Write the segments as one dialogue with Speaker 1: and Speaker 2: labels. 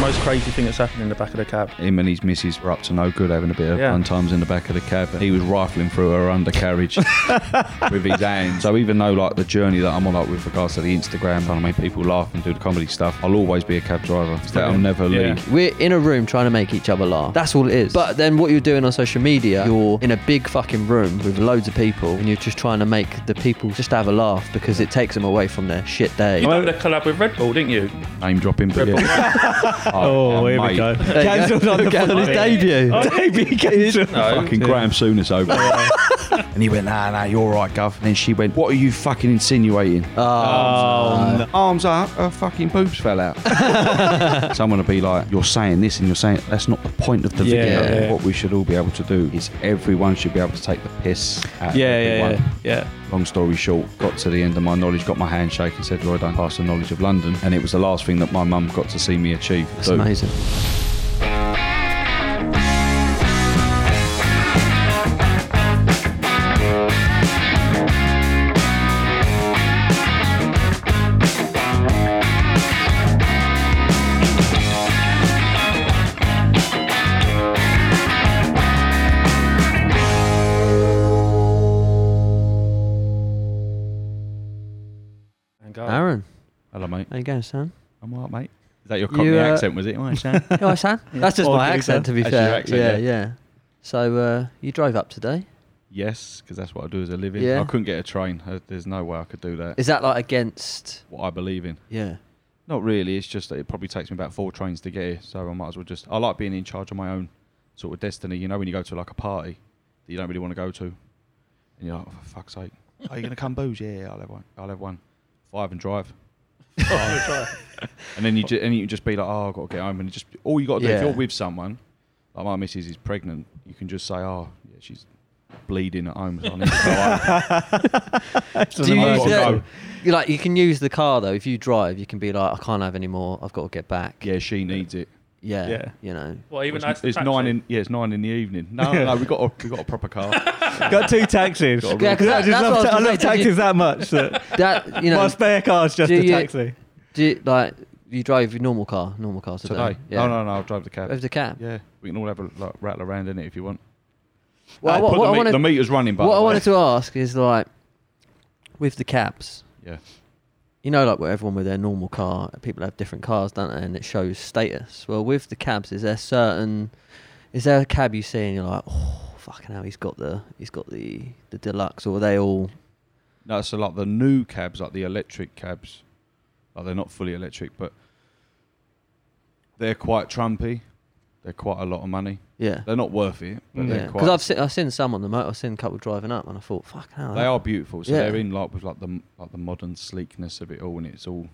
Speaker 1: most crazy thing that's happened in the back of the cab.
Speaker 2: Him and his missus were up to no good having a bit of
Speaker 1: Yeah.
Speaker 2: fun times in the back of the cab. He was rifling through her undercarriage with his hands. So even though like the journey that I'm on like with regards to the Instagram, I mean people laugh and do the comedy stuff, I'll always be a cab driver. It's that I'll never
Speaker 1: Yeah.
Speaker 2: leave.
Speaker 3: We're in a room trying to make each other laugh. That's all it is. But then what you're doing on social media, you're in a big fucking room with loads of people and you're just trying to make the people just have a laugh because it takes them away from their shit day.
Speaker 1: You remember the collab with Red Bull, didn't you?
Speaker 2: Name dropping but yeah.
Speaker 4: Oh, here we
Speaker 2: mate.
Speaker 4: go.
Speaker 3: There you go.
Speaker 4: Cancelled on the
Speaker 3: Cancelled his
Speaker 4: podcast.
Speaker 3: debut.
Speaker 4: Baby cancelled.
Speaker 2: Fucking Graham soon is over. and he went, nah, nah, you're right, Gov. And then she went, what are you fucking insinuating?
Speaker 3: Ah,
Speaker 2: Uh,
Speaker 4: Oh, no.
Speaker 2: arms up, her fucking boobs fell out. Someone would be like, You're saying this and you're saying that's not the point of the
Speaker 4: Yeah,
Speaker 2: video.
Speaker 4: yeah.
Speaker 2: What we should all be able to do is everyone should be able to take the piss out
Speaker 4: Yeah,
Speaker 2: of
Speaker 4: yeah,
Speaker 2: everyone.
Speaker 4: yeah, yeah.
Speaker 2: Long story short, got to the end of my knowledge, got my handshake and said, Roy, don't pass the knowledge of London. And it was the last thing that my mum got to see me achieve.
Speaker 4: Oh.
Speaker 3: That's amazing.
Speaker 1: And go.
Speaker 3: Aaron,
Speaker 2: Hello, mate.
Speaker 3: how you going, Sam?
Speaker 2: I'm all right, mate. Is that your Cockney
Speaker 3: You, uh,
Speaker 2: accent, was it? All right, Sam.
Speaker 3: You alright, Sam? That's just
Speaker 4: Or
Speaker 3: my
Speaker 4: Peter.
Speaker 3: accent, to be
Speaker 2: That's
Speaker 3: fair.
Speaker 2: your accent,
Speaker 3: yeah,
Speaker 2: yeah.
Speaker 3: So uh, you drove up today.
Speaker 2: yes, because that's what I do as a living.
Speaker 3: Yeah.
Speaker 2: I couldn't get a train. Uh, There's no way I could do that.
Speaker 3: Is that like against?
Speaker 2: what I believe in.
Speaker 3: Yeah.
Speaker 2: Not really. It's just that it probably takes me about four trains to get here, so I might as well just. I like being in charge of my own sort of destiny. You know, when you go to like a party that you don't really want to go to, and you're like, oh, for fuck's sake, are you gonna come booze? Yeah, yeah, I'll have one. I'll have one. Five and drive. and then you ju- and you just be like, oh, I've got to get home, and just all you got to do if
Speaker 3: Yeah.
Speaker 2: you're with someone, like my missus is pregnant, you can just say, oh, yeah, she's bleeding at home. So I need to go home.
Speaker 3: Do you
Speaker 2: know
Speaker 3: use
Speaker 2: what
Speaker 3: that?
Speaker 2: to go.
Speaker 3: You like you can use the car though. If you drive, you can be like, I can't have any more. I've got to get back.
Speaker 2: yeah, she needs it.
Speaker 3: Yeah.
Speaker 4: Yeah.
Speaker 3: You know.
Speaker 1: Well, even though
Speaker 2: It's,
Speaker 1: the
Speaker 2: it's
Speaker 1: taxi.
Speaker 2: nine in yeah, it's nine in the evening. No, no, we got a, we got a proper car.
Speaker 4: Got two taxis.
Speaker 2: Got a
Speaker 3: Yeah, 'cause
Speaker 4: I
Speaker 3: that-
Speaker 4: just
Speaker 3: that's
Speaker 4: love,
Speaker 3: what
Speaker 4: ta- I
Speaker 3: I was
Speaker 4: love
Speaker 3: gonna say, did
Speaker 4: taxis
Speaker 3: you-
Speaker 4: that much. That
Speaker 3: That you know.
Speaker 4: my spare car's just
Speaker 3: do
Speaker 4: a
Speaker 3: you-
Speaker 4: taxi.
Speaker 3: do you, like you drove your normal car, normal car today.
Speaker 2: today. Oh,
Speaker 3: Yeah.
Speaker 2: No, no, no. I'll drive the cab.
Speaker 3: Over the cab.
Speaker 2: yeah, we can all have a like, rattle around in it if you want.
Speaker 3: Well,
Speaker 2: Uh,
Speaker 3: what,
Speaker 2: put
Speaker 3: what
Speaker 2: the,
Speaker 3: I
Speaker 2: meat-
Speaker 3: wanted,
Speaker 2: the meter's running, but
Speaker 3: what I wanted to ask is like, with the cabs,
Speaker 2: yeah,
Speaker 3: you know, like where everyone with their normal car, people have different cars, don't they? And it shows status. Well, with the cabs, is there certain, is there a cab you see and you're like, oh fucking hell, he's got the, he's got the, the deluxe, or are they all?
Speaker 2: no, so like the new cabs, like the electric cabs, like they're not fully electric, but they're quite trumpy. They're quite a lot of money.
Speaker 3: Yeah.
Speaker 2: They're not worth it, but
Speaker 3: Mm. Yeah,
Speaker 2: they're
Speaker 3: because I've
Speaker 2: quite.
Speaker 3: seen I've seen some on the motor. I've seen a couple driving up, and I thought, "Fuck hell."
Speaker 2: They are beautiful, so
Speaker 3: Yeah.
Speaker 2: they're in like with like the like the modern sleekness of it all, and it's all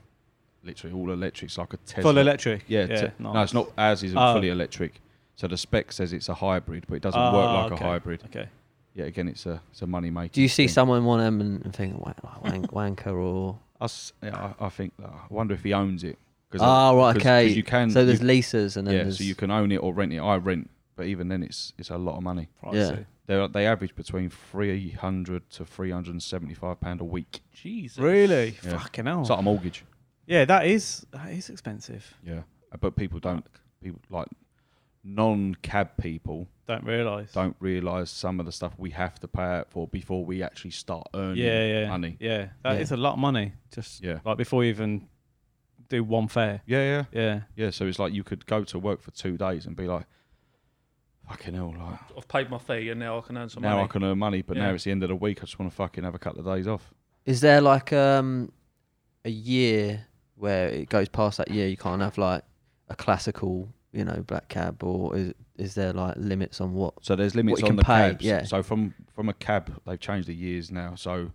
Speaker 2: literally all electric. It's like a Tesla.
Speaker 4: Full electric.
Speaker 2: Yeah,
Speaker 4: yeah
Speaker 2: t- no, it's not. Ours isn't
Speaker 4: Oh.
Speaker 2: fully electric, so the spec says it's a hybrid, but it doesn't work
Speaker 4: Ah,
Speaker 2: like
Speaker 4: okay.
Speaker 2: a hybrid.
Speaker 4: Okay.
Speaker 2: Yeah, again, it's a it's a money maker.
Speaker 3: Do you see someone in one of them and, and think, "Wa- wank, wanker or?
Speaker 2: Us, yeah, I, I think. uh, I wonder if he owns it. Cause I-
Speaker 3: Oh, right,
Speaker 2: because-
Speaker 3: okay.
Speaker 2: 'cause you can.
Speaker 3: so
Speaker 2: you-
Speaker 3: there's leases and then
Speaker 2: yeah,
Speaker 3: there's.
Speaker 2: so you can own it or rent it. I rent, but even then, it's it's a lot of money.
Speaker 3: Yeah.
Speaker 4: Pricey.
Speaker 2: They they average between three hundred to three hundred and seventy five pound a week.
Speaker 1: Jesus.
Speaker 4: Really?
Speaker 2: Yeah.
Speaker 4: Fucking hell.
Speaker 2: It's like a mortgage.
Speaker 4: yeah, that is that is expensive.
Speaker 2: Yeah, but people don't people like non cab people
Speaker 4: Don't realise.
Speaker 2: don't realise some of the stuff we have to pay out for before we actually start earning
Speaker 4: Yeah, yeah.
Speaker 2: money.
Speaker 4: Yeah. that is
Speaker 3: Yeah.
Speaker 4: a lot of money. Just
Speaker 2: Yeah.
Speaker 4: like before you even do one fare.
Speaker 2: Yeah, yeah,
Speaker 4: Yeah.
Speaker 2: yeah. So it's like you could go to work for two days and be like, "Fucking hell!" Like
Speaker 1: I've paid my fee and now I can earn some
Speaker 2: now
Speaker 1: money.
Speaker 2: I can earn money, but now
Speaker 4: Yeah.
Speaker 2: it's the end of the week. I just want to fucking have a couple of days off.
Speaker 3: Is there like um, a year where it goes past that year you can't have like a classical, you know, black cab, or is is there like limits on what?
Speaker 2: So there's limits
Speaker 3: you
Speaker 2: on
Speaker 3: can
Speaker 2: the
Speaker 3: pay,
Speaker 2: cabs.
Speaker 3: yeah.
Speaker 2: So from from a cab, they've changed the years now. So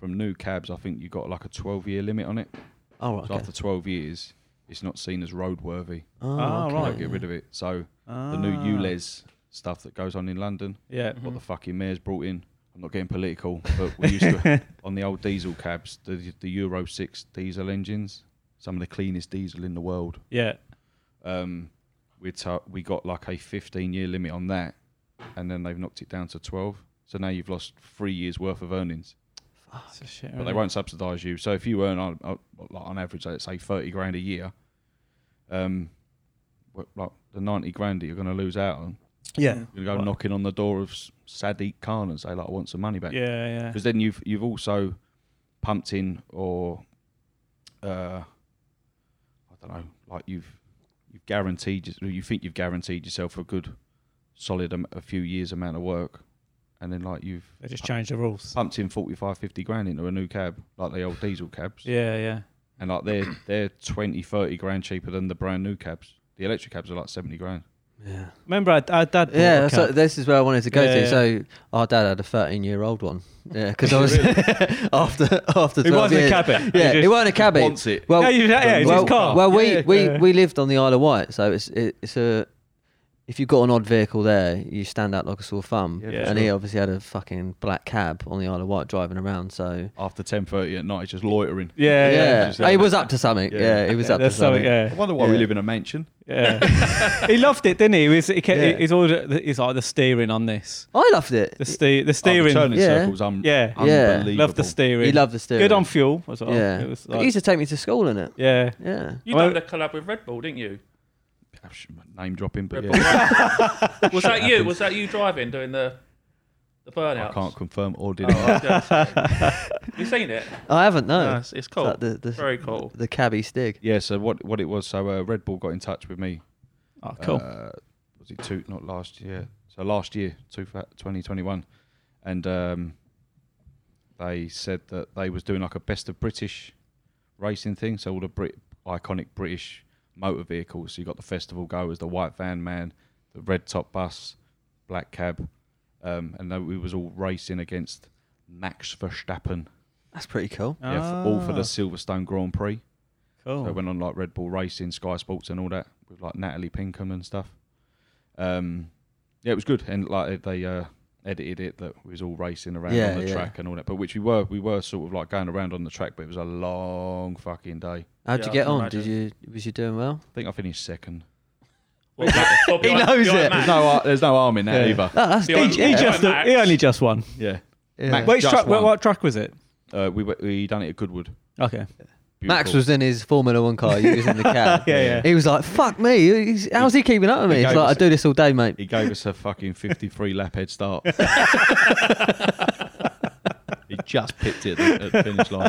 Speaker 2: from new cabs, I think you got like a 12 year limit on it.
Speaker 3: Oh, right,
Speaker 2: So
Speaker 3: okay.
Speaker 2: after 12 years, it's not seen as roadworthy.
Speaker 3: oh,
Speaker 4: Ah,
Speaker 3: okay.
Speaker 2: They
Speaker 4: right.
Speaker 2: don't get rid of it. So the
Speaker 4: Ah.
Speaker 2: new ULEZ stuff that goes on in London,
Speaker 4: Yeah.
Speaker 1: Mm-hmm.
Speaker 2: what the fucking mayor's brought in. I'm not getting political, but we used to on the old diesel cabs, the the Euro six diesel engines, some of the cleanest diesel in the world.
Speaker 4: Yeah.
Speaker 2: Um, we t- we got like a 15 year limit on that, and then they've knocked it down to 12. So now you've lost three years worth of earnings,
Speaker 4: It's a shit,
Speaker 2: Ah, but they
Speaker 4: really.
Speaker 2: won't subsidise you. uh, So if you earn on, on- like on average, let's say 30 grand a year, um, what, like the ninety grand that you're going to lose out on.
Speaker 3: Yeah.
Speaker 2: You're going to go
Speaker 4: Right.
Speaker 2: knocking on the door of S- Sadiq Khan and say like, I want some money back.
Speaker 4: Yeah, yeah.
Speaker 2: Because then you've you've also pumped in or uh, I don't know, like you've you've guaranteed your- you think you've guaranteed yourself a good solid am- a few years amount of work, and then like you've
Speaker 4: They just changed the rules.
Speaker 2: pumped in 45, 50 grand into a new cab, like the old diesel cabs,
Speaker 4: Yeah, yeah.
Speaker 2: and like they're they're 20, 30 grand cheaper than the brand new cabs. The electric cabs are like seventy grand.
Speaker 3: Yeah.
Speaker 4: Remember, our, our dad. bought
Speaker 3: Yeah,
Speaker 4: a
Speaker 3: so
Speaker 4: cab.
Speaker 3: this is where I wanted to go
Speaker 4: Yeah,
Speaker 3: to.
Speaker 4: yeah.
Speaker 3: So our dad had a 13 year old one. Yeah, because I was after after 12
Speaker 4: it wasn't
Speaker 3: years.
Speaker 4: a cabbie.
Speaker 3: Yeah,
Speaker 4: He
Speaker 3: it
Speaker 4: just-
Speaker 3: wasn't a cabbie.
Speaker 2: Wants it.
Speaker 3: Well,
Speaker 4: yeah, you, yeah, it's
Speaker 3: well,
Speaker 4: his car.
Speaker 3: well, we
Speaker 4: Yeah,
Speaker 3: we,
Speaker 4: yeah.
Speaker 3: we lived on the Isle of Wight, so it's it, it's a if you've got an odd vehicle there, you stand out like a sore thumb.
Speaker 2: Yeah,
Speaker 4: for
Speaker 3: and he
Speaker 2: sure.
Speaker 3: obviously had a fucking black cab on the Isle of Wight driving around. So
Speaker 2: After ten thirty at night, it's just loitering.
Speaker 4: Yeah, yeah.
Speaker 3: yeah,
Speaker 2: just having
Speaker 3: he
Speaker 2: a-
Speaker 3: was up to something.
Speaker 2: Yeah.
Speaker 3: Yeah, he was up to
Speaker 4: That's so-
Speaker 3: something.
Speaker 2: I
Speaker 4: yeah,
Speaker 2: wonder why we
Speaker 3: Yeah.
Speaker 2: live in a mansion.
Speaker 4: yeah. he loved it, didn't he? He was, he kept,
Speaker 3: Yeah.
Speaker 4: he's all, he's like the steering on this.
Speaker 3: I loved it.
Speaker 4: The steer, the
Speaker 2: Oh, the
Speaker 4: steering.
Speaker 2: turning
Speaker 3: Yeah.
Speaker 2: circles. I'm
Speaker 4: yeah,
Speaker 3: Yeah.
Speaker 2: unbelievable.
Speaker 4: loved the steering.
Speaker 3: He loved the steering.
Speaker 4: Good on fuel as well.
Speaker 3: Yeah,
Speaker 4: It was
Speaker 3: he
Speaker 4: like,
Speaker 3: used to take me to school in it.
Speaker 4: yeah.
Speaker 3: Yeah,
Speaker 1: You
Speaker 4: Well-
Speaker 1: done the collab with Red Bull, didn't you?
Speaker 2: Ah, sh- Name dropping, but
Speaker 1: Red
Speaker 2: yeah,
Speaker 1: Bull. was that you? Was that you driving doing the the burnout?
Speaker 2: I can't confirm or deny.
Speaker 1: Oh, okay. you seen it?
Speaker 3: I haven't no.
Speaker 1: No, it's, it's cool.
Speaker 3: It's like the, the,
Speaker 1: Very cool.
Speaker 3: The cabbie stig.
Speaker 2: yeah, so what what it was? So uh, Red Bull got in touch with me.
Speaker 4: Oh, cool.
Speaker 2: Uh, was it two? Not last year. So last year, two twenty twenty one, and um, they said that they was doing like a best of British racing thing. So all the Brit iconic British motor vehicles. So you got the festival goers, the white van man, the red top bus, black cab, um, and they, we was all racing against Max Verstappen.
Speaker 3: That's pretty cool.
Speaker 2: Yeah, f- all for the
Speaker 4: Ah,
Speaker 2: Silverstone Grand Prix.
Speaker 4: Cool.
Speaker 3: Oh.
Speaker 2: So I went on like Red Bull Racing, Sky Sports, and all that with like Natalie Pinkham and stuff. Um, yeah, it was good, and like they uh, edited it that we was all racing around
Speaker 3: Yeah,
Speaker 2: on the
Speaker 3: yeah.
Speaker 2: track and all that. But which we were, we were sort of like going around on the track, but it was a long fucking day.
Speaker 3: How'd
Speaker 1: Yeah,
Speaker 3: you
Speaker 1: I
Speaker 3: get
Speaker 1: can
Speaker 3: on?
Speaker 1: imagine.
Speaker 3: Did you was you doing well?
Speaker 2: I think I finished second.
Speaker 1: Well, well, well,
Speaker 3: He
Speaker 1: behind-
Speaker 3: knows
Speaker 1: behind
Speaker 2: There's
Speaker 3: it.
Speaker 1: Max.
Speaker 2: no, ar- there's no arm in that
Speaker 4: Yeah. E
Speaker 2: either.
Speaker 3: No, Ah, that's
Speaker 1: Yeah,
Speaker 3: deep.
Speaker 1: I-
Speaker 4: he
Speaker 1: Yeah.
Speaker 4: just,
Speaker 1: Max.
Speaker 4: he only just won.
Speaker 2: Yeah,
Speaker 3: Yeah.
Speaker 2: Max-
Speaker 4: Which
Speaker 2: Just
Speaker 4: track, what,
Speaker 2: one.
Speaker 4: what track was it?
Speaker 2: uh, we were- we done it at Goodwood.
Speaker 4: Okay.
Speaker 3: Max
Speaker 2: Beautiful.
Speaker 3: was in his Formula One car. You was in the cab.
Speaker 4: Yeah, yeah.
Speaker 3: He was like, "Fuck me! he's- How's he keeping up with me?"
Speaker 2: He
Speaker 3: It's
Speaker 2: gave
Speaker 3: like I
Speaker 2: us-
Speaker 3: do this all day, mate.
Speaker 2: He gave us a fucking 53 lap head start. he just picked it at the, at the finish line.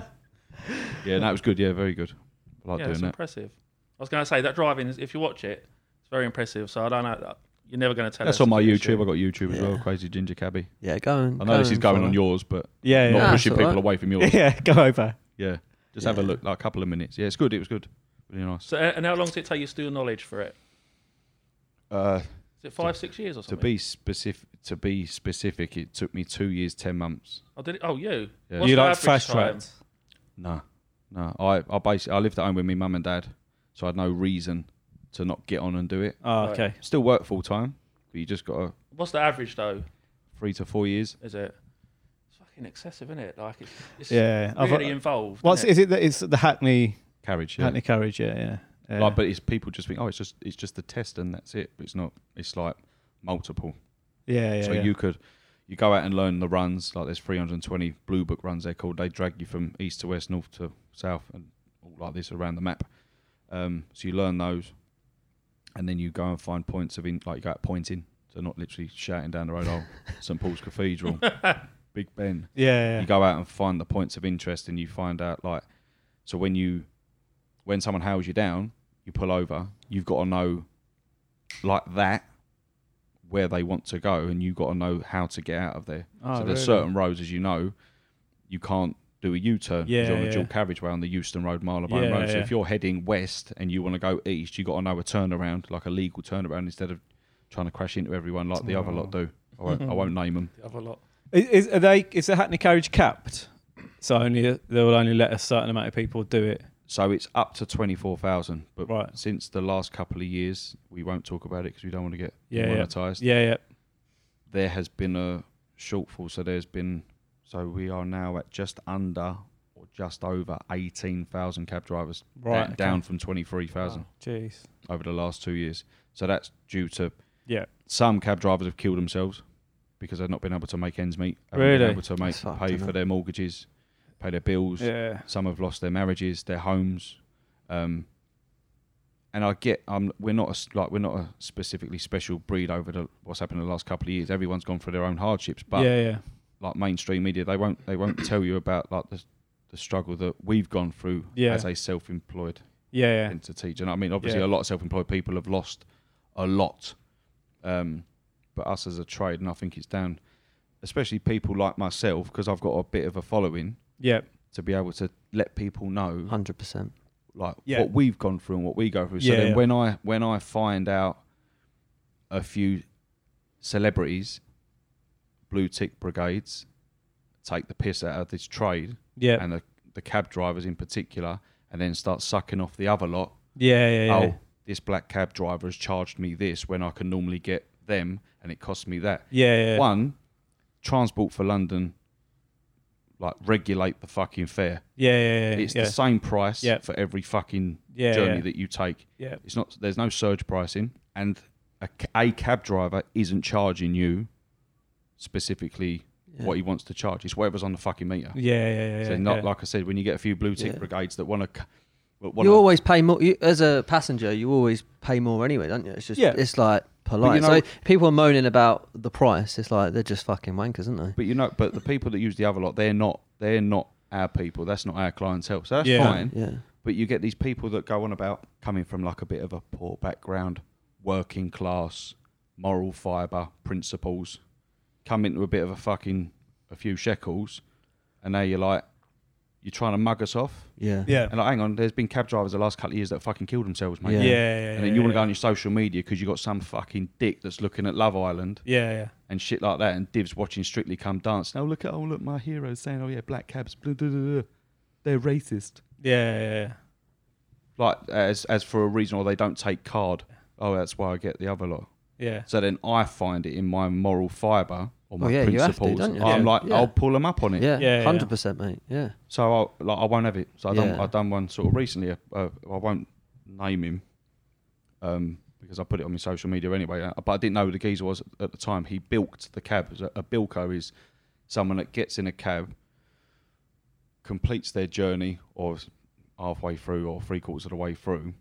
Speaker 2: Yeah, that was good. Yeah, very good. I like
Speaker 1: yeah, it's
Speaker 2: doing that.
Speaker 1: impressive. I was going to say that driving, is- if you watch it, it's very impressive. So I don't know. You're never going to tell.
Speaker 2: That's
Speaker 1: us
Speaker 2: on my
Speaker 1: to do
Speaker 2: YouTube. I
Speaker 1: shit.
Speaker 2: got YouTube as well.
Speaker 3: Yeah.
Speaker 2: Crazy Ginger Cabby.
Speaker 3: Yeah, go and.
Speaker 2: I
Speaker 3: go
Speaker 2: know this is
Speaker 3: and
Speaker 2: going
Speaker 3: follow.
Speaker 2: on yours, but
Speaker 4: Yeah,
Speaker 2: not
Speaker 3: Nah,
Speaker 4: yeah.
Speaker 3: push-
Speaker 2: pushing
Speaker 3: that's
Speaker 2: people
Speaker 3: alright.
Speaker 2: away from yours. Yeah,
Speaker 4: yeah, go over.
Speaker 2: just have a
Speaker 3: Yeah.
Speaker 2: look, like a couple of minutes. Yeah, it's good. It was good. Really nice.
Speaker 1: So, uh, and how long does it take you to do knowledge for it?
Speaker 2: Uh,
Speaker 1: Is it five, six years or
Speaker 2: to
Speaker 1: something?
Speaker 2: be specific, to be specific, it took me two years, ten months.
Speaker 1: Oh, did it? Oh, you.
Speaker 2: Yeah.
Speaker 1: What's
Speaker 4: you
Speaker 1: the
Speaker 4: like
Speaker 1: average
Speaker 4: fast
Speaker 1: time?
Speaker 4: tracks?
Speaker 2: No, no. I, I basically I lived at home with my mum and dad, so I had no reason to not get on and do it.
Speaker 4: Oh,
Speaker 1: Right.
Speaker 4: okay.
Speaker 2: Still work full time, but you just got a
Speaker 1: What's the average though?
Speaker 2: three to four years.
Speaker 1: Is it? It's fucking excessive, isn't it? Like it's, it's
Speaker 4: Yeah. I've-
Speaker 1: really involved.
Speaker 4: What's
Speaker 1: isn't
Speaker 4: is it? That it's the Hackney
Speaker 2: Carriage, yeah.
Speaker 4: Hackney carriage. Yeah, yeah. yeah.
Speaker 2: Like, but it's people just think, oh, it's just it's just the test and that's it. But it's not. It's like multiple.
Speaker 4: yeah, yeah.
Speaker 2: so
Speaker 4: yeah.
Speaker 2: you could you go out and learn the runs. Like there's 320 blue book runs they're called. They drag you from east to west, north to south, and all like this around the map. Um, so you learn those, and then you go and find points of in like you go out pointing. So not literally shouting down the road, oh, St Paul's Cathedral, Big Ben
Speaker 4: yeah, yeah.
Speaker 2: you go out and find the points of interest and you find out like so when you when someone howls you down you pull over you've got to know like that where they want to go and you've got to know how to get out of there
Speaker 4: Oh,
Speaker 2: so
Speaker 4: really?
Speaker 2: there's certain roads as you know you can't do a U-turn 'cause
Speaker 4: Yeah,
Speaker 2: you're on a
Speaker 4: yeah.
Speaker 2: dual carriageway on the Euston Road, Marylebone
Speaker 4: Yeah,
Speaker 2: Road. So
Speaker 4: yeah.
Speaker 2: if you're heading west and you want to go east, you got to know a turnaround, like a legal turnaround, instead of trying to crash into everyone like the other lot do. I won't, I won't name them.
Speaker 1: it? The other lot.
Speaker 4: Is, is are they is the Hackney carriage capped? So only they will only let a certain amount of people do it.
Speaker 2: So it's up to twenty four thousand, but
Speaker 4: Right.
Speaker 2: since the last couple of years, we won't talk about it because we don't want to get
Speaker 4: Yeah, yeah.
Speaker 2: monetized.
Speaker 4: Yeah, yeah.
Speaker 2: There has been a shortfall, so there's been so we are now at just under or just over eighteen thousand cab drivers, da-
Speaker 4: Right, okay. Oh,
Speaker 2: down from twenty three thousand
Speaker 4: Jeez.
Speaker 2: over the last two years. So that's due to
Speaker 4: Yeah.
Speaker 2: some cab drivers have killed themselves because they've not been able to make ends meet, haven't been
Speaker 4: Really?
Speaker 2: able to make
Speaker 3: That's fucked,
Speaker 2: pay
Speaker 3: isn't
Speaker 2: for
Speaker 3: it?
Speaker 2: their mortgages, pay their bills,
Speaker 4: Yeah.
Speaker 2: some have lost their marriages, their homes, um, and I get um, we're not a, s- like we're not a specifically special breed over the what's happened in the last couple of years. Everyone's gone through their own hardships, but
Speaker 4: yeah, yeah.
Speaker 2: like mainstream media, they won't they won't tell you about like the the struggle that we've gone through
Speaker 4: Yeah.
Speaker 2: as a self-employed
Speaker 4: Yeah, yeah.
Speaker 2: entity. Do you know what I mean? Obviously,
Speaker 4: Yeah.
Speaker 2: a lot of self-employed people have lost a lot, um, but us as a trade, and I think it's down, especially people like myself, because I've got a bit of a following
Speaker 4: Yeah.
Speaker 2: to be able to let people know
Speaker 3: hundred percent.
Speaker 2: like
Speaker 4: Yeah.
Speaker 2: what we've gone through and what we go through. So
Speaker 4: Yeah,
Speaker 2: then
Speaker 4: yeah.
Speaker 2: when I when I find out a few celebrities, blue tick brigades, take the piss out of this trade
Speaker 4: Yeah.
Speaker 2: and the, the cab drivers in particular, and then start sucking off the other lot.
Speaker 4: Yeah, yeah, yeah.
Speaker 2: Oh, this black cab driver has charged me this when I can normally get them, and it cost me that.
Speaker 4: yeah, yeah.
Speaker 2: One, Transport for London, like regulate the fucking fare.
Speaker 4: Yeah, yeah, yeah.
Speaker 2: It's
Speaker 4: yeah.
Speaker 2: the same price
Speaker 4: Yeah.
Speaker 2: for every fucking
Speaker 4: yeah,
Speaker 2: journey
Speaker 4: yeah.
Speaker 2: that you take.
Speaker 4: yeah.
Speaker 2: It's not. There's no surge pricing, and a, ca- a cab driver isn't charging you specifically
Speaker 3: Yeah.
Speaker 2: what he wants to charge. It's whatever's on the fucking meter.
Speaker 4: Yeah, yeah, yeah.
Speaker 2: so
Speaker 4: yeah,
Speaker 2: not
Speaker 4: yeah.
Speaker 2: like I said, when you get a few blue tick
Speaker 3: Yeah.
Speaker 2: brigades that want to,
Speaker 3: You always pay more you, as a passenger. You always pay more anyway, don't you? It's just
Speaker 4: Yeah.
Speaker 3: it's like polite.
Speaker 2: know-
Speaker 3: so people are moaning about the price. It's like they're just fucking wankers, aren't they?
Speaker 2: but you know, but the people that use the other lot, they're not. They're not our people. That's not our clientele. So that's
Speaker 4: Yeah.
Speaker 2: fine.
Speaker 3: Yeah,
Speaker 2: But you get these people that go on about coming from like a bit of a poor background, working class, moral fibre, principles, come into a bit of a fucking a few shekels, and now you're like, you're trying to mug us off.
Speaker 3: yeah,
Speaker 4: yeah.
Speaker 2: And like, hang on, there's been cab drivers the last couple of years that fucking killed themselves, mate.
Speaker 4: Yeah,
Speaker 3: Yeah.
Speaker 4: yeah, yeah.
Speaker 2: And then you want to go on your social media because you got some fucking dick that's looking at Love Island
Speaker 4: Yeah, yeah.
Speaker 2: and shit like that, and divs watching Strictly Come Dance. Now look at oh look my heroes saying oh yeah black cabs, blah, blah, blah, blah. they're racist
Speaker 4: Yeah, yeah, yeah.
Speaker 2: like as as for a reason or they don't take card oh that's why i get the other lot
Speaker 4: Yeah.
Speaker 2: so then i find it in my moral fiber or my
Speaker 3: Well, Oh, yeah, you have to,
Speaker 2: principles
Speaker 3: don't you?
Speaker 2: i'm
Speaker 4: Yeah.
Speaker 2: like
Speaker 3: Yeah.
Speaker 2: i'll pull them up on it
Speaker 3: yeah,
Speaker 4: Yeah, yeah.
Speaker 3: hundred percent, mate. Yeah,
Speaker 2: so i'll like i won't have it so i done
Speaker 3: Yeah.
Speaker 2: i done one sort of recently uh, uh, i won't name him um because i put it on my social media anyway uh, but i didn't know who the geezer was at the time he bilked the cab a, a bilko is someone that gets in a cab completes their journey or is halfway through or three quarters of the way through,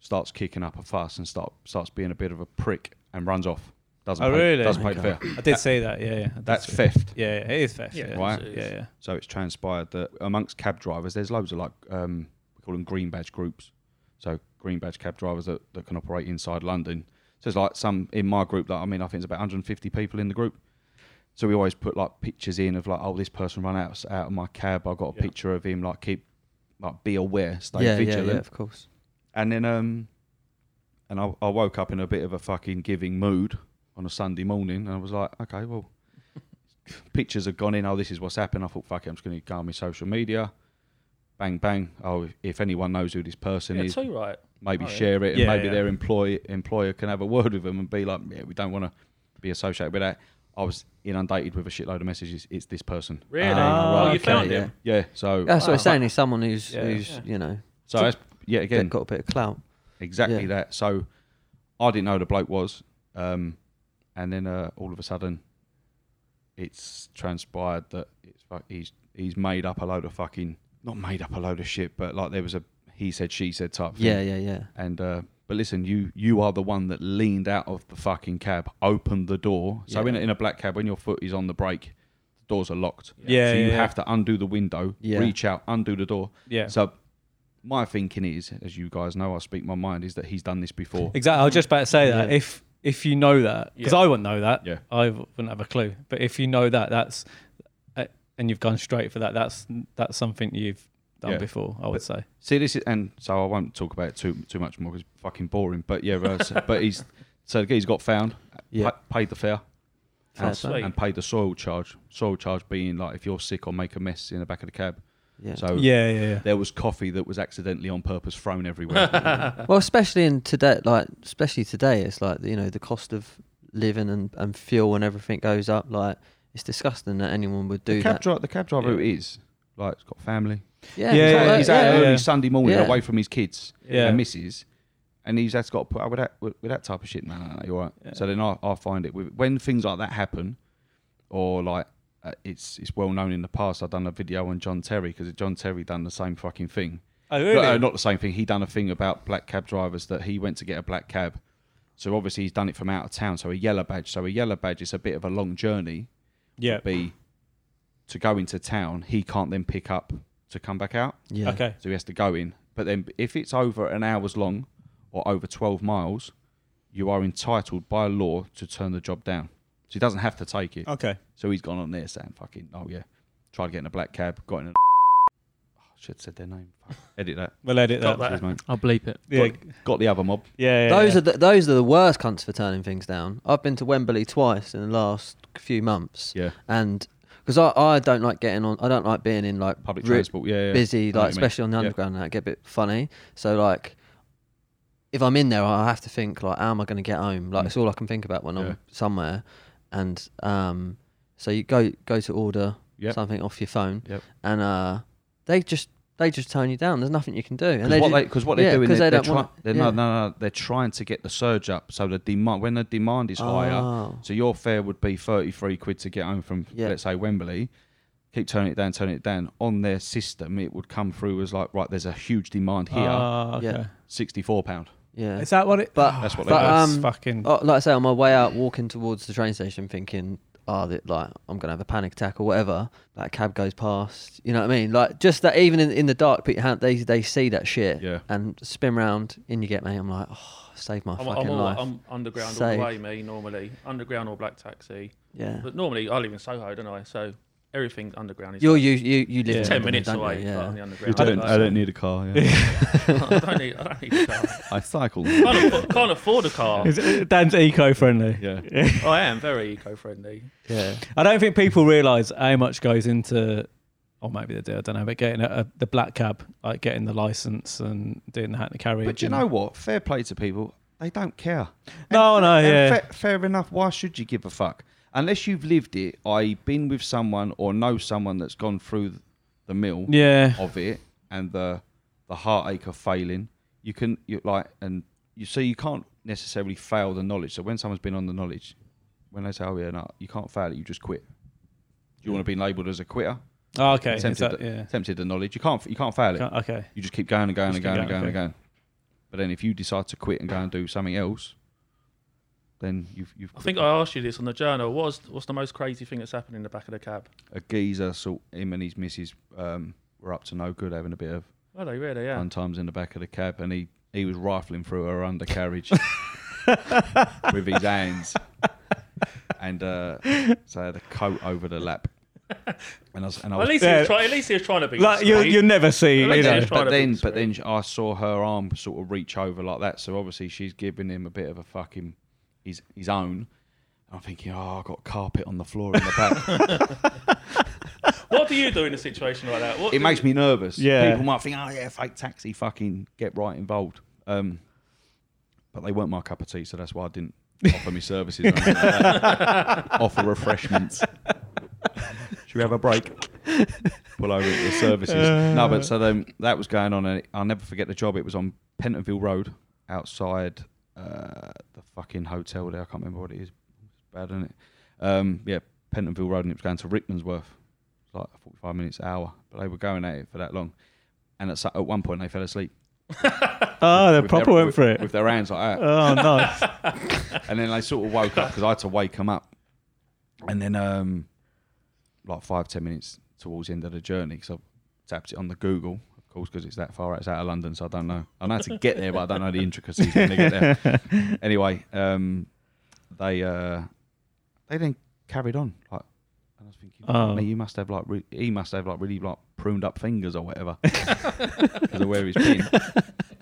Speaker 2: starts kicking up a fuss and start starts being a bit of a prick and runs off. Doesn't
Speaker 4: Oh,
Speaker 2: pay,
Speaker 4: really?
Speaker 2: doesn't pay the
Speaker 3: Okay.
Speaker 2: fare.
Speaker 4: I did say that. Yeah, yeah. I did
Speaker 2: That's
Speaker 4: say-
Speaker 2: theft.
Speaker 4: Yeah, yeah, it is theft.
Speaker 1: Yeah,
Speaker 4: Yeah,
Speaker 1: of
Speaker 4: yeah,
Speaker 2: course
Speaker 1: it is.
Speaker 4: yeah, yeah.
Speaker 2: So it's transpired that amongst cab drivers, there's loads of like um, we call them green badge groups. So green badge cab drivers that, that can operate inside London. So it's like some in my group that I mean I think it's about 150 people in the group. So we always put like pictures in of like oh this person ran out out of my cab. I got a
Speaker 1: Yeah.
Speaker 2: picture of him. Like keep like eh? be aware, stay
Speaker 3: yeah, yeah,
Speaker 2: vigilant.
Speaker 3: yeah. Of course.
Speaker 2: And then um, and I, I woke up in a bit of a fucking giving mood on a Sunday morning, and I was like, okay, well, pictures have gone in. Oh, this is what's happened. I thought, fuck it, I'm just going to go on my social media. Bang bang! Oh, if anyone knows who this person
Speaker 1: Yeah,
Speaker 2: is,
Speaker 1: too right.
Speaker 2: maybe
Speaker 1: Oh, yeah.
Speaker 2: share it, and
Speaker 4: Yeah,
Speaker 2: maybe
Speaker 4: yeah.
Speaker 2: their employ, employer can have a word with them and be like, yeah, we don't want to be associated with that. I was inundated with a shitload of messages. It's this person. Uh,
Speaker 1: Really?
Speaker 3: Ah,
Speaker 1: oh,
Speaker 3: right,
Speaker 1: you
Speaker 3: okay,
Speaker 1: found Uh,
Speaker 3: yeah.
Speaker 1: him.
Speaker 2: Yeah. So
Speaker 3: That's what I'm
Speaker 1: Wow.
Speaker 3: saying. Is someone who's
Speaker 4: Yeah.
Speaker 3: who's
Speaker 1: Yeah.
Speaker 3: you know
Speaker 2: so that's yeah again
Speaker 3: got a bit of clout.
Speaker 2: Exactly
Speaker 3: Yeah.
Speaker 2: that. So I didn't know who the bloke was, um, and then uh, all of a sudden, it's transpired that it's fu- he's he's made up a load of fucking not made up a load of shit, but like there was a he said she said type. Thing.
Speaker 3: Yeah, yeah, yeah.
Speaker 2: And uh, but listen, you you are the one that leaned out of the fucking cab, opened the door. So
Speaker 3: Yeah.
Speaker 2: in a, in a black cab, when your foot is on the brake, the doors are locked.
Speaker 4: Yeah,
Speaker 2: so you
Speaker 4: yeah,
Speaker 2: have to undo the window,
Speaker 3: Yeah.
Speaker 2: reach out, undo the door.
Speaker 4: Yeah.
Speaker 2: So my thinking is, as you guys know, I speak my mind, is that he's done this before.
Speaker 4: Exactly. I was just about to say that.
Speaker 3: Yeah.
Speaker 4: If if you know that, because
Speaker 1: Yeah.
Speaker 4: I wouldn't know that.
Speaker 2: Yeah.
Speaker 4: I wouldn't have a clue. But if you know that, that's uh, and you've gone straight for that. That's that's something you've done
Speaker 2: Yeah.
Speaker 4: before. I would
Speaker 2: But-
Speaker 4: say.
Speaker 2: See, this is, and so I won't talk about it too too much more 'cause it's fucking boring. But yeah, uh, so- but he's so he's got found,
Speaker 3: Yeah.
Speaker 2: pa- paid the fare,
Speaker 3: Fair
Speaker 4: Oh,
Speaker 2: and,
Speaker 1: play.
Speaker 2: and paid the soil charge. Soil charge being like if you're sick or make a mess in the back of the cab.
Speaker 3: Yeah.
Speaker 2: So
Speaker 4: Yeah, yeah, yeah.
Speaker 2: there was coffee that was accidentally on purpose thrown everywhere.
Speaker 3: Well, especially in today, like especially today, it's like you know the cost of living and, and fuel and everything goes up. Like it's disgusting that anyone would do
Speaker 2: the cab
Speaker 3: that.
Speaker 2: driver, the cab driver who it is, like, he's got family.
Speaker 3: yeah,
Speaker 4: Yeah,
Speaker 2: He's
Speaker 3: exactly.
Speaker 2: out- he's out
Speaker 4: yeah,
Speaker 2: early
Speaker 4: yeah.
Speaker 2: Sunday morning
Speaker 3: Yeah.
Speaker 2: away from his kids
Speaker 4: Yeah.
Speaker 2: and missus, and he's that's got to put up with that with, with that type of shit. No, no, no, you're right.
Speaker 4: Yeah.
Speaker 2: So then I, I find it with, when things like that happen, or like uh, it's it's well known in the past. I've done a video on John Terry because John Terry done the same fucking thing.
Speaker 4: Oh,
Speaker 2: No,
Speaker 4: really?
Speaker 2: no, not the same thing. He done a thing about black cab drivers that he went to get a black cab. So obviously he's done it from out of town. So a yellow badge. So a yellow badge is a bit of a long journey.
Speaker 4: yeah.
Speaker 2: Be to go into town, he can't then pick up to come back out.
Speaker 3: Yeah.
Speaker 4: Okay.
Speaker 2: So he has to go in. But then if it's over an hour's long or over 12 miles, you are entitled by law to turn the job down. So he doesn't have to take it.
Speaker 4: Okay.
Speaker 2: So he's gone on there saying, fucking, oh yeah. Tried getting a black cab, got in a. Oh, should have said their name. Fuck. Edit that.
Speaker 4: We'll edit
Speaker 1: Got
Speaker 4: that.
Speaker 1: that.
Speaker 2: Cheers, mate.
Speaker 5: I'll bleep it.
Speaker 4: Yeah.
Speaker 2: Got, got the other mob.
Speaker 4: Yeah. yeah,
Speaker 3: Those
Speaker 4: yeah.
Speaker 3: are the, those are the worst cunts for turning things down. I've been to Wembley twice in the last few months,
Speaker 2: Yeah.
Speaker 3: and because I, I don't like getting on, I don't like being in like
Speaker 2: Public
Speaker 3: ri-
Speaker 2: transport. Yeah. yeah. I
Speaker 3: busy,
Speaker 2: know what you
Speaker 3: like
Speaker 2: mean.
Speaker 3: especially on the
Speaker 2: Yeah.
Speaker 3: underground, and that get a bit funny. So like, if I'm in there, I have to think like, how am I going to get home? Like
Speaker 2: Mm.
Speaker 3: it's all I can think about when
Speaker 2: Yeah.
Speaker 3: I'm somewhere, and um, so you go go to order
Speaker 2: Yep.
Speaker 3: something off your phone,
Speaker 2: Yep.
Speaker 3: and uh, they just they just turn you down. There's nothing you can do, and
Speaker 2: Because what,
Speaker 3: ju-
Speaker 2: they, 'cause what they're
Speaker 3: yeah,
Speaker 2: doing,
Speaker 3: 'cause
Speaker 2: they're,
Speaker 3: they
Speaker 2: they're,
Speaker 3: don't want-
Speaker 2: try- they're no,
Speaker 3: yeah.
Speaker 2: no, no, they're trying to get the surge up. So the demand, when the demand is higher,
Speaker 3: Oh.
Speaker 2: So your fare would be 33 quid to get home from,
Speaker 3: Yeah.
Speaker 2: let's say, Wembley. Keep turning it down, turning it down. On their system, it would come through as like, right, there's a huge demand here,
Speaker 4: Ah, okay.
Speaker 3: Yeah.
Speaker 2: £64. pound.
Speaker 3: yeah.
Speaker 4: Is that what it? Ah,
Speaker 3: But-
Speaker 2: That's what they
Speaker 3: but,
Speaker 2: do.
Speaker 4: That's
Speaker 3: um,
Speaker 4: fucking.
Speaker 3: Oh, like I say, on my way out, walking towards the train station, thinking, "Ah, that like I'm gonna have a panic attack or whatever." That cab goes past. You know what I mean? Like just that, even in, in the dark, people hand- they they see that shit
Speaker 2: Yeah.
Speaker 3: and spin round. In you get me. I'm like, oh, save my
Speaker 1: I'm,
Speaker 3: fucking
Speaker 1: I'm, all,
Speaker 3: life.
Speaker 1: I'm underground all
Speaker 3: Safe.
Speaker 1: the way, me normally. Underground or black taxi.
Speaker 3: yeah.
Speaker 1: But normally I live in Soho, don't I? So everything underground is
Speaker 3: You're you you you live in
Speaker 4: Yeah.
Speaker 1: 10
Speaker 3: London,
Speaker 1: minutes
Speaker 3: don't you?
Speaker 1: away like, on
Speaker 3: Yeah.
Speaker 1: the underground. Like,
Speaker 2: need a car.
Speaker 1: I don't need, I don't need a car.
Speaker 2: I cycle.
Speaker 1: Can't afford, can't afford a car.
Speaker 4: Is it- Dan's eco-friendly.
Speaker 2: Yeah.
Speaker 1: Oh, I am very eco-friendly.
Speaker 3: Yeah.
Speaker 4: I don't think people realise how much goes into, or maybe they do. I don't know. But getting a, a, the black cab, like getting the license and doing the hat and the carriage.
Speaker 2: But you
Speaker 4: and-
Speaker 2: know what? Fair play to people. They don't care.
Speaker 4: No, no,
Speaker 2: And
Speaker 4: yeah.
Speaker 2: fa- fair enough. Why should you give a fuck? Unless you've lived it, i.e., been with someone or know someone that's gone through the mill.
Speaker 4: Yeah.
Speaker 2: of it and the the heartache of failing you can you like and you so you can't necessarily fail the knowledge so when someone's been on the knowledge when they say oh yeah no you can't fail it you just quit you want to be labeled as a quitter
Speaker 4: Oh, okay. Is
Speaker 2: tempted,
Speaker 4: that- yeah.
Speaker 2: tempted the knowledge you can't you can't fail it
Speaker 4: Can't- Okay.
Speaker 2: you just keep going and going
Speaker 4: Just
Speaker 2: and
Speaker 4: keep
Speaker 2: going and
Speaker 4: going,
Speaker 2: going and going but then if you decide to quit and go and do something else then you've you've
Speaker 1: I think I asked you this on the journal. What's what's the most crazy thing that's happened in the back of the cab?
Speaker 2: a geezer sort him and his missus um, were up to no good having a bit of
Speaker 1: Were they really? Yeah.
Speaker 2: One time's in the back of the cab, and he, he was rifling through her undercarriage with his hands, and uh, so I had a coat over the lap, and I was, and I
Speaker 1: Well, at
Speaker 2: was
Speaker 1: least he
Speaker 4: Yeah.
Speaker 1: was trying. At least he was trying to be.
Speaker 4: Like you,
Speaker 1: discreet.
Speaker 4: you never see.
Speaker 1: Well,
Speaker 4: You
Speaker 1: that's
Speaker 4: know.
Speaker 1: just- trying
Speaker 2: but
Speaker 1: to
Speaker 2: then
Speaker 1: be
Speaker 2: but then I saw her arm sort of reach over like that, so obviously she's giving him a bit of a fucking his his own. I'm thinking, oh, I've got carpet on the floor in the back.
Speaker 1: what do you do in a situation like that? What
Speaker 2: it
Speaker 1: do
Speaker 2: makes
Speaker 1: you,
Speaker 2: me nervous.
Speaker 4: Yeah.
Speaker 2: People might think, oh, yeah, fake taxi, fucking get right involved. Um, but they weren't my cup of tea, so that's why I didn't offer me services. Or anything like that. offer refreshments. Should we have a break? Uh. Pull over at the services. no, but so then that was going on, and it- I'll never forget the job. It was on Pentonville Road outside uh, the fucking hotel there. I can't remember what it is. It's bad, isn't it? Um, yeah, Pentonville Road, and it was going to Rickmansworth like 45 minutes an hour, but they were going at it for that long. And at, so- at one point, they fell asleep.
Speaker 4: Oh, they
Speaker 2: with
Speaker 4: proper
Speaker 2: their,
Speaker 4: went
Speaker 2: with-
Speaker 4: for it.
Speaker 2: With their hands like that.
Speaker 4: Oh, nice.
Speaker 2: and then they sort of woke up because I had to wake them up. And then, um, like five, ten minutes towards the end of the journey, because I tapped it on the Google, of course, because it's that far out, it's out of London, so I don't know. I know how to get there, but I don't know the intricacies when they get there. anyway, um, they uh, they then carried on. Like, and I was thinking,
Speaker 4: Oh.
Speaker 2: me, you must have like re- he must have like really like pruned up fingers or whatever because of where he's been.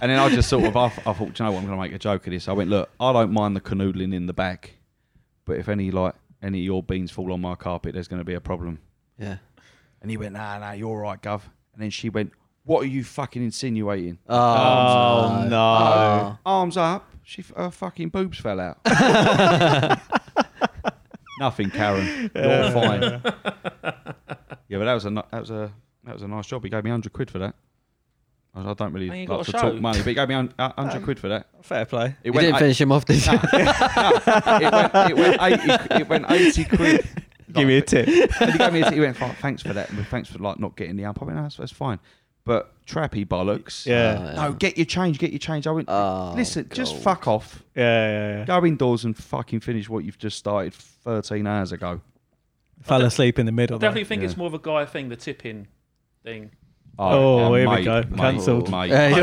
Speaker 2: And then I just sort of I, th- I thought, "Do you know what, I'm going to make a joke of this. I went, look, I don't mind the canoodling in the back, but if any like any of your beans fall on my carpet, there's going to be a problem.
Speaker 3: Yeah.
Speaker 2: And he went, nah, nah, you're all right, Gov. And then she went, what are you fucking insinuating? Uh,
Speaker 3: Oh,
Speaker 4: Oh, no.
Speaker 3: Oh.
Speaker 2: Arms up. She f- her fucking boobs fell out. Nothing, Karen. You're fine. yeah, but that was a ni- that was a that was a nice job. He gave me hundred quid for that. I I don't really
Speaker 1: And Oh, you
Speaker 2: like
Speaker 1: got
Speaker 2: to
Speaker 1: a show. Oh.
Speaker 2: talk money, but he gave me hundred quid for that.
Speaker 4: Fair play.
Speaker 2: It
Speaker 3: You didn't
Speaker 2: I-
Speaker 3: finish him off, did you?
Speaker 2: it went, it went 80, it went 80 quid.
Speaker 4: Give me a tip.
Speaker 2: And he gave me a tip. He went, "Oh, thanks for that. and Thanks for like not getting the amp. I went, no, that's, that's fine. but trappy bollocks.
Speaker 4: Yeah.
Speaker 3: Uh,
Speaker 2: No, get your change, get your change. I went,
Speaker 3: Oh,
Speaker 2: listen, just
Speaker 3: God.
Speaker 2: fuck off.
Speaker 4: yeah, yeah, yeah.
Speaker 2: Go indoors and fucking finish what you've just started 13 hours ago.
Speaker 4: Fell asleep in the
Speaker 1: I
Speaker 4: middle. though.
Speaker 1: definitely think
Speaker 2: Yeah.
Speaker 1: it's more of a guy thing, the tipping thing.
Speaker 4: Oh,
Speaker 2: yeah,
Speaker 4: here we
Speaker 2: mate,
Speaker 4: go.
Speaker 2: mate,
Speaker 4: Cancelled.
Speaker 2: mate.
Speaker 3: Yeah, yeah,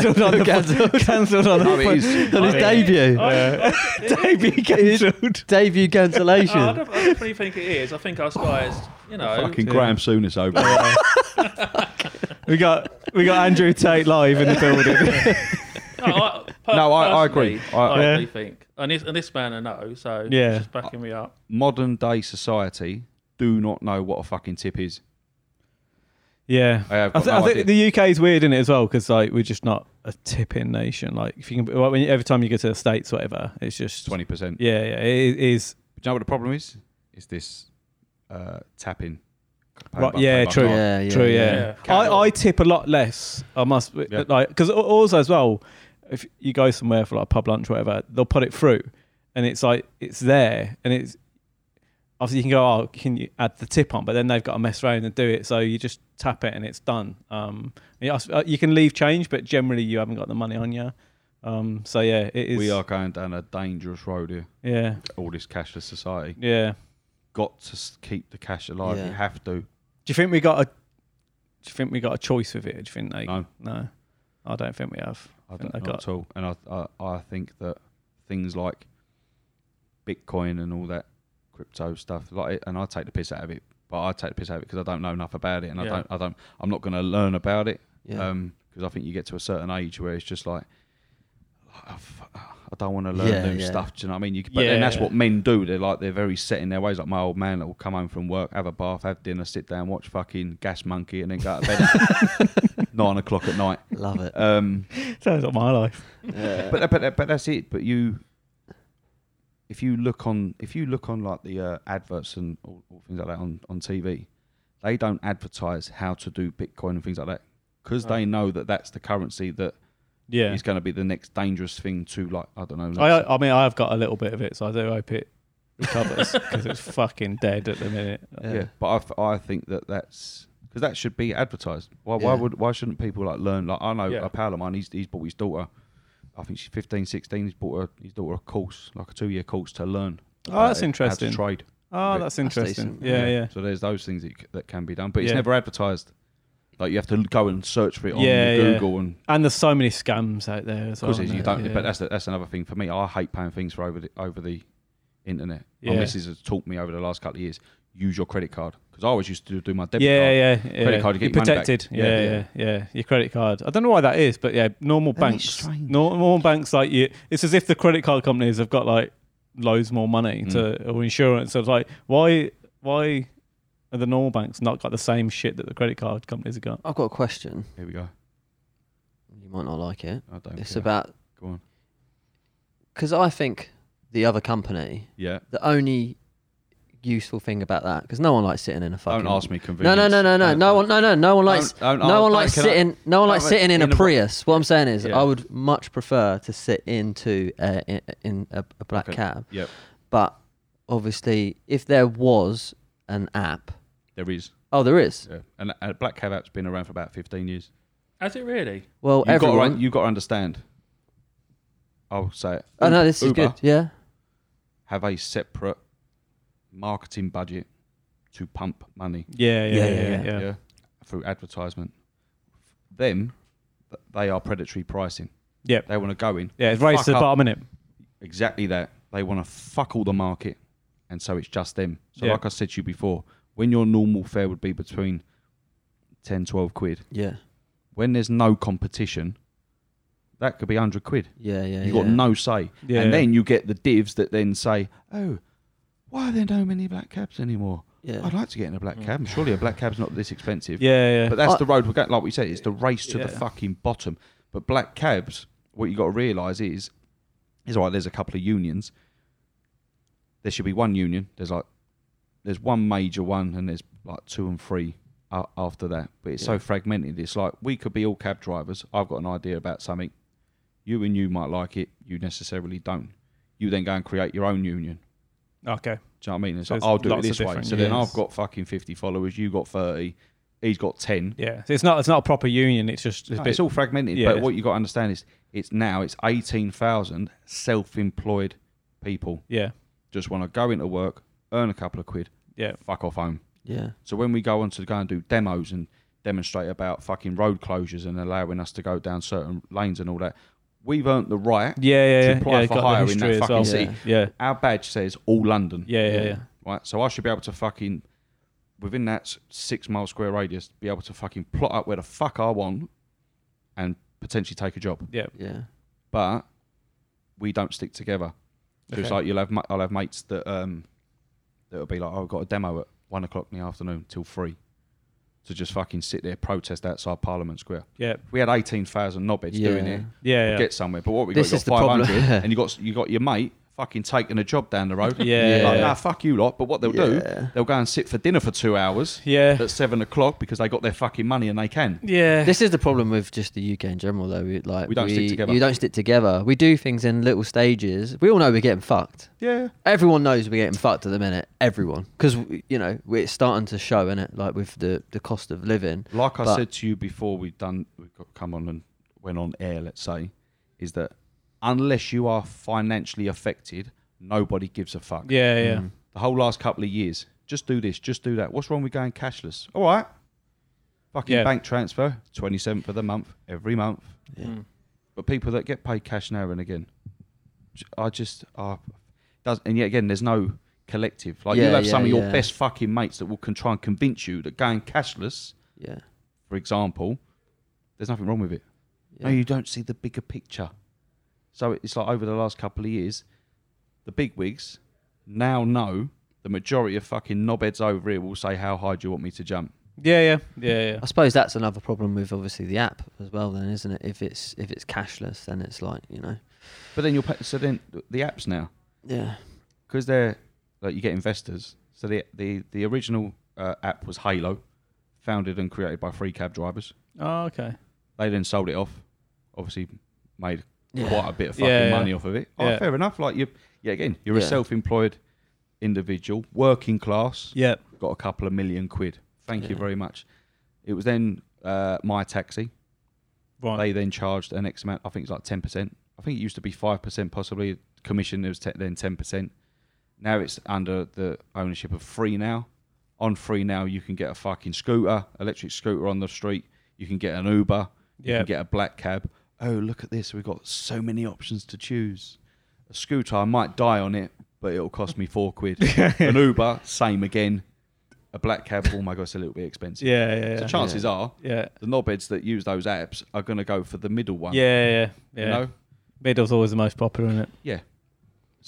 Speaker 3: there you go.
Speaker 4: Cancelled on the
Speaker 3: Cancelled.
Speaker 4: cancelled on
Speaker 2: No,
Speaker 4: the
Speaker 2: it
Speaker 4: phone.
Speaker 2: is.
Speaker 3: on his
Speaker 1: I-
Speaker 3: debut.
Speaker 1: I-
Speaker 4: Yeah. Debut cancelled.
Speaker 3: debut
Speaker 1: No, Oh, I,
Speaker 3: cancellation.
Speaker 1: don't, I don't really think it is. I think us guys, you know,
Speaker 2: Oh, Fucking Graham soon is over.
Speaker 4: We got we got Andrew Tate live in the building.
Speaker 1: no, I, per-
Speaker 2: No, I- I
Speaker 1: personally,
Speaker 2: agree. I-
Speaker 1: I
Speaker 4: Yeah.
Speaker 1: really think, and this and this man I know, so
Speaker 4: Yeah.
Speaker 1: yeah, just backing me up.
Speaker 2: Modern day society do not know what a fucking tip is.
Speaker 4: yeah.
Speaker 2: I have
Speaker 4: I,
Speaker 2: got
Speaker 4: thi-
Speaker 2: no
Speaker 4: I think
Speaker 2: idea.
Speaker 4: the UK is weird in it as well because like we're just not a tipping nation. Like if you can, well, when, every time you go to the states, whatever, it's just
Speaker 2: 20%.
Speaker 4: Yeah, yeah, it is.
Speaker 2: Do you know what the problem is? It's this uh, tapping.
Speaker 4: Right, yeah, true.
Speaker 3: Yeah, yeah,
Speaker 4: True, yeah.
Speaker 1: yeah.
Speaker 4: I, I tip a lot less. I must
Speaker 2: Yeah.
Speaker 4: like because also as well, if you go somewhere for like a pub lunch or whatever, they'll put it through, and it's like it's there, and it's obviously you can go, oh, can you add the tip on? But then they've got to mess around and do it, so you just tap it and it's done. Um, you ask- uh, you can leave change, but generally you haven't got the money on you. Um, so yeah, it is.
Speaker 2: We are going down a dangerous road here.
Speaker 4: Yeah,
Speaker 2: All this cashless society.
Speaker 4: yeah.
Speaker 2: Got to s- keep the cash alive.
Speaker 3: Yeah.
Speaker 2: You have to.
Speaker 4: Do you think we got a? Do you think we got a choice with it? Do you think they?
Speaker 2: No.
Speaker 4: no I don't think we have.
Speaker 2: I don't
Speaker 4: think they
Speaker 2: know
Speaker 4: got-
Speaker 2: at all. And I, I, I think that things like Bitcoin and all that crypto stuff, like, it, and I take the piss out of it. But I take the piss out of it because I don't know enough about it, and I
Speaker 1: Yeah.
Speaker 2: don't, I don't, I'm not going to learn about it.
Speaker 3: Yeah.
Speaker 2: because Um, I think you get to a certain age where it's just like, "Oh, f- I don't want to learn
Speaker 3: Yeah,
Speaker 2: new
Speaker 3: yeah.
Speaker 2: stuff. Do you know what I mean? You, but then that's
Speaker 4: Yeah.
Speaker 2: what men do. They're like they're very set in their ways. Like my old man that will come home from work, have a bath, have dinner, sit down, watch fucking Gas Monkey, and then go to bed at nine o'clock at night.
Speaker 3: Love it.
Speaker 2: Um,
Speaker 4: Sounds like my life.
Speaker 3: Yeah.
Speaker 2: but but but that's it. But you, if you look on if you look on like the uh, adverts and all, all things like that on on TV, they don't advertise how to do Bitcoin and things like that because they know that that's the currency that
Speaker 4: Yeah.
Speaker 2: is going to be the next dangerous thing to like I don't know. let's-
Speaker 4: I, I mean, I've got a little bit of it, so I do hope it recovers because it's fucking dead at the minute.
Speaker 2: yeah. but I f- I, think that that's because that should be advertised. Why why
Speaker 3: Yeah.
Speaker 2: would why shouldn't people like learn? Like I know
Speaker 1: Yeah.
Speaker 2: a pal of mine. He's he's bought his daughter. I think she's 15, 16. He's bought her, his daughter a course, like a two-year course to learn.
Speaker 4: Oh,
Speaker 2: about
Speaker 4: that's
Speaker 2: it,
Speaker 4: interesting.
Speaker 2: How to trade.
Speaker 4: Oh,
Speaker 2: Right.
Speaker 4: that's
Speaker 3: That's
Speaker 4: interesting.
Speaker 3: decent.
Speaker 4: yeah, yeah.
Speaker 2: So there's those things that, c- that can be done, but it's
Speaker 4: Yeah.
Speaker 2: never advertised. Like you have to go and search for it on
Speaker 4: Yeah, yeah.
Speaker 2: Google and
Speaker 4: And there's so many scams out there as well.
Speaker 2: because
Speaker 4: isn't
Speaker 2: you
Speaker 4: there?
Speaker 2: don't.
Speaker 4: Yeah.
Speaker 2: But that's the, that's another thing for me. I hate paying things for over the over the internet.
Speaker 4: Yeah.
Speaker 2: And this has taught me over the last couple of years. Use your credit card because I always used to do my debit
Speaker 4: yeah,
Speaker 2: card.
Speaker 4: yeah, yeah.
Speaker 2: Credit card, you
Speaker 4: You're
Speaker 2: get your money back.
Speaker 4: protected. Yeah yeah,
Speaker 2: Yeah,
Speaker 4: yeah, Your credit card. I don't know why that is, but yeah, normal
Speaker 2: Isn't it
Speaker 4: banks,
Speaker 2: strange?
Speaker 4: nor- normal banks like you. It's as if the credit card companies have got like loads more money to
Speaker 2: Mm.
Speaker 4: or insurance. So it's like, why, why are the normal banks not got the same shit that the credit card companies have got?
Speaker 3: I've got a question.
Speaker 2: Here we go.
Speaker 3: You might not like it.
Speaker 2: I don't.
Speaker 3: It's
Speaker 2: care.
Speaker 3: about
Speaker 2: Go on.
Speaker 3: because I think the other company,
Speaker 2: Yeah.
Speaker 3: the only useful thing about that, because no one likes sitting in a fucking.
Speaker 2: Don't ask me
Speaker 3: No,
Speaker 2: convenience.
Speaker 3: no, no, no, no,
Speaker 2: Don't-
Speaker 3: no one, no, no, no one likes,
Speaker 2: Don't- don't-
Speaker 3: no one
Speaker 2: don't-
Speaker 3: likes
Speaker 2: can I-
Speaker 3: sitting, no one likes
Speaker 2: don't-
Speaker 3: sitting in a
Speaker 2: in a-
Speaker 3: Prius. What I'm saying is,
Speaker 2: Yeah.
Speaker 3: I would much prefer to sit into a, in, in a, a black
Speaker 2: Okay.
Speaker 3: cab.
Speaker 2: Yep.
Speaker 3: But obviously, if there was an app,
Speaker 2: There is.
Speaker 3: oh, there is.
Speaker 2: Yeah. And uh, Black Cab app's been around for about 15 years.
Speaker 1: Has it really?
Speaker 3: Well,
Speaker 2: you've
Speaker 3: Oh, everyone.
Speaker 2: Got to, you've got to understand. I'll say it.
Speaker 3: oh no, this is
Speaker 2: Uber
Speaker 3: good. Yeah.
Speaker 2: Have a separate marketing budget to pump money.
Speaker 4: Yeah, yeah,
Speaker 3: Yeah,
Speaker 4: yeah,
Speaker 3: yeah,
Speaker 4: yeah.
Speaker 3: yeah.
Speaker 4: yeah.
Speaker 2: Through advertisement. Them, th- they are predatory pricing.
Speaker 4: Yep.
Speaker 2: They want to go in.
Speaker 4: Yeah, it's race
Speaker 2: fuck
Speaker 4: to the
Speaker 2: up
Speaker 4: bottom, innit?
Speaker 2: Exactly that. They want to fuck all the market, and so it's just them. So,
Speaker 4: Yeah.
Speaker 2: like I said to you before, when your normal fare would be between 10, 12 quid,
Speaker 3: Yeah.
Speaker 2: when there's no competition, that could be 100 quid.
Speaker 3: Yeah. Yeah.
Speaker 2: You've
Speaker 3: yeah.
Speaker 2: got no say.
Speaker 4: Yeah.
Speaker 2: And then you get the divs that then say, oh, why are there no many black cabs anymore?
Speaker 3: Yeah.
Speaker 2: I'd like to get in a
Speaker 4: Mm.
Speaker 2: black cab. Surely a black cab's not this expensive.
Speaker 4: Yeah, yeah.
Speaker 2: But that's
Speaker 3: I-
Speaker 2: the road we're going. Like we said, it's the race to the
Speaker 4: Yeah.
Speaker 2: fucking bottom. But black cabs, what you got to realise is, is all right, there's a couple of unions. There should be one union. There's like, there's one major one, and there's like two and three a- after that. But it's so fragmented. It's like we could be all cab drivers. I've got an idea about something. You and you might like it. You necessarily don't. You then go and create your own union.
Speaker 4: okay.
Speaker 2: Do you know what I mean? It's
Speaker 4: So
Speaker 2: like,
Speaker 4: there's
Speaker 2: I'll do it
Speaker 4: lots of
Speaker 2: this way.
Speaker 4: different
Speaker 2: So then I've
Speaker 4: unions.
Speaker 2: got fucking 50 followers, you got 30. he's got ten.
Speaker 4: Yeah, so it's not it's not a proper union. It's just a
Speaker 2: No,
Speaker 4: bit.
Speaker 2: it's all fragmented.
Speaker 4: Yeah.
Speaker 2: But what you got to understand is it's now it's eighteen thousand self-employed people
Speaker 4: yeah,
Speaker 2: just want to go into work, earn a couple of quid,
Speaker 4: yeah,
Speaker 2: fuck off home.
Speaker 3: Yeah.
Speaker 2: So when we go on to go and do demos and demonstrate about fucking road closures and allowing us to go down certain lanes and all that, we've earned the right.
Speaker 4: yeah, yeah.
Speaker 2: To
Speaker 4: yeah.
Speaker 2: apply
Speaker 4: yeah,
Speaker 2: for
Speaker 4: got the
Speaker 2: hire in
Speaker 4: history
Speaker 2: that
Speaker 4: as
Speaker 2: fucking
Speaker 4: well.
Speaker 3: city.
Speaker 4: Yeah,
Speaker 2: Our badge says all London,
Speaker 4: yeah, yeah, yeah.
Speaker 3: Yeah.
Speaker 2: right? So I should be able to fucking within that s- six mile square radius, be able to fucking plot up where the fuck I want, and potentially take a job.
Speaker 4: yeah.
Speaker 3: Yeah.
Speaker 2: But we don't stick together. So it's
Speaker 4: Okay.
Speaker 2: like you'll have ma- I'll have mates that um that'll be like, oh, I've got a demo at one o'clock in the afternoon till three, to just fucking sit there protest outside Parliament Square.
Speaker 4: yeah.
Speaker 2: We had eighteen thousand knobheads doing
Speaker 3: Yeah.
Speaker 2: it.
Speaker 4: Yeah, yeah.
Speaker 2: Get somewhere. But what we got,
Speaker 3: This
Speaker 2: you
Speaker 3: is
Speaker 2: got
Speaker 3: the
Speaker 2: five
Speaker 3: problem.
Speaker 2: hundred, and you got you got your mate fucking taking a job down the road.
Speaker 4: Yeah.
Speaker 2: like, nah, fuck you lot. But what they'll do,
Speaker 3: Yeah.
Speaker 2: they'll go and sit for dinner for two hours
Speaker 4: yeah.
Speaker 2: at seven o'clock because they got their fucking money and they can.
Speaker 4: yeah.
Speaker 3: This is the problem with just the UK in general, though. We, like
Speaker 2: We don't stick together.
Speaker 3: You don't stick together. We do things in little stages. We all know we're getting fucked.
Speaker 2: Yeah.
Speaker 3: Everyone knows we're getting fucked at the minute. Everyone, because you know we're starting to show in it, like with the the cost of living.
Speaker 2: Like I
Speaker 3: But-
Speaker 2: said to you before, we've done we've got come on and went on air. Let's say is that unless you are financially affected, nobody gives a fuck.
Speaker 4: yeah, yeah.
Speaker 3: Mm.
Speaker 2: The whole last couple of years, just do this, just do that. What's wrong with going cashless? All right. Fucking
Speaker 4: Yeah.
Speaker 2: bank transfer, twenty seventh of the month, every month.
Speaker 1: Hmm.
Speaker 4: Mm.
Speaker 2: But people that get paid cash now and again, j- I just are. Does and yet again, there's no collective. Like
Speaker 3: Yeah,
Speaker 2: you'll have
Speaker 3: yeah,
Speaker 2: some of your
Speaker 3: yeah.
Speaker 2: best fucking mates that will can try and convince you that going cashless,
Speaker 3: Yeah.
Speaker 2: for example, there's nothing wrong with it.
Speaker 4: Oh,
Speaker 3: Yeah.
Speaker 2: No, you don't see the bigger picture. So it's like over the last couple of years, the big wigs now know the majority of fucking knobheads over here will say, "How high do you want me to jump?"
Speaker 4: Yeah, yeah, yeah, yeah.
Speaker 3: I suppose that's another problem with obviously the app as well, then, isn't it? If it's if it's cashless, then it's like you know.
Speaker 2: But then you'll pay, so then the apps now
Speaker 3: Yeah.
Speaker 2: because they're like you get investors. So the the the original uh, app was Halo, founded and created by three cab drivers.
Speaker 4: Oh, okay.
Speaker 2: They then sold it off. Obviously, made
Speaker 3: Yeah.
Speaker 2: quite a bit of fucking
Speaker 4: Yeah, yeah.
Speaker 2: money off of it. Oh,
Speaker 4: Yeah.
Speaker 2: fair enough. Like you, yeah, again, you're a
Speaker 3: Yeah.
Speaker 2: self-employed individual, working class,
Speaker 4: Yeah,
Speaker 2: got a couple of million quid. Thank you
Speaker 3: Yeah.
Speaker 2: very much. It was then uh, my taxi.
Speaker 4: right.
Speaker 2: They then charged an X amount. I think it's like ten percent. I think it used to be five percent, possibly commission. It was te- then ten percent. Now it's under the ownership of Free Now. On Free Now, you can get a fucking scooter, electric scooter on the street. You can get an Uber. You
Speaker 4: Yeah.
Speaker 2: can get a black cab. Oh, look at this! We've got so many options to choose. A scooter, I might die on it, but it'll cost me four quid. an Uber, same again. A black cab, oh my god, it's a little bit expensive.
Speaker 4: yeah, yeah, yeah.
Speaker 2: So chances are
Speaker 4: yeah.
Speaker 2: the knobheads that use those apps are going to go for the middle one.
Speaker 4: Yeah, yeah, yeah.
Speaker 2: You know?
Speaker 4: Middle's always the most popular, isn't it?
Speaker 2: Yeah.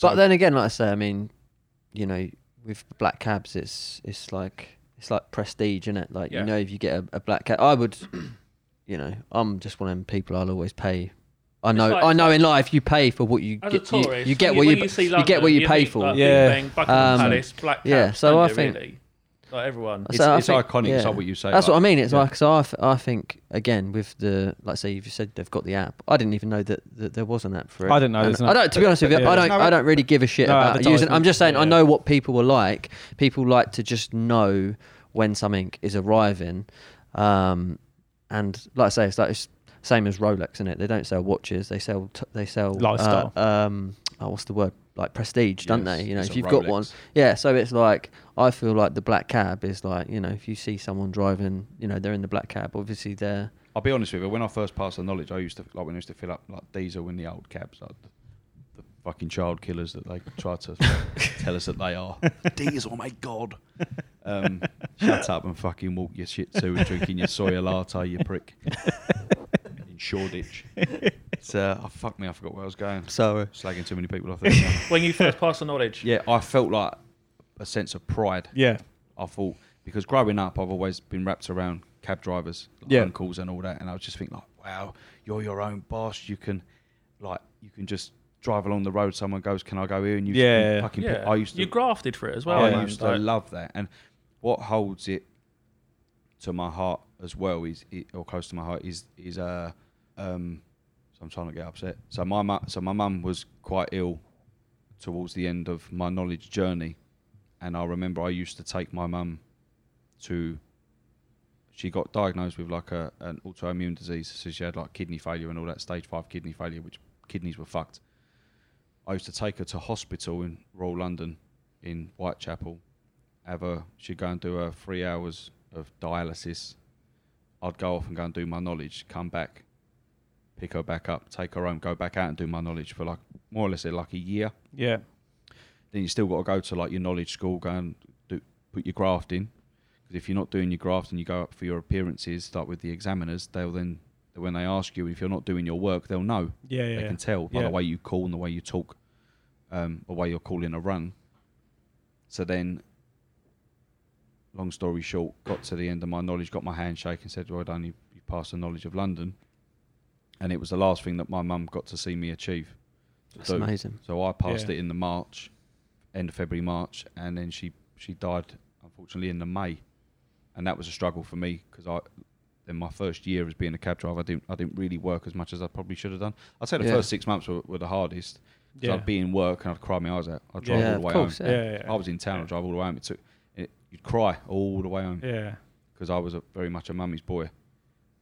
Speaker 3: but then again, like I say, I mean, you know, with black cabs, it's it's like it's like prestige, is it? Like
Speaker 2: Yeah.
Speaker 3: you know, if you get a, a black cab, I would, you know, I'm just one of them people. I'll always pay. I know,
Speaker 1: like-
Speaker 3: I know. In life, you pay for what you
Speaker 1: As
Speaker 3: get.
Speaker 1: a
Speaker 3: you-
Speaker 1: tourist,
Speaker 3: you, get
Speaker 1: when
Speaker 3: what
Speaker 1: when
Speaker 3: you,
Speaker 1: see
Speaker 3: you
Speaker 1: London,
Speaker 3: get what you pay
Speaker 1: think,
Speaker 3: for.
Speaker 1: Like,
Speaker 4: Yeah.
Speaker 1: yeah, Bang, Buckingham
Speaker 3: Um,
Speaker 1: Palace, Black Cab,
Speaker 3: yeah, so I
Speaker 1: Sunday,
Speaker 3: think-
Speaker 1: really. like everyone.
Speaker 3: I
Speaker 2: It's,
Speaker 3: So
Speaker 2: it's
Speaker 3: think-
Speaker 2: iconic. It's
Speaker 3: yeah.
Speaker 2: like what you say.
Speaker 3: That's what I mean. It's
Speaker 2: yeah.
Speaker 3: like, so I, th- I think again with the like say you've said they've got the app. I didn't even know that, that there was an app for it.
Speaker 4: I didn't know
Speaker 3: And
Speaker 4: there's an
Speaker 3: I
Speaker 4: app.
Speaker 3: don't. To be honest with you,
Speaker 4: Yeah.
Speaker 3: I don't.
Speaker 2: No,
Speaker 3: I don't really give a shit
Speaker 4: No,
Speaker 3: about using. I'm
Speaker 4: advertisements,
Speaker 3: just saying. I
Speaker 4: yeah.
Speaker 3: know what people were like. People like to just know when something is arriving, um, and like I say, it's like it's same as Rolex, is it? They don't sell watches. They sell. T- they sell uh,
Speaker 4: Lifestyle.
Speaker 3: um, oh, what's the word? Like prestige, don't
Speaker 2: Yes,
Speaker 3: they? You know,
Speaker 2: it's
Speaker 3: if
Speaker 2: a
Speaker 3: you've got one,
Speaker 2: Rolex.
Speaker 3: yeah, so it's like I feel like the black cab is like you know if you see someone driving, you know they're in the black cab. Obviously they're
Speaker 2: I'll be honest with you. When I first passed the knowledge, I used to like when I used to fill up like diesel in the old cabs, like the, the fucking child killers that they try to tell us that they are. diesel, my god. Um, shut up and fucking walk your shit to and drinking your soya latte, you prick. in Shoreditch. It's uh, oh, fuck me, I forgot where I was going.
Speaker 3: so uh,
Speaker 2: Slagging too many people off. There.
Speaker 1: when you first pass the knowledge.
Speaker 2: yeah, I felt like a sense of pride.
Speaker 4: Yeah,
Speaker 2: I thought because growing up, I've always been wrapped around cab drivers, like
Speaker 4: Yeah.
Speaker 2: uncles, and all that, and I was just thinking like, wow, you're your own boss. You can, like, you can just drive along the road. Someone goes, "Can I go here?" And you
Speaker 4: Yeah,
Speaker 2: can
Speaker 4: yeah.
Speaker 2: fucking. pick-
Speaker 1: yeah.
Speaker 2: I used to.
Speaker 1: you grafted for it as well.
Speaker 2: I
Speaker 4: man,
Speaker 2: used to
Speaker 1: like-
Speaker 2: love that, and what holds it to my heart as well is, it, or close to my heart is is uh um, so I'm trying to get upset. So my mu- so my mum was quite ill towards the end of my knowledge journey, and I remember I used to take my mum to. she got diagnosed with like a, an autoimmune disease. So she had like kidney failure and all that stage five kidney failure, which kidneys were fucked. I used to take her to hospital in Royal London, in Whitechapel. Have her, she'd go and do her three hours of dialysis. I'd go off and go and do my knowledge, come back, pick her back up, take her home, go back out and do my knowledge for like more or less like a year
Speaker 4: Yeah.
Speaker 2: then you still got to go to like your knowledge school, go and do, put your graft in. Because if you're not doing your graft and you go up for your appearances, start with the examiners, they'll then, when they ask you if you're not doing your work, they'll know.
Speaker 4: Yeah. Yeah.
Speaker 2: They
Speaker 4: yeah.
Speaker 2: can tell by
Speaker 4: Yeah.
Speaker 2: the way you call and the way you talk, um, the way you're calling a run. So then, long story short, got to the end of my knowledge, got my handshake and said, Well done, you, you passed the knowledge of London. And it was the last thing that my mum got to see me achieve.
Speaker 3: That's
Speaker 2: So-
Speaker 3: amazing.
Speaker 2: so I passed
Speaker 4: Yeah.
Speaker 2: it in the March, end of February, March, and then she she died unfortunately in the May, and that was a struggle for me because I in my first year as being a cab driver, I didn't I didn't really work as much as I probably should have done. I'd say the
Speaker 3: Yeah.
Speaker 2: first six months were, were the hardest. 'cause
Speaker 4: Yeah.
Speaker 2: I'd be in work and I'd cry my eyes out. I'd drive
Speaker 4: Yeah,
Speaker 2: all the
Speaker 3: of
Speaker 2: way
Speaker 3: course.
Speaker 2: home.
Speaker 4: yeah. Yeah. yeah.
Speaker 2: I was in town. I'd drive all the way home. It took it, you'd cry all the way home
Speaker 4: Yeah.
Speaker 2: because I was a, very much a mummy's boy.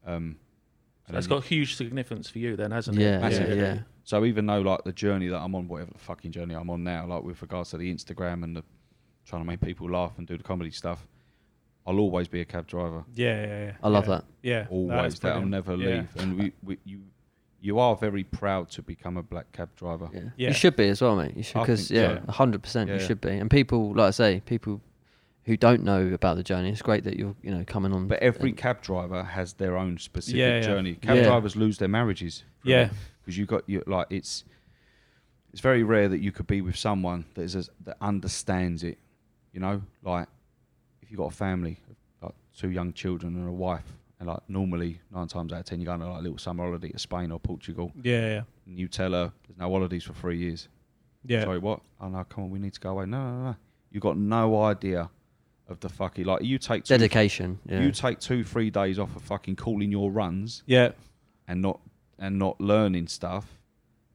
Speaker 2: Um,
Speaker 1: So
Speaker 2: and
Speaker 1: that's
Speaker 2: then-
Speaker 1: got huge significance for you, then, hasn't it?
Speaker 3: Yeah, yeah,
Speaker 2: Massive.
Speaker 3: yeah.
Speaker 2: So even though like the journey that I'm on, whatever the fucking journey I'm on now, like with regards to the Instagram and the trying to make people laugh and do the comedy stuff, I'll always be a cab driver.
Speaker 4: Yeah. Yeah. yeah.
Speaker 3: I love
Speaker 4: yeah.
Speaker 3: that.
Speaker 4: Yeah.
Speaker 2: Always,
Speaker 4: is
Speaker 2: that will
Speaker 4: brilliant.
Speaker 2: never
Speaker 4: Yeah.
Speaker 2: leave. And we, we, you, you are very proud to become a black cab driver.
Speaker 3: Yeah.
Speaker 4: Yeah.
Speaker 3: You should be as well, mate. You should
Speaker 2: I
Speaker 3: because
Speaker 2: think
Speaker 3: yeah,
Speaker 2: so.
Speaker 3: hundred percent. You
Speaker 2: Yeah.
Speaker 3: should be. And people, like I say, people who don't know about the journey, it's great that you're you know coming on.
Speaker 2: But every
Speaker 3: and-
Speaker 2: cab driver has their own specific
Speaker 4: Yeah, yeah.
Speaker 2: journey. Cab
Speaker 3: Yeah.
Speaker 2: drivers lose their marriages.
Speaker 4: Yeah.
Speaker 2: because you got you like it's it's very rare that you could be with someone that is as, that understands it. You know, like if you got a family, like two young children and a wife, and like normally nine times out of ten you go on a like, little summer holiday to Spain or Portugal,
Speaker 4: Yeah. Yeah.
Speaker 2: and you tell her there's no holidays for three years.
Speaker 4: Yeah.
Speaker 2: Sorry, what? Oh no, come on, we need to go away. No, no, no. You got no idea of the fucking like you take two,
Speaker 3: dedication. Yeah.
Speaker 2: you take two three days off of fucking calling your runs
Speaker 4: Yeah.
Speaker 2: and not and not learning stuff,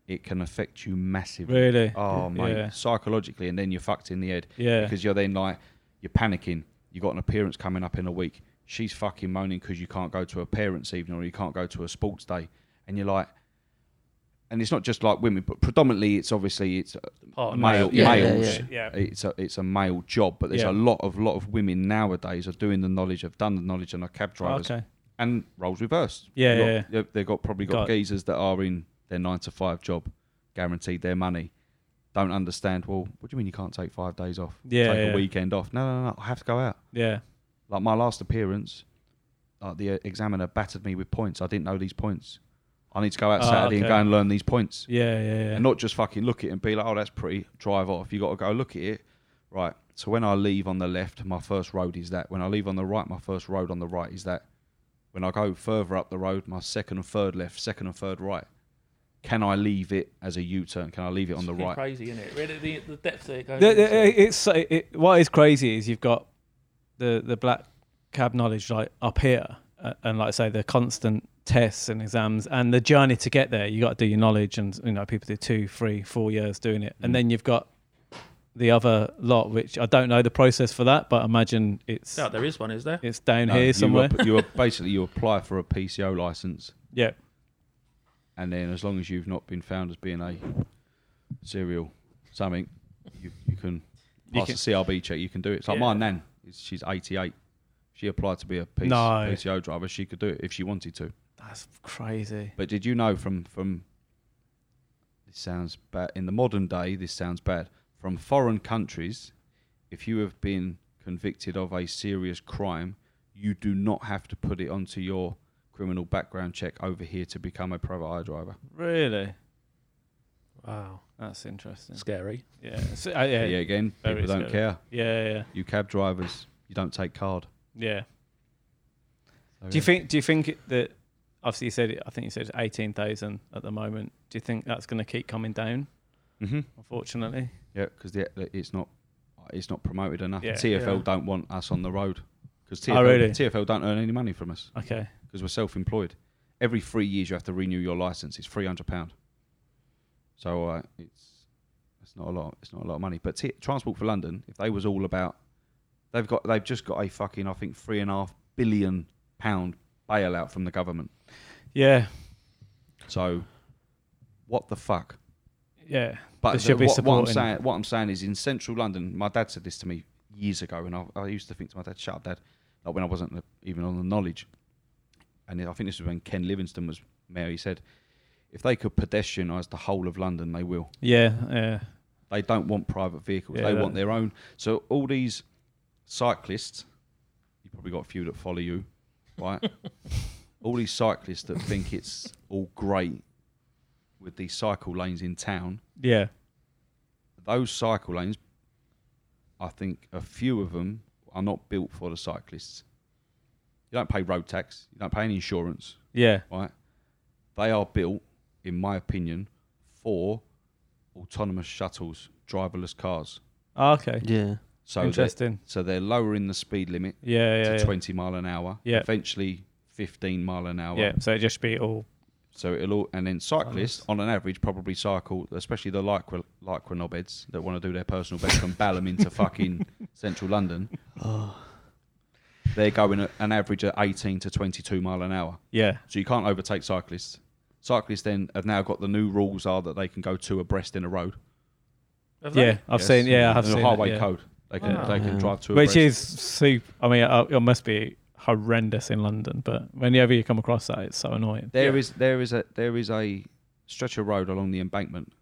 Speaker 2: it can affect you massively.
Speaker 4: Really.
Speaker 2: Oh mate,
Speaker 4: Yeah.
Speaker 2: psychologically, and then you're fucked in the head
Speaker 4: Yeah.
Speaker 2: because you're then like you're panicking. You got an appearance coming up in a week. She's fucking moaning because you can't go to a parents' evening or you can't go to a sports day, and you're like, and it's not just like women, but predominantly it's obviously it's
Speaker 1: Part of
Speaker 2: male,
Speaker 1: male.
Speaker 3: Yeah, yeah,
Speaker 2: males
Speaker 4: Oh, yeah. Yeah.
Speaker 2: it's a it's a male job, but there's
Speaker 4: Yeah.
Speaker 2: a lot of lot of women nowadays are doing the knowledge, have done the knowledge, and are cab drivers
Speaker 4: Okay.
Speaker 2: and roles reversed.
Speaker 4: Yeah,
Speaker 2: You've
Speaker 4: yeah,
Speaker 2: got- they've- they've got probably got,
Speaker 4: Got it.
Speaker 2: geezers that are in their nine to five job, guaranteed their money. Don't understand. Well, what do you mean you can't take five days off?
Speaker 4: Yeah,
Speaker 2: take
Speaker 4: yeah.
Speaker 2: a weekend off. No, no, no, I have to go out.
Speaker 4: Yeah.
Speaker 2: Like my last appearance, uh, the uh, examiner battered me with points. I didn't know these points. I need to go out
Speaker 4: Ah,
Speaker 2: Saturday and
Speaker 4: okay.
Speaker 2: go and learn these points,
Speaker 4: Yeah. Yeah. Yeah.
Speaker 2: and not just fucking look at it and be like, oh, that's pretty. Drive off. You got to go look at it, right? So when I leave on the left, my first road is that. When I leave on the right, my first road on the right is that when I go further up the road, my second and third left, second and third right. Can I leave it as a U turn? Can I leave it on the
Speaker 1: Fucking
Speaker 2: right?
Speaker 1: Crazy, isn't it? Really, the, the depth that it goes.
Speaker 4: The-
Speaker 1: into.
Speaker 4: the- it's so- it, what is crazy is you've got the the black cab knowledge like up here, uh, and like I say the constant tests and exams and the journey to get there. You got to do your knowledge, and you know people do two, three, four years doing it, and then you've got the other lot, which I don't know the process for that, but imagine it's
Speaker 1: Doubt there is one, is there?
Speaker 4: it's down
Speaker 2: No, you
Speaker 4: here somewhere.
Speaker 2: app- You, basically you apply for a PCO license,
Speaker 4: yeah,
Speaker 2: and then as long as you've not been found as being a serial something, you, you can
Speaker 4: You
Speaker 2: pass
Speaker 4: can-
Speaker 2: the CRB check. You can do it. It's like
Speaker 4: Yeah.
Speaker 2: my nan. is- She's 88. She applied to be a PC,
Speaker 4: No.
Speaker 2: PCO driver. She could do it if she wanted to.
Speaker 4: that's crazy.
Speaker 2: But did you know from from this sounds bad in the modern day? This sounds bad from foreign countries. If you have been convicted of a serious crime, you do not have to put it onto your criminal background check over here to become a private hire driver.
Speaker 4: Really,
Speaker 1: Wow,
Speaker 4: that's interesting.
Speaker 1: scary.
Speaker 4: Yeah, so, uh, yeah,
Speaker 2: Yeah,
Speaker 4: yeah,
Speaker 2: again,
Speaker 4: very
Speaker 2: people don't
Speaker 4: scary.
Speaker 2: care.
Speaker 4: yeah, yeah.
Speaker 2: You cab drivers, you don't take card.
Speaker 4: yeah.
Speaker 2: So,
Speaker 4: Do you
Speaker 2: yeah.
Speaker 4: think? Do you think it- that? Obviously, you said it- I think you said eighteen thousand at the moment. Do you think that's going to keep coming down?
Speaker 2: Mhm.
Speaker 4: Unfortunately,
Speaker 2: Yeah, because it's not it's not promoted enough.
Speaker 4: Yeah.
Speaker 2: TFL
Speaker 1: Yeah.
Speaker 2: don't want us on the road because
Speaker 4: Oh,
Speaker 2: TFL,
Speaker 4: really?
Speaker 2: TFL don't earn any money from us.
Speaker 4: okay.
Speaker 2: because we're self-employed. Every three years you have to renew your license. It's three hundred pound. So uh, it's it's not a lot. It's not a lot of money. But t- Transport for London, if they was all about, they've got they've just got a fucking I think three and a half billion pound bailout from the government.
Speaker 4: Yeah.
Speaker 2: So, what the fuck?
Speaker 4: Yeah.
Speaker 2: But
Speaker 4: They
Speaker 2: the-
Speaker 4: should be
Speaker 2: what, what I'm
Speaker 4: supporting.
Speaker 2: saying, what I'm saying is, in central London, my dad said this to me years ago, and I, I used to think to my dad, "Shut up, dad," like when I wasn't even on the knowledge. And I think this was when Ken Livingstone was mayor. He said, "If they could pedestrianise the whole of London, they will.
Speaker 4: Yeah. Yeah.
Speaker 2: They don't want private vehicles.
Speaker 4: Yeah,
Speaker 2: they
Speaker 4: that-
Speaker 2: want their own." So all these cyclists, you probably got a few that follow you, right? all these cyclists that think it's all great with these cycle lanes in town
Speaker 4: Yeah.
Speaker 2: those cycle lanes, I think a few of them are not built for the cyclists. You don't pay road tax, you don't pay any insurance,
Speaker 4: Yeah.
Speaker 2: right? They are built, in my opinion, for autonomous shuttles, driverless cars.
Speaker 4: Ah, okay.
Speaker 3: Yeah.
Speaker 2: So they're,
Speaker 4: Interesting.
Speaker 2: so they're lowering the speed limit
Speaker 4: Yeah. Yeah.
Speaker 2: to
Speaker 4: yeah.
Speaker 2: 20 mile an hour,
Speaker 4: Yeah.
Speaker 2: eventually 15 mile an hour.
Speaker 4: Yeah. So it just be all.
Speaker 2: So it'll all, and then cyclists on an average probably cycle, especially the lycra lycra knobheads that want to do their personal best and ball them into fucking central London.
Speaker 3: Oh.
Speaker 2: They're going at an average at 18 to 22 mile an hour.
Speaker 4: Yeah.
Speaker 2: So you can't overtake cyclists. Cyclists then have now got the new rules are that they can go two abreast in a road.
Speaker 1: Have they?
Speaker 4: Yeah. I've
Speaker 2: Yes.
Speaker 4: seen. Yeah. I've
Speaker 2: In
Speaker 4: seen
Speaker 2: the
Speaker 4: it,
Speaker 2: highway
Speaker 4: yeah.
Speaker 2: code. They can
Speaker 1: Ah.
Speaker 2: they can
Speaker 3: Yeah.
Speaker 2: drive two
Speaker 4: which
Speaker 2: abreast.
Speaker 4: is super. I mean, uh, it must be horrendous in London, but whenever you come across that, it's so annoying.
Speaker 2: There
Speaker 1: Yeah.
Speaker 2: is there is a there is a stretch of road along the embankment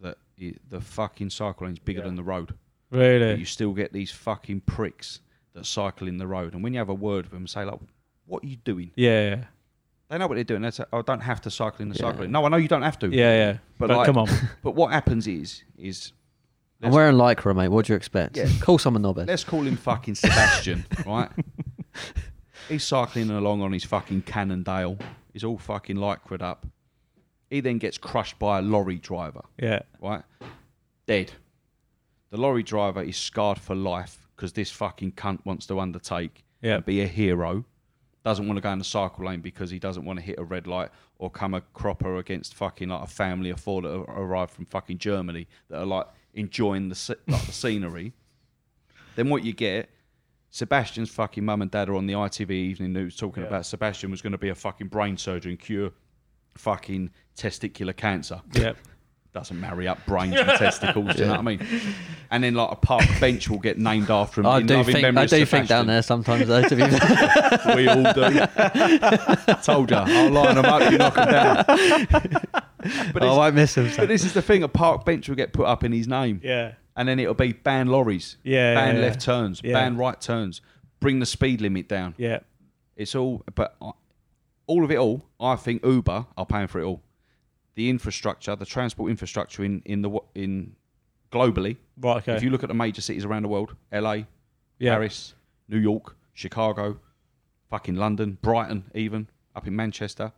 Speaker 2: that i the fucking cycle lane's bigger
Speaker 1: Yeah.
Speaker 2: than the road. but you
Speaker 4: Really?
Speaker 2: still get these fucking pricks that cycle in the road. And when you have a word with them, say like, "What are you doing?"
Speaker 4: Yeah.
Speaker 2: They know what they're doing. They say, "I don't have to cycle in the
Speaker 3: Yeah.
Speaker 2: cycle." lane." No, I know you don't have
Speaker 4: Yeah.
Speaker 2: to.
Speaker 4: Yeah.
Speaker 2: but,
Speaker 4: But,
Speaker 2: like-
Speaker 4: come on.
Speaker 2: But what happens is, is
Speaker 3: I'm wearing lycra, mate. What do you expect?
Speaker 2: Yeah.
Speaker 3: Call someone knobhead.
Speaker 2: let's call him fucking Sebastian, right? He's cycling along on his fucking Cannondale. He's all fucking lycra'd up. He then gets crushed by a lorry driver.
Speaker 4: Yeah.
Speaker 2: right? Dead. The lorry driver is scarred for life because this fucking cunt wants to undertake
Speaker 4: Yeah.
Speaker 2: and be a hero. Doesn't want to go in the cycle lane because he doesn't want to hit a red light or come a cropper against fucking like a family of four that a- arrived from fucking Germany that are like enjoying the sce- like the scenery. Then what you get, Sebastian's fucking mum and dad are on the ITV Evening News talking
Speaker 1: Yeah.
Speaker 2: about Sebastian was going to be a fucking brain surgeon cure fucking testicular cancer
Speaker 4: Yeah.
Speaker 2: doesn't marry up brains and testicles. Do you know what I mean? And then like a park bench will get named after him.
Speaker 3: I
Speaker 2: in
Speaker 3: do
Speaker 2: loving
Speaker 3: think
Speaker 2: memory
Speaker 3: I
Speaker 2: of
Speaker 3: do think
Speaker 2: Sebastian.
Speaker 3: down there sometimes though. To be fair.
Speaker 2: We all do. I told you, I'll line them up, you knock them down. But,
Speaker 3: Oh, I
Speaker 2: it's-
Speaker 3: won't miss him.
Speaker 2: but this is the thing: a park bench will get put up in his name,
Speaker 4: Yeah.
Speaker 2: and then it'll be ban lorries,
Speaker 4: Yeah,
Speaker 2: ban
Speaker 4: yeah, yeah.
Speaker 2: left turns,
Speaker 4: Yeah.
Speaker 2: ban right turns, bring the speed limit down.
Speaker 4: Yeah.
Speaker 2: It's all, but I- all of it all, I think Uber are paying for it all. The infrastructure, the transport infrastructure in in the wo- in globally
Speaker 4: Right. Okay.
Speaker 2: If you look at the major cities around the world, LA,
Speaker 4: yeah.
Speaker 2: Paris, New York, Chicago, fucking London, Brighton, even up in Manchester,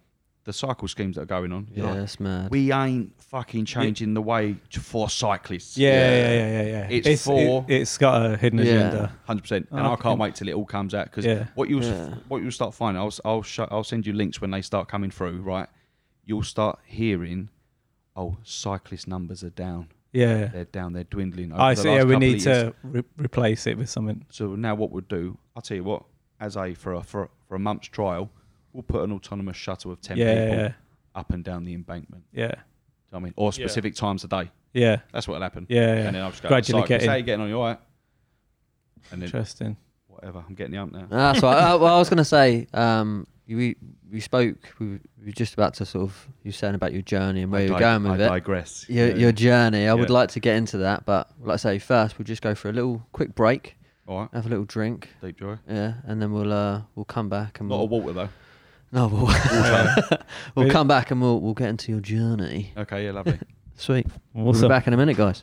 Speaker 2: the cycle schemes that are going on. you're
Speaker 3: Yeah,
Speaker 2: like,
Speaker 3: that's mad.
Speaker 2: we ain't fucking changing the way to, for cyclists.
Speaker 4: Yeah, yeah, yeah, yeah, yeah.
Speaker 2: It's
Speaker 4: it-
Speaker 2: for-
Speaker 4: it's got a hidden
Speaker 3: Yeah.
Speaker 4: agenda.
Speaker 2: Hundred percent, and
Speaker 4: Oh,
Speaker 2: I can't
Speaker 4: okay.
Speaker 2: wait till it all comes out because
Speaker 4: Yeah.
Speaker 2: what you'll
Speaker 3: Yeah.
Speaker 2: what you'll start finding, I'll s- I'll show, I'll send you links when they start coming through. Right, you'll start hearing, oh, cyclist numbers are down.
Speaker 4: Yeah.
Speaker 2: They're down. They're dwindling. Over
Speaker 4: I
Speaker 2: the
Speaker 4: see.
Speaker 2: last
Speaker 4: Yeah, we
Speaker 2: couple of
Speaker 4: need
Speaker 2: years."
Speaker 4: to re- replace it with something.
Speaker 2: So now what we'll do, I'll tell you what, as a for a for, a- for a month's trial, we'll put an autonomous shuttle of ten
Speaker 4: Yeah,
Speaker 2: people
Speaker 4: yeah,
Speaker 2: up and down the embankment.
Speaker 4: yeah,
Speaker 2: Do you know what I mean, or
Speaker 1: Yeah.
Speaker 2: specific times a day.
Speaker 4: yeah.
Speaker 2: That's what'll happen.
Speaker 4: Yeah, yeah.
Speaker 2: And then I'll just go
Speaker 4: Gradually
Speaker 2: gradually
Speaker 4: getting-
Speaker 2: How you getting on? You all right? And then
Speaker 4: Interesting.
Speaker 2: whatever. I'm getting the hump now.
Speaker 3: Ah, That's right. Uh, well, I was going to say, um, you, we we spoke. We were we were just about to sort of you were saying about your journey and where
Speaker 2: I
Speaker 3: you're
Speaker 2: dig-
Speaker 3: going with
Speaker 2: I
Speaker 3: it.
Speaker 2: digress.
Speaker 3: Your
Speaker 2: Yeah.
Speaker 3: your journey. I would
Speaker 2: Yeah.
Speaker 3: like to get into that, but like I say, first we'll just go for a little quick break,
Speaker 2: all right.
Speaker 3: have a little drink,
Speaker 2: Deep joy.
Speaker 3: yeah, and then we'll uh we'll come back and
Speaker 2: Not a
Speaker 3: we'll,
Speaker 2: water though.
Speaker 3: no we'll, we'll
Speaker 4: Really?
Speaker 3: come back and we'll we'll get into your journey.
Speaker 2: Okay, yeah, lovely.
Speaker 3: Sweet. We'll be
Speaker 4: Awesome.
Speaker 3: back in a minute, guys.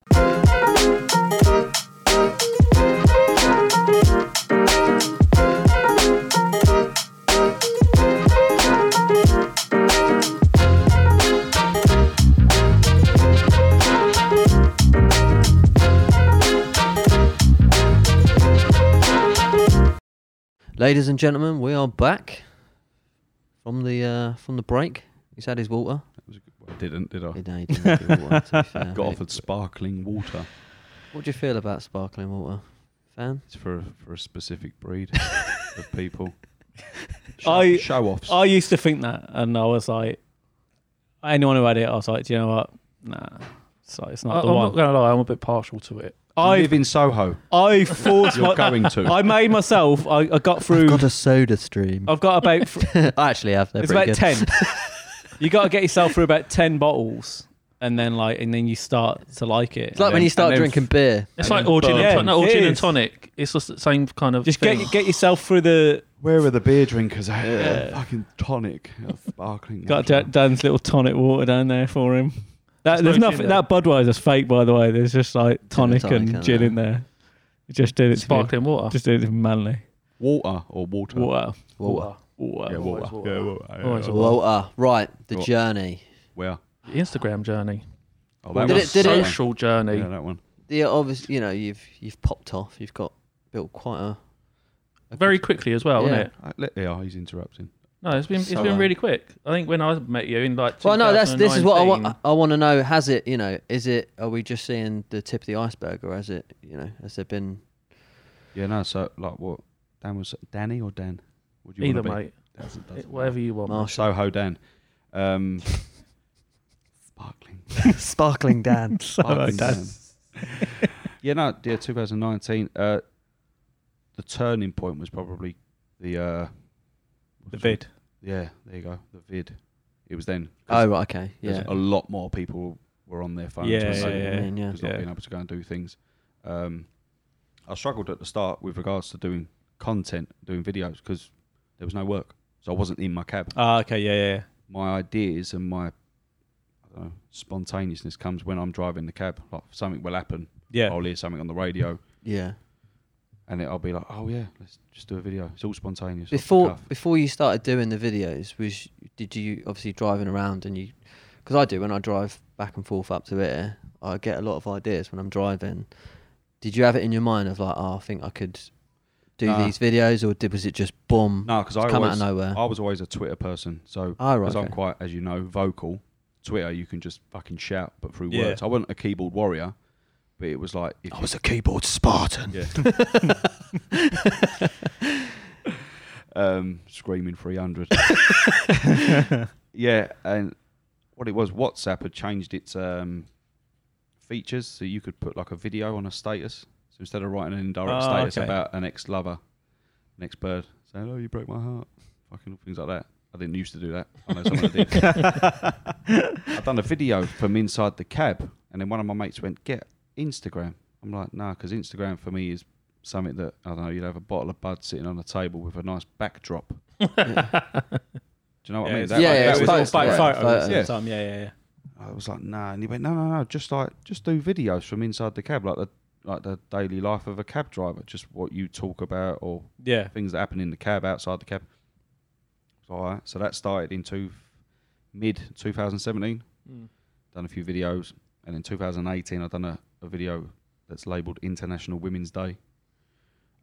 Speaker 3: Ladies and gentlemen, we are back from the uh, from the break. He's had his water.
Speaker 2: That was a good- well, I didn't, did I?
Speaker 3: He didn't- he didn't have his water, to be fair,
Speaker 2: Got
Speaker 3: mate.
Speaker 2: offered sparkling water.
Speaker 3: What do you feel about sparkling water, fan?
Speaker 2: It's for a, for a specific breed of people. Show,
Speaker 4: I-
Speaker 2: show offs.
Speaker 4: I used to think that, and I was like, anyone who had it, I was like, do you know what? Nah, so it's
Speaker 1: I,
Speaker 4: not
Speaker 1: I'm
Speaker 4: the
Speaker 1: not
Speaker 4: one.
Speaker 1: gonna lie, I'm a bit partial to it.
Speaker 2: I
Speaker 4: I
Speaker 2: live in Soho.
Speaker 4: I forced
Speaker 2: You're
Speaker 4: my.
Speaker 2: going to.
Speaker 4: I made myself. I, I got
Speaker 3: I've
Speaker 4: through.
Speaker 3: got a soda stream.
Speaker 4: I've got about. th-
Speaker 3: I actually have. They're
Speaker 4: it's
Speaker 3: pretty
Speaker 4: about
Speaker 3: good.
Speaker 4: ten. you got to get yourself through about ten bottles, and then like, and then you start to like it.
Speaker 3: It's like when
Speaker 2: then-
Speaker 3: you
Speaker 2: and
Speaker 3: start
Speaker 2: then-
Speaker 3: drinking beer.
Speaker 1: It's
Speaker 2: And
Speaker 1: like
Speaker 2: then
Speaker 1: all gin, and,
Speaker 4: Yeah,
Speaker 1: ton- no, all
Speaker 4: it
Speaker 1: gin and
Speaker 4: is.
Speaker 1: tonic. It's just the same kind of
Speaker 4: Just
Speaker 1: thing.
Speaker 4: get get yourself through the.
Speaker 2: Where are the beer drinkers at?
Speaker 4: Yeah.
Speaker 2: Fucking tonic. Sparkling.
Speaker 4: Got Da- Dan's little tonic water down there for him.
Speaker 1: There's
Speaker 4: That, there's
Speaker 1: no gin
Speaker 4: nothing.
Speaker 1: there.
Speaker 4: That Budweiser's fake, by the way. There's just like tonic,
Speaker 3: tonic
Speaker 4: and
Speaker 3: in
Speaker 4: gin
Speaker 3: there.
Speaker 4: in there. You Just did it. to be-
Speaker 1: sparkling water.
Speaker 4: Just did it to be manly.
Speaker 2: Water or water.
Speaker 4: Water.
Speaker 3: Water.
Speaker 4: Water.
Speaker 2: Yeah, water.
Speaker 1: Always water.
Speaker 2: water.
Speaker 1: Always
Speaker 2: yeah.
Speaker 1: water.
Speaker 3: Water. Right. The
Speaker 2: What?
Speaker 3: journey.
Speaker 2: Where?
Speaker 1: The Instagram journey.
Speaker 2: Oh,
Speaker 1: Well,
Speaker 2: that
Speaker 3: Did
Speaker 2: one.
Speaker 3: it- did it-
Speaker 1: social journey.
Speaker 2: Yeah, that one.
Speaker 3: The obvious, you know, you've you've popped off. You've got built quite a, a
Speaker 1: Very
Speaker 3: good-
Speaker 1: quickly as well,
Speaker 3: Yeah.
Speaker 1: isn't it?
Speaker 2: Uh, let- Yeah, he's interrupting.
Speaker 1: No, it's been it's
Speaker 3: So,
Speaker 1: been
Speaker 3: um,
Speaker 1: really quick. I think when I met you in like
Speaker 3: Well, no, that's this is what I
Speaker 1: 2019,
Speaker 3: want. I want to know. Has it? You know, is it? Are we just seeing the tip of the iceberg, or has it? You know, has there been?
Speaker 2: Yeah, no. So like, what? Dan was Danny or Dan? What do you
Speaker 1: Either
Speaker 2: wanna be?
Speaker 1: mate,
Speaker 2: Doesn't- doesn't
Speaker 1: It- whatever you want.
Speaker 3: Marsh.
Speaker 2: Soho Dan. Um, sparkling.
Speaker 3: Sparkling Dan.
Speaker 2: Sparkling Dan. yeah, no, yeah, 2019. Uh, the turning point was probably the. Uh,
Speaker 4: The vid.
Speaker 2: Yeah, there you go. The vid. It was then. 'cause
Speaker 3: oh right, okay,
Speaker 2: 'cause
Speaker 3: yeah.
Speaker 2: A lot more people were on their phones.
Speaker 4: Yeah,
Speaker 2: weren't
Speaker 3: I see
Speaker 2: they?
Speaker 3: what you
Speaker 4: yeah.
Speaker 3: mean, yeah.
Speaker 2: because not
Speaker 4: Yeah.
Speaker 2: being able to go and do things. Um, I struggled at the start with regards to doing content, doing videos, because there was no work, so I wasn't in my cab.
Speaker 4: Ah, okay. Yeah, yeah. yeah.
Speaker 2: My ideas and my I don't know, spontaneousness comes when I'm driving the cab. Like something will happen.
Speaker 4: Yeah.
Speaker 2: I'll hear something on the radio,
Speaker 3: yeah.
Speaker 2: and it, I'll be like, "Oh yeah, let's just do a video." It's all spontaneous. off the
Speaker 3: Before
Speaker 2: cuff.
Speaker 3: before you started doing the videos, was did you obviously driving around and you? Because I do when I drive back and forth up to here, I get a lot of ideas when I'm driving. Did you have it in your mind of like, oh, I think I could do
Speaker 2: Nah.
Speaker 3: these videos, or did was it just boom?
Speaker 2: no, because I
Speaker 3: come out
Speaker 2: always,
Speaker 3: of nowhere.
Speaker 2: I was always a Twitter person, so
Speaker 3: Oh, right.
Speaker 2: because I'm
Speaker 3: okay.
Speaker 2: quite, as you know, vocal. Twitter, you can just fucking shout, but through
Speaker 4: Yeah.
Speaker 2: words. I wasn't a keyboard warrior, but it was like if you-
Speaker 3: a keyboard Spartan.
Speaker 2: Yeah. um, screaming 300. yeah, and what it was, WhatsApp had changed its um, features so you could put like a video on a status. So instead of writing an indirect
Speaker 4: Oh,
Speaker 2: status
Speaker 4: okay.
Speaker 2: about an ex lover, an ex bird, saying, oh, you broke my heart, fucking things like that. I didn't used to do that. I know someone that did. I've done a video from inside the cab, and then one of my mates went, "Get Instagram." I'm like, "Nah," because Instagram for me is something that I don't know. You'd have a bottle of bud sitting on a table with a nice backdrop. Do you know what I mean?
Speaker 4: it's-
Speaker 2: That-
Speaker 3: Yeah,
Speaker 2: like,
Speaker 3: yeah,
Speaker 2: that
Speaker 3: it's
Speaker 2: was-
Speaker 4: all
Speaker 3: posted,
Speaker 4: by
Speaker 3: yeah,
Speaker 4: photos at
Speaker 2: photos.
Speaker 4: the time, Yeah, yeah, yeah.
Speaker 2: I was like, "Nah," and he went, "No, no, no, just like just do videos from inside the cab, like the like the daily life of a cab driver, just what you talk about or
Speaker 4: Yeah.
Speaker 2: things that happen in the cab, outside the cab." It's All right, so that started in two, mid 2017.
Speaker 1: Mm.
Speaker 2: done a few videos, and in 2018 I've done a, a video that's labelled International Women's Day,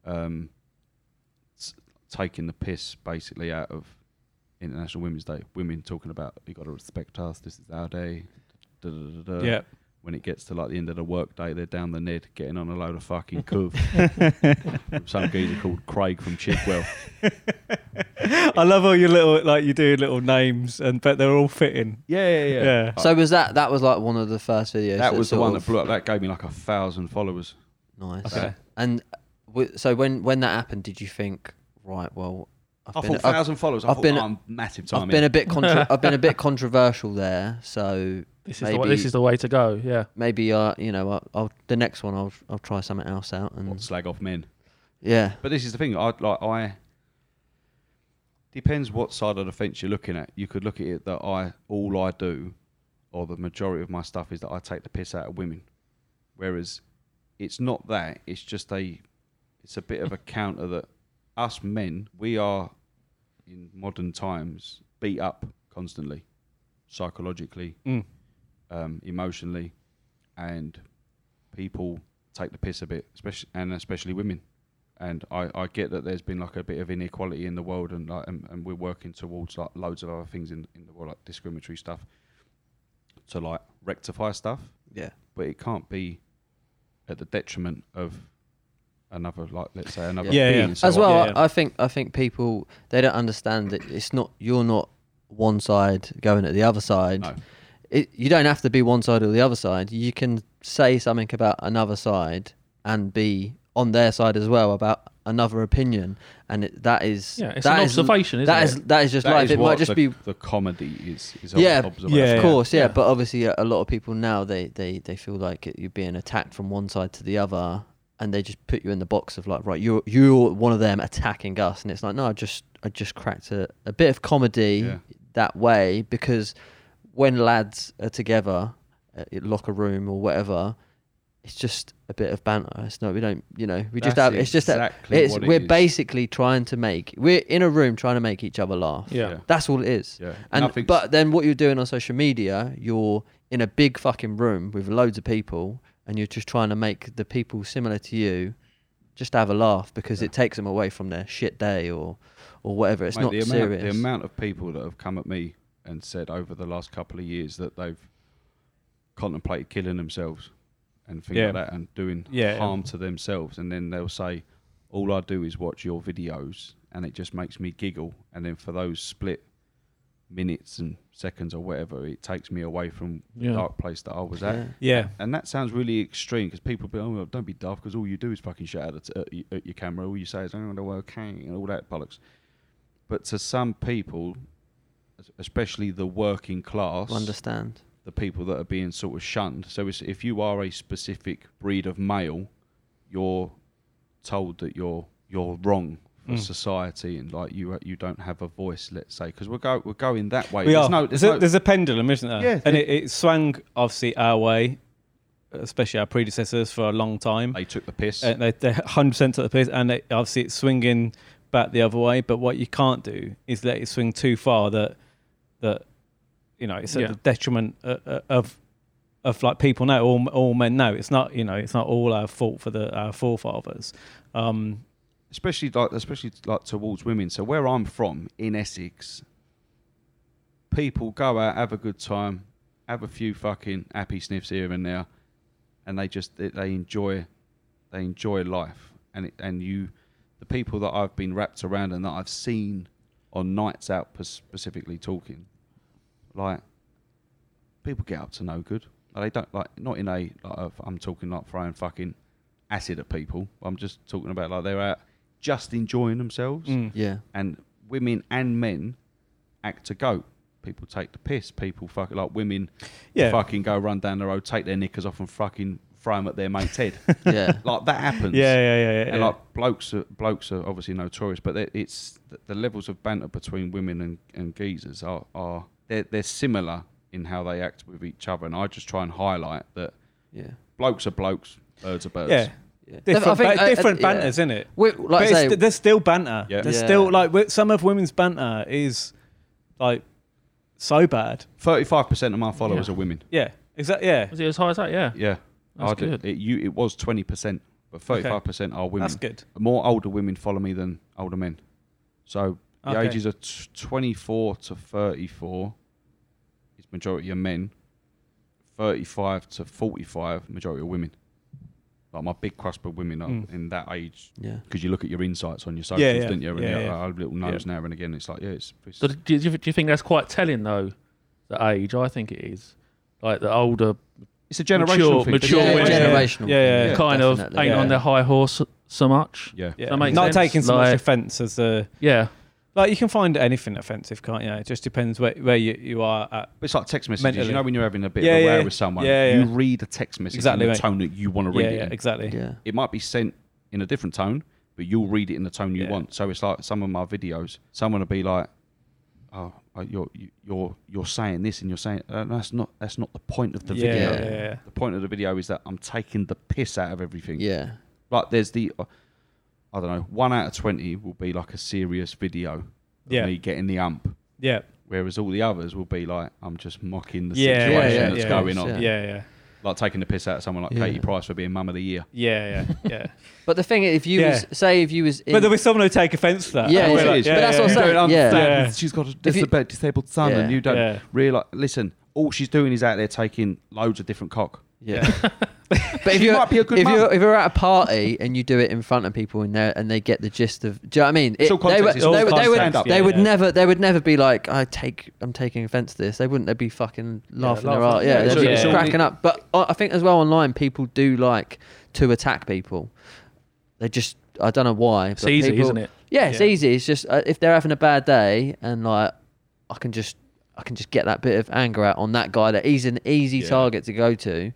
Speaker 2: um, s- taking the piss basically out of International Women's Day. Women talking about you got to respect us. This is our day. Da, da,
Speaker 3: Uh,
Speaker 2: da, da.
Speaker 4: yeah.
Speaker 2: When it gets to like the end of the work day, they're down the ned getting on a load of fucking cove. Some geezer called Craig from Chigwell.
Speaker 4: I love all your little like you do little names and but they're all fitting.
Speaker 2: Yeah,
Speaker 4: yeah. Yeah.
Speaker 3: So was that that was like one of the first videos?
Speaker 2: that was the
Speaker 3: sort
Speaker 2: one
Speaker 3: of-
Speaker 2: that blew up. That gave me like a thousand followers.
Speaker 3: Nice.
Speaker 4: Okay.
Speaker 3: And w- so when when that happened, did you think right? Well, I've
Speaker 2: I
Speaker 3: been
Speaker 2: thought
Speaker 3: I've,
Speaker 2: thousand followers. I
Speaker 3: I've
Speaker 2: thought,
Speaker 3: been-
Speaker 2: oh, I'm massive time.
Speaker 3: I've
Speaker 2: in.
Speaker 3: been a bit contro- I've been a bit controversial there, so
Speaker 1: This is the way,
Speaker 3: Maybe-
Speaker 1: this is the way to go. Yeah.
Speaker 3: maybe uh you know I'll, I'll the next one I'll I'll try something else out and
Speaker 2: What, slag off men.
Speaker 3: yeah
Speaker 2: But this is the thing. I like I. Depends what side of the fence you're looking at. You could look at it that I all I do, or the majority of my stuff is that I take the piss out of women, whereas it's not that. It's just a, it's a bit of a counter that us men we are, in modern times, beat up constantly, psychologically,
Speaker 4: Mm.
Speaker 2: um, emotionally, and people take the piss a bit, especially and especially women. And I, I get that there's been like a bit of inequality in the world, and like, and, and we're working towards like loads of other things in, in the world, like discriminatory stuff, to like rectify stuff.
Speaker 3: yeah
Speaker 2: But it can't be at the detriment of another like let's say another
Speaker 4: Yeah, yeah.
Speaker 2: being. So
Speaker 3: as
Speaker 2: what-
Speaker 4: what-
Speaker 3: well.
Speaker 4: yeah.
Speaker 3: I, I think I think people they don't understand that it's not you're not one side going at the other side.
Speaker 2: No.
Speaker 3: It, you don't have to be one side or the other side. You can say something about another side and be on their side as well about another opinion, and it, that is
Speaker 1: Yeah, it's
Speaker 3: that
Speaker 1: an
Speaker 3: is-
Speaker 1: observation, isn't
Speaker 3: that
Speaker 1: it?
Speaker 3: is- that is just
Speaker 2: That
Speaker 3: life.
Speaker 2: is
Speaker 3: it might
Speaker 2: what
Speaker 3: just
Speaker 2: the,
Speaker 3: be
Speaker 2: the comedy is. is
Speaker 3: Yeah,
Speaker 2: observation.
Speaker 4: yeah,
Speaker 3: of course, yeah,
Speaker 4: yeah.
Speaker 3: But obviously, uh, a, a lot of people now they they they feel like it- you're being attacked from one side to the other, and they just put you in the box of like, right, you're you're one of them attacking us, and it's like, no, I just I just cracked a, a bit of comedy
Speaker 2: Yeah.
Speaker 3: that way because when lads are together, uh, in locker room or whatever. It's just a bit of banter. It's not we don't, you know, we just
Speaker 2: That's
Speaker 3: have. It's just that
Speaker 2: exactly
Speaker 3: it's
Speaker 2: what it
Speaker 3: we're
Speaker 2: is.
Speaker 3: basically trying to make we're in a room trying to make each other laugh.
Speaker 1: Yeah.
Speaker 2: Yeah.
Speaker 3: That's all it is.
Speaker 2: Yeah.
Speaker 3: And
Speaker 2: Nothing's-
Speaker 3: but then what you're doing on social media, you're in a big fucking room with loads of people, and you're just trying to make the people similar to you just have a laugh because it takes them away from their shit day or or whatever. It's
Speaker 2: Mate,
Speaker 3: not
Speaker 2: the amount,
Speaker 3: serious.
Speaker 2: The amount of people that have come at me and said over the last couple of years that they've contemplated killing themselves and things
Speaker 4: Yeah.
Speaker 2: like that and doing
Speaker 4: Yeah.
Speaker 2: harm to themselves, and then they'll say, "All I do is watch your videos, and it just makes me giggle." And then for those split minutes and seconds or whatever, it takes me away from
Speaker 1: Yeah.
Speaker 2: the dark place that I was at.
Speaker 3: Yeah.
Speaker 4: Yeah.
Speaker 2: And that sounds really extreme because people be, oh, well, don't be daft because all you do is fucking shout at, at, y- at your camera. All you say is, oh, no, okay, and all that bollocks. But to some people, es- especially the working class,
Speaker 3: Understand?
Speaker 2: the people that are being sort of shunned. So it's, if you are a specific breed of male, you're told that you're you're wrong for
Speaker 4: Mm.
Speaker 2: society and like you you don't have a voice. Let's say because we're go we're going that way.
Speaker 4: We
Speaker 2: there's
Speaker 4: are.
Speaker 2: no
Speaker 4: there's,
Speaker 2: there's,
Speaker 4: a,
Speaker 2: no
Speaker 4: there's a pendulum, isn't there?
Speaker 2: Yeah,
Speaker 4: And it, it swung obviously our way, especially our predecessors for a long time.
Speaker 2: they took the piss.
Speaker 4: And they, they're 100% to the place, and they, obviously it's swinging back the other way. But what you can't do is let it swing too far that that you know it's at
Speaker 1: Yeah.
Speaker 4: the detriment of, of of like people know all all men know it's not you know it's not all our fault for the our forefathers. Um,
Speaker 2: especially like especially like towards women. So where I'm from in Essex, people go out, have a good time, have a few fucking happy sniffs here and there, and they just they, they enjoy they enjoy life. And it, and you, the people that I've been wrapped around and that I've seen on nights out pers- specifically talking, like people get up to no good. Like, They don't like not in a like a, I'm talking like throwing fucking acid at people. I'm just talking about like they're out just enjoying themselves
Speaker 4: mm.
Speaker 3: Yeah.
Speaker 2: and women and men act to goat. People take the piss. People fuck like women.
Speaker 4: Yeah.
Speaker 2: fucking go run down the road, take their knickers off and fucking throw them at their mate's head.
Speaker 3: Yeah.
Speaker 2: like that happens.
Speaker 4: Yeah, yeah, yeah, yeah.
Speaker 2: And
Speaker 4: yeah.
Speaker 2: like blokes, are, blokes are obviously notorious, but they- it's the- the levels of banter between women and, and geezers are are they're, they're similar in how they act with each other. And I just try and highlight that
Speaker 3: yeah.
Speaker 2: blokes are blokes, birds are birds.
Speaker 4: yeah.
Speaker 3: Yeah. I think,
Speaker 4: Different, ba-
Speaker 3: uh, uh,
Speaker 4: different
Speaker 3: yeah.
Speaker 4: banters, isn't it?
Speaker 3: We- like I
Speaker 4: but it's
Speaker 3: say-
Speaker 4: st- there's still banter.
Speaker 2: Yeah.
Speaker 4: There's
Speaker 3: Yeah.
Speaker 4: still like wi- some of women's banter is like so bad.
Speaker 2: Thirty-five percent of my followers
Speaker 1: Yeah.
Speaker 2: are women.
Speaker 4: Yeah, exactly. Yeah,
Speaker 1: Was it as high as that? Yeah.
Speaker 2: Yeah,
Speaker 1: That's
Speaker 2: I did-
Speaker 1: good.
Speaker 2: It, you, it was twenty percent, but
Speaker 4: Okay.
Speaker 2: thirty-five percent are women.
Speaker 4: that's good.
Speaker 2: More older women follow me than older men. So the
Speaker 4: Okay.
Speaker 2: ages of t- twenty-four to thirty-four is majority of men. Thirty-five to forty-five, majority of women. Like my big crust of women are
Speaker 4: Mm.
Speaker 2: in that age
Speaker 3: Yeah.
Speaker 2: because you look at your insights on your socials,
Speaker 4: Yeah, yeah.
Speaker 2: didn't you? And
Speaker 4: Yeah,
Speaker 2: yeah,
Speaker 4: yeah.
Speaker 2: I have little nose now and again. It's like yeah, it's, it's
Speaker 1: So do you, do you think that's quite telling though? The age, I think it is. Like the older
Speaker 2: it's a
Speaker 1: mature-
Speaker 2: generational thing.
Speaker 1: mature
Speaker 3: Yeah,
Speaker 1: women.
Speaker 3: it's
Speaker 1: Yeah,
Speaker 4: yeah.
Speaker 3: generational.
Speaker 4: Yeah, yeah, yeah.
Speaker 1: kind of ain't
Speaker 3: definitely.
Speaker 4: yeah.
Speaker 1: on their high horse so much.
Speaker 2: Yeah.
Speaker 4: Yeah,
Speaker 1: That makes
Speaker 4: not
Speaker 1: sense.
Speaker 4: taking so much
Speaker 1: Like-
Speaker 4: offence as the
Speaker 1: Yeah,
Speaker 4: like. You can find anything offensive, can't you? It just depends where where you, you are at.
Speaker 2: It's like text messages.
Speaker 4: Mentally.
Speaker 2: You know when you're having a bit
Speaker 4: Yeah,
Speaker 2: of a
Speaker 4: yeah.
Speaker 2: with someone,
Speaker 4: Yeah,
Speaker 2: you
Speaker 4: yeah.
Speaker 2: read a text message
Speaker 4: Exactly,
Speaker 2: in the
Speaker 4: mate.
Speaker 2: tone that you want to read
Speaker 4: yeah,
Speaker 2: it.
Speaker 4: yeah,
Speaker 2: in.
Speaker 4: exactly.
Speaker 3: Yeah.
Speaker 2: It might be sent in a different tone, but you'll read it in the tone you
Speaker 4: Yeah.
Speaker 2: want. So it's like some of my videos. Someone will be like, "Oh, oh, you're you- you're you're saying this and you're saying uh, that's not that's not the point of the
Speaker 4: yeah,
Speaker 2: video.
Speaker 4: yeah, yeah.
Speaker 2: The point of the video is that I'm taking the piss out of everything.
Speaker 3: Yeah.
Speaker 2: Like there's the, uh, I don't know, one out of twenty will be like a serious video. Of
Speaker 4: Yeah.
Speaker 2: Me getting the ump.
Speaker 4: yeah,
Speaker 2: Whereas all the others will be like, I'm just mocking the
Speaker 4: Yeah,
Speaker 2: situation
Speaker 3: yeah, yeah,
Speaker 2: that's
Speaker 4: yeah.
Speaker 2: going
Speaker 3: Of
Speaker 2: on.
Speaker 3: course,
Speaker 4: yeah, yeah,
Speaker 2: Like taking the piss out of someone like
Speaker 3: Yeah.
Speaker 2: Katie Price for being mum of the year.
Speaker 4: yeah, yeah. yeah.
Speaker 3: But the thing, is, if you
Speaker 4: Yeah.
Speaker 3: was, say, if you was in,
Speaker 4: but there'll be someone who take offence to that.
Speaker 3: Yeah,
Speaker 4: And
Speaker 3: yeah,
Speaker 4: we're
Speaker 3: it
Speaker 4: like,
Speaker 3: is. But that's what I'm
Speaker 2: you
Speaker 3: saying,
Speaker 2: don't
Speaker 4: yeah.
Speaker 2: understand.
Speaker 4: Yeah.
Speaker 2: She's got a
Speaker 3: If you-
Speaker 2: disab- disabled son,
Speaker 3: Yeah.
Speaker 2: and you don't
Speaker 4: Yeah.
Speaker 2: realize. Listen, all she's doing is out there taking loads of different cock.
Speaker 3: Yeah. but if
Speaker 2: She
Speaker 3: you're,
Speaker 2: might be a good
Speaker 3: if
Speaker 2: mum.
Speaker 3: you're if you're at a party and you do it in front of people and they and they get the gist of do you know what I mean?
Speaker 2: It's all context,
Speaker 3: they,
Speaker 2: it's
Speaker 3: would-
Speaker 4: all
Speaker 3: they would- they would
Speaker 4: context,
Speaker 3: they
Speaker 4: yeah,
Speaker 3: would
Speaker 4: yeah.
Speaker 3: never they would never be like I take I'm taking offence to this. They wouldn't. They'd be fucking laughing their
Speaker 1: laughing.
Speaker 3: ass.
Speaker 2: Yeah,
Speaker 3: Yeah, they'd
Speaker 4: it's-
Speaker 3: be
Speaker 4: it's all-
Speaker 3: cracking up. But I I think as well online people do like to attack people. They just I don't know why.
Speaker 1: It's easy, isn't it?
Speaker 3: Yeah, it's
Speaker 4: Yeah.
Speaker 3: easy. It's just uh, if they're having a bad day and like I can just I can just get that bit of anger out on that guy that he's an easy
Speaker 2: Yeah.
Speaker 3: target to go to,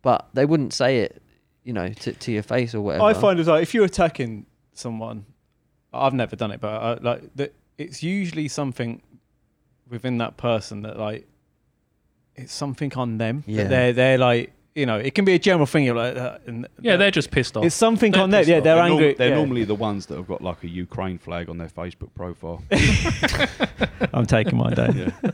Speaker 3: but they wouldn't say it, you know, to, to your face or whatever.
Speaker 4: I find as well if you're attacking someone, I've never done it, but I, like that, it's usually something within that person that like it's something on them. that
Speaker 3: Yeah.
Speaker 4: they're they're like you know it can be a general thing. You're like uh, and
Speaker 1: Yeah, they're just pissed off.
Speaker 4: it's something
Speaker 1: they're
Speaker 4: on them.
Speaker 1: pissed
Speaker 4: Yeah,
Speaker 1: off.
Speaker 4: they're,
Speaker 2: They're, norm-
Speaker 4: angry.
Speaker 2: they're
Speaker 4: yeah.
Speaker 2: normally the ones that have got like a Ukraine flag on their Facebook profile.
Speaker 4: I'm taking my day. yeah.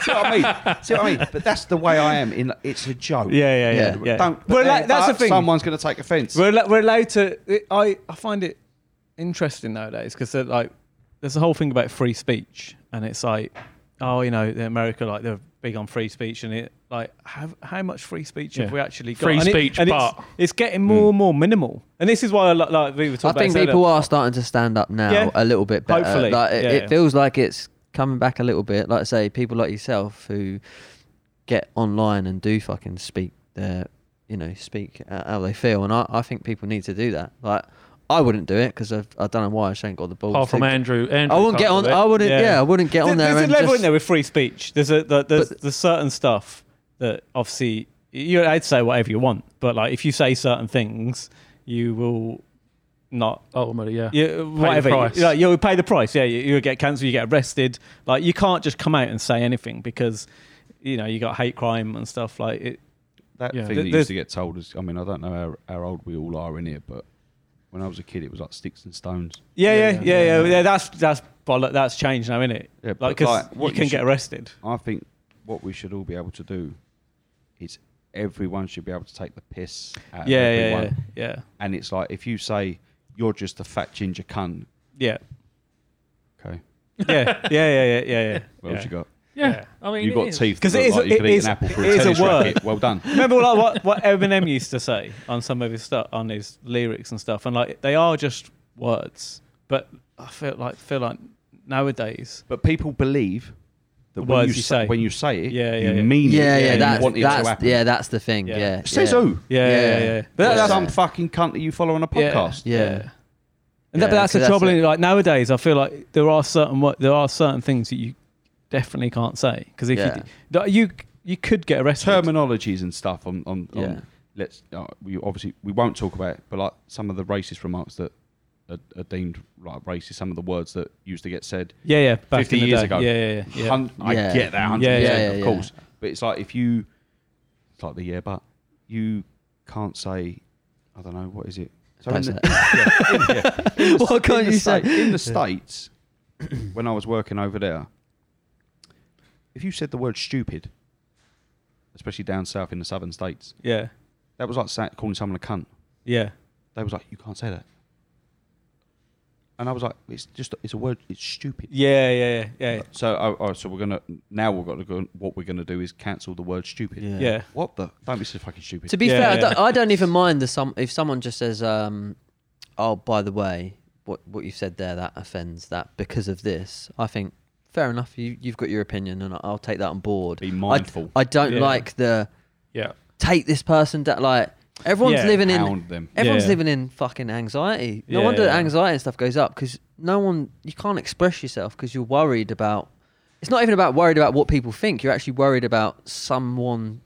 Speaker 2: See what I mean? See what I mean? But that's the way I am. In it's a joke.
Speaker 4: yeah, yeah,
Speaker 3: Yeah.
Speaker 4: yeah.
Speaker 2: Don't. uh,
Speaker 4: Well, like, that's the thing.
Speaker 2: Someone's going to take offence.
Speaker 4: We're, al- we're allowed to. It, I I find it interesting nowadays because like there's a whole thing about free speech, and it's like, oh, you know, the America like they're big on free speech, and it like how how much free speech have
Speaker 1: Yeah.
Speaker 4: we actually got?
Speaker 1: Free
Speaker 4: And it-
Speaker 1: speech,
Speaker 4: and it's,
Speaker 1: but- Hmm.
Speaker 4: it's getting more and more minimal, and this is why I, li- like we were
Speaker 3: I
Speaker 4: talking.
Speaker 3: think
Speaker 4: about
Speaker 3: people are starting to stand up now
Speaker 4: Yeah.
Speaker 3: a little bit better.
Speaker 4: Hopefully.
Speaker 3: Like, it,
Speaker 4: Yeah,
Speaker 3: it
Speaker 4: yeah.
Speaker 3: feels like it's coming back a little bit. Like I say, people like yourself who get online and do fucking speak their, you know, speak uh, how they feel, and I, I think people need to do that. Like I wouldn't do it because I don't know why I just ain't got the balls.
Speaker 1: apart from
Speaker 3: to-
Speaker 1: Andrew. Andrew
Speaker 3: I wouldn't get
Speaker 1: can't
Speaker 3: on.
Speaker 1: do it.
Speaker 3: I wouldn't. Yeah.
Speaker 4: Yeah.
Speaker 3: I wouldn't get on
Speaker 4: There-
Speaker 3: there.
Speaker 4: There's
Speaker 3: and
Speaker 4: a level
Speaker 3: just-
Speaker 4: in there with free speech. There's a the, there's,
Speaker 3: But-
Speaker 4: there's certain stuff that obviously you're allowed to say whatever you want, but like if you say certain things, you will not
Speaker 1: Ultimately, yeah.
Speaker 4: Yeah, whatever. You-
Speaker 1: price.
Speaker 4: Like, you'll pay the price. Yeah, you, you'll get cancelled. You get arrested. Like you can't just come out and say anything because you know you got hate crime and stuff. Like it.
Speaker 2: that
Speaker 1: Yeah.
Speaker 2: thing
Speaker 4: Th-
Speaker 2: that
Speaker 4: there's-
Speaker 2: used to get told is, I mean, I don't know how, how old we all are in here, but when I was a kid, it was like sticks and stones.
Speaker 4: Yeah, yeah, yeah, yeah.
Speaker 1: yeah.
Speaker 4: yeah, That's that's bollock. That's changed now, isn't it?
Speaker 2: Yeah,
Speaker 4: Like
Speaker 2: but,
Speaker 4: because
Speaker 2: like,
Speaker 4: you
Speaker 2: what
Speaker 4: can
Speaker 2: you
Speaker 4: get
Speaker 2: should-
Speaker 4: arrested.
Speaker 2: I think what we should all be able to do is everyone should be able to take the piss out of
Speaker 4: Yeah, yeah,
Speaker 2: everyone.
Speaker 4: yeah, yeah,
Speaker 2: And it's like if you say you're just a fat ginger cunt,
Speaker 4: yeah,
Speaker 2: okay,
Speaker 4: yeah, yeah, yeah, yeah, yeah. yeah.
Speaker 2: what else you got?
Speaker 1: yeah.
Speaker 4: Yeah.
Speaker 1: I mean,
Speaker 2: You've
Speaker 1: it
Speaker 2: got
Speaker 1: is.
Speaker 2: teeth
Speaker 4: 'Cause
Speaker 2: that look
Speaker 4: it is a-
Speaker 2: like you
Speaker 4: it
Speaker 2: could eat
Speaker 4: is-
Speaker 2: an apple
Speaker 4: it
Speaker 2: through
Speaker 4: is
Speaker 2: a
Speaker 4: a
Speaker 2: tennis
Speaker 4: word.
Speaker 2: racket. Well done.
Speaker 4: Remember like, what what Eminem used to say on some of his stuff, on his lyrics and stuff, and like they are just words. But I feel like feel like nowadays,
Speaker 2: But people believe that
Speaker 4: The
Speaker 2: when
Speaker 4: words
Speaker 2: you
Speaker 4: you
Speaker 2: say,
Speaker 4: say.
Speaker 2: when you say it,
Speaker 4: Yeah, yeah,
Speaker 2: you
Speaker 4: yeah.
Speaker 2: mean it.
Speaker 3: Yeah, yeah,
Speaker 2: and you
Speaker 3: that's
Speaker 2: want it to
Speaker 3: that's
Speaker 2: happen.
Speaker 3: yeah, that's the thing. Yeah,
Speaker 4: Yeah.
Speaker 3: yeah
Speaker 2: Says
Speaker 3: yeah.
Speaker 2: who?
Speaker 4: yeah, yeah, yeah. yeah. But
Speaker 3: Yeah.
Speaker 4: that's
Speaker 2: Some fucking cunt that you follow on a podcast.
Speaker 3: Yeah.
Speaker 4: And that,
Speaker 3: Yeah,
Speaker 4: but that's
Speaker 3: 'cause
Speaker 4: the
Speaker 3: that's
Speaker 4: trouble.
Speaker 3: it.
Speaker 4: in Like nowadays, I feel like there are certain wo- there are certain things that you definitely can't say because if
Speaker 3: Yeah.
Speaker 4: you d- you you could get arrested.
Speaker 2: Terminologies and stuff on on, on
Speaker 3: Yeah.
Speaker 2: let's uh, we obviously we won't talk about it, but like some of the racist remarks that are, are deemed like racist, some of the words that used to get said
Speaker 4: yeah, yeah. Back
Speaker 2: 50
Speaker 4: in the
Speaker 2: years
Speaker 4: day.
Speaker 2: ago.
Speaker 4: Yeah, yeah, yeah.
Speaker 2: Hun- I
Speaker 3: Yeah.
Speaker 2: get that, 100%,
Speaker 4: Yeah, yeah,
Speaker 2: of
Speaker 3: yeah.
Speaker 2: course. But it's like if you, it's like the yeah, but you can't say, I don't know, what is it?
Speaker 3: Don't
Speaker 2: in
Speaker 3: say
Speaker 2: the, yeah, in- yeah. In the-
Speaker 3: What can't
Speaker 2: in the
Speaker 3: you say?
Speaker 2: States- In the States, when I was working over there, if you said the word stupid, especially down south in the southern states,
Speaker 4: yeah,
Speaker 2: that was like sa- calling someone a cunt.
Speaker 4: yeah,
Speaker 2: They was like, you can't say that. And I was like, it's just, it's a word, it's stupid.
Speaker 4: yeah, yeah, yeah, yeah,
Speaker 2: So, oh, oh, so we're gonna now we've got to go. What we're gonna do is cancel the word stupid.
Speaker 3: Yeah.
Speaker 4: yeah.
Speaker 2: What the? Don't be so fucking stupid.
Speaker 3: To be
Speaker 4: Yeah,
Speaker 3: fair, I,
Speaker 4: yeah.
Speaker 3: don't, I don't even mind the some if someone just says, um, "Oh, by the way, what what you said there that offends that because of this." I think fair enough. You you've got your opinion, and I- I'll take that on board.
Speaker 2: Be
Speaker 3: I d-
Speaker 2: mindful.
Speaker 3: I, don't
Speaker 4: Yeah.
Speaker 3: like the
Speaker 1: Yeah.
Speaker 3: take this person that like everyone's
Speaker 4: Yeah,
Speaker 3: living in
Speaker 2: Pound them.
Speaker 3: Everyone's
Speaker 4: Yeah.
Speaker 3: living in fucking anxiety. No
Speaker 4: Yeah,
Speaker 3: wonder
Speaker 4: yeah.
Speaker 3: anxiety and stuff goes up because no one, you can't express yourself because you're worried about. It's not even about worried about what people think. You're actually worried about someone,